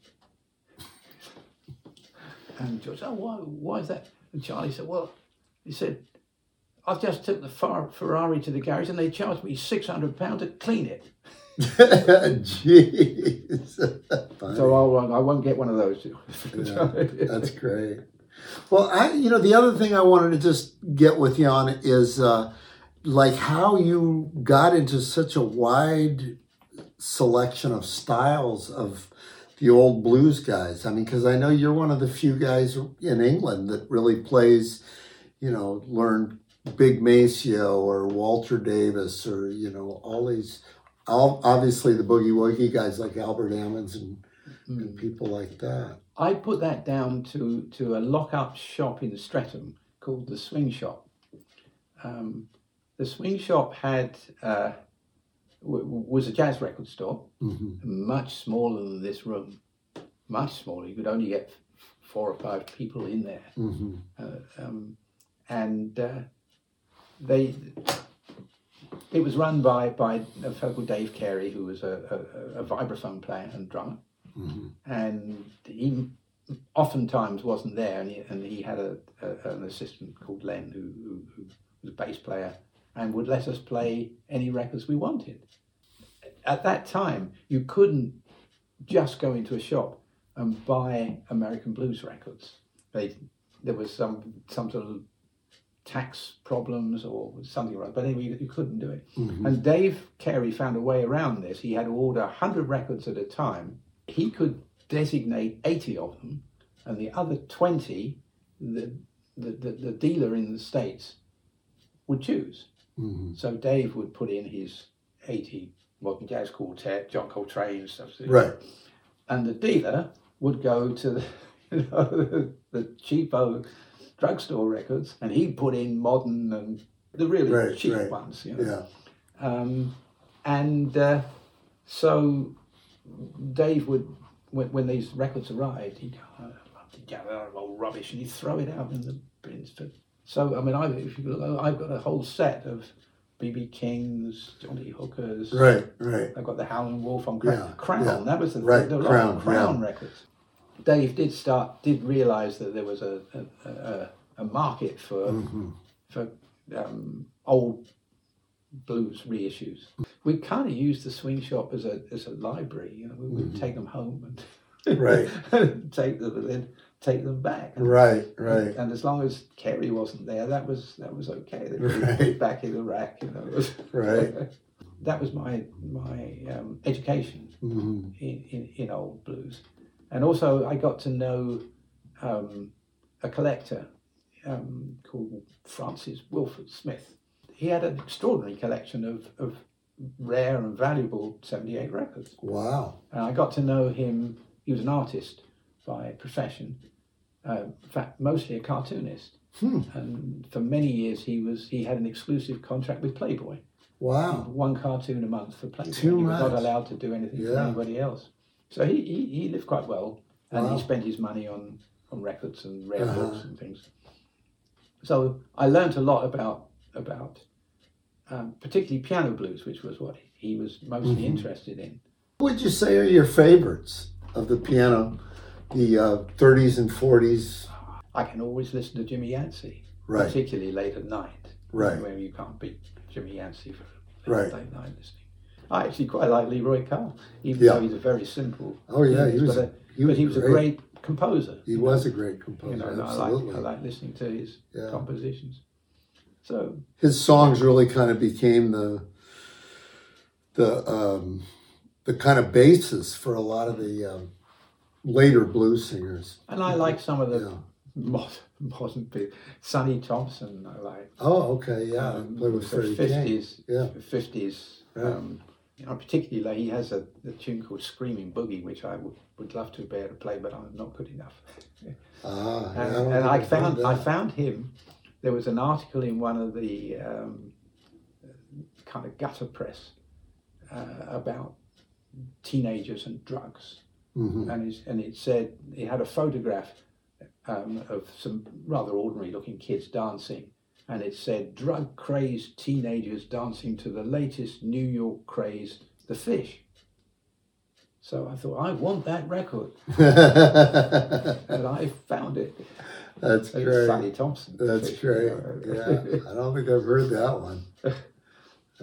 Speaker 2: And George, oh, why, why is that? And Charlie said, well, he said, I just took the Fer- Ferrari to the garage and they charged me £600 to clean it.
Speaker 1: Jeez.
Speaker 2: So I'll, I won't get one of those.
Speaker 1: Yeah, That's great. Well, I you know the other thing I wanted to just get with you on is uh, like how you got into such a wide selection of styles of the old blues guys. I mean, because I know you're one of the few guys in England that really plays, you know, learned Big Maceo or Walter Davis or you know all these. Al- Obviously, the boogie woogie guys like Albert Ammons and,
Speaker 2: Hmm.
Speaker 1: and people like that.
Speaker 2: I put that down to, to a lock-up shop in Streatham called the Swing Shop. Um, the Swing Shop had uh, w- w- was a jazz record store,
Speaker 1: Mhm.
Speaker 2: much smaller than this room, much smaller. You could only get four or five people in there
Speaker 1: hmm
Speaker 2: uh, um, and uh, they it was run by by a fellow called Dave Carey, who was a, a, a vibraphone player and drummer,
Speaker 1: Mhm.
Speaker 2: and he oftentimes wasn't there, and he, and he had a, a an assistant called Len, who, who, who was a bass player, and would let us play any records we wanted. At that time, you couldn't just go into a shop and buy American blues records. They there was some some sort of tax problems or something or other. But anyway, you, you couldn't do it.
Speaker 1: Mhm.
Speaker 2: And Dave Carey found a way around this. He had ordered 100 records at a time. He could designate 80 of them, and the other 20, the, the, the, the dealer in the States would choose.
Speaker 1: Mhm.
Speaker 2: So Dave would put in his 80 modern jazz quartet, John Coltrane, and stuff
Speaker 1: Right.
Speaker 2: and the dealer would go to the, you know, the cheapo drugstore records and he'd put in modern and the really
Speaker 1: Right,
Speaker 2: cheap
Speaker 1: right.
Speaker 2: ones you know.
Speaker 1: Yeah.
Speaker 2: um, and uh, so dave would when, when these records arrived he'd go, oh, gather up old rubbish and he'd throw it out in the bins for so i mean I, if you look, i've got a whole set of bb kings johnny hookers
Speaker 1: Right. Right.
Speaker 2: I've got the Howlin' Wolf on Crown.
Speaker 1: Yeah,
Speaker 2: Crown.
Speaker 1: yeah.
Speaker 2: That was the
Speaker 1: Right,
Speaker 2: the, the
Speaker 1: Crown,
Speaker 2: Crown, records. Dave did start did realise that there was a a, a, a market for
Speaker 1: hmm
Speaker 2: for um, old blues reissues. We kind of used the swing shop as a as a library. You know, we would
Speaker 1: Mhm.
Speaker 2: take them home
Speaker 1: Right.
Speaker 2: and take them and then take them back. And,
Speaker 1: Right. Right.
Speaker 2: And as long as Kerry wasn't there, that was that was okay. They could
Speaker 1: Right.
Speaker 2: back in the rack, you know. it was-
Speaker 1: Right.
Speaker 2: that was my my um, education
Speaker 1: hmm
Speaker 2: in, in, in old blues. And also, I got to know um, a collector um, called Francis Wilford Smith. He had an extraordinary collection of, of rare and valuable 78 records.
Speaker 1: Wow.
Speaker 2: And I got to know him, he was an artist by profession, uh, in fact, mostly a cartoonist.
Speaker 1: Hmm.
Speaker 2: And for many years, he was he had an exclusive contract with Playboy.
Speaker 1: Wow.
Speaker 2: One cartoon a month for Playboy.
Speaker 1: Two
Speaker 2: he was not
Speaker 1: months.
Speaker 2: allowed to do anything for
Speaker 1: Yeah.
Speaker 2: anybody else. So he, he, he lived quite well and
Speaker 1: Wow.
Speaker 2: he spent his money on, on records and rare
Speaker 1: Uh-huh.
Speaker 2: books and things. So I learnt a lot about about um, particularly piano blues, which was what he was mostly
Speaker 1: Mhm.
Speaker 2: interested in.
Speaker 1: What would you say are your favorites of the piano, the uh, 30s and 40s?
Speaker 2: I can always listen to Jimmy Yancey.
Speaker 1: Right.
Speaker 2: particularly late at night,
Speaker 1: Right.
Speaker 2: where you can't beat Jimmy Yancey for
Speaker 1: Right.
Speaker 2: late night listening. I actually quite like Leroy Carl, even
Speaker 1: Yeah.
Speaker 2: though he's a very simple.
Speaker 1: Oh yeah, he
Speaker 2: pianist,
Speaker 1: was.
Speaker 2: but,
Speaker 1: A,
Speaker 2: a, but he was a great composer.
Speaker 1: He
Speaker 2: you know.
Speaker 1: was a great
Speaker 2: You know,
Speaker 1: composer.
Speaker 2: and I
Speaker 1: absolutely.
Speaker 2: like I like listening to his
Speaker 1: yeah.
Speaker 2: compositions. So
Speaker 1: his songs really kind of became the the um, the kind of basis for a lot of the um, later blues singers.
Speaker 2: and I like some of the
Speaker 1: Yeah.
Speaker 2: mod, modern people. Sonny Thompson, I like.
Speaker 1: Oh, okay, yeah.
Speaker 2: um,
Speaker 1: Play with
Speaker 2: the
Speaker 1: Freddie King.
Speaker 2: fifties,
Speaker 1: Yeah.
Speaker 2: fifties.
Speaker 1: Right.
Speaker 2: Um, you know, particularly like he has a, a tune called "Screaming Boogie," which I would, would love to be able to play, but I'm not good enough.
Speaker 1: Ah, yeah,
Speaker 2: And,
Speaker 1: don't
Speaker 2: and
Speaker 1: think
Speaker 2: I
Speaker 1: I've heard
Speaker 2: found I
Speaker 1: that.
Speaker 2: found him. There was an article in one of the um, kind of gutter press uh, about teenagers and drugs,
Speaker 1: Mhm.
Speaker 2: and it's, and it said it had a photograph um, of some rather ordinary looking kids dancing, and it said drug crazed teenagers dancing to the latest New York craze, The Fish. So I thought I want that record, and I found it.
Speaker 1: That's
Speaker 2: It's
Speaker 1: great.
Speaker 2: Sonny Thompson.
Speaker 1: That's great. Yeah, I don't think I've heard that one. That's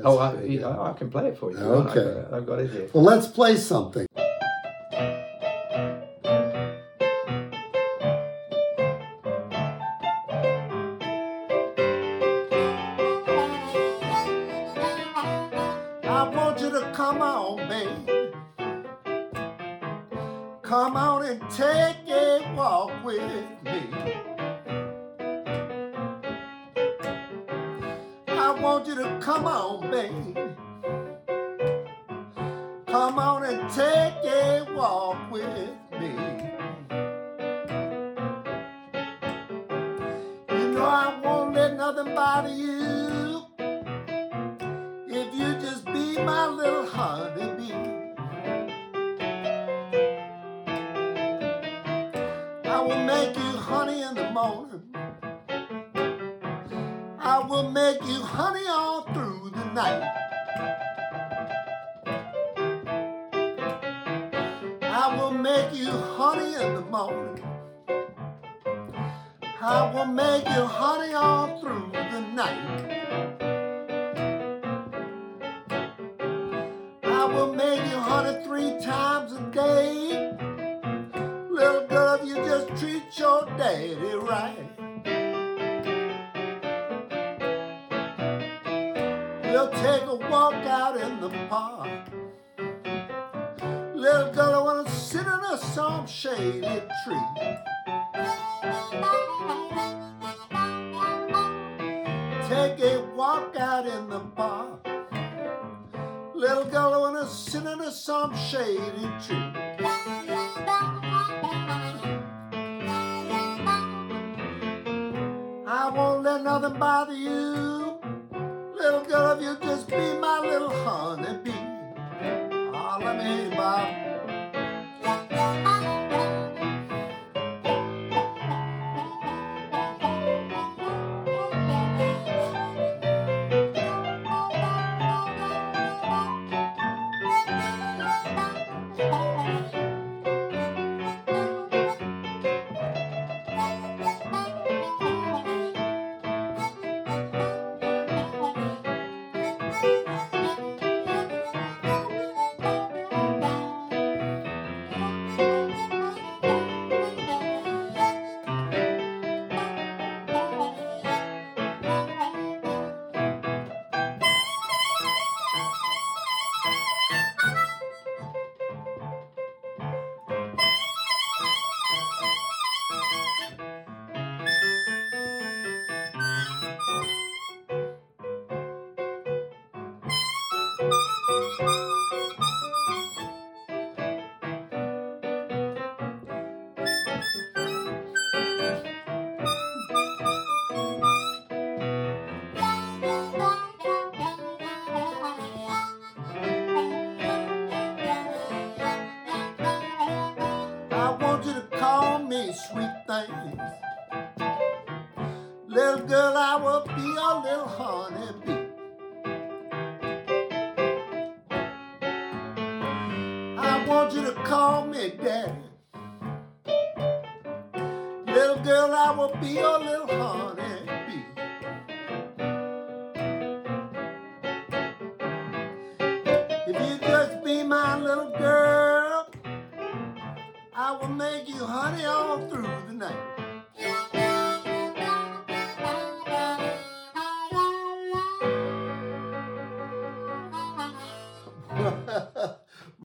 Speaker 2: oh, I,
Speaker 1: pretty
Speaker 2: you
Speaker 1: good.
Speaker 2: know, I can play it for you.
Speaker 1: Okay.
Speaker 2: I've got, it- I've got it here.
Speaker 1: Well, let's play something. I want you to come on, babe. Come on and take a walk with me. I want you to come on, babe. Come on and take a walk with me. You know I won't let nothing bother you. If you just be my little honeybee. I will make you honey in the morning. I will make you honey all through the night. I will make you honey in the morning. I will make you honey all through the night. I will make you honey three times a day. Little girl, if you just treat your daddy right. We'll take a walk out in the park. Little girl, I wanna sit under some shady tree. Take a walk out in the park. Little girl, I wanna sit under some shady tree. I won't let nothing bother you. Little girl, if you just be my little honeybee. Ah, let me hear you, Bob. I want you to call me sweet things. Little girl, I will be your little honeybee. I want you to call me daddy. Little girl, I will be your little honeybee. I will make you honey all through the night.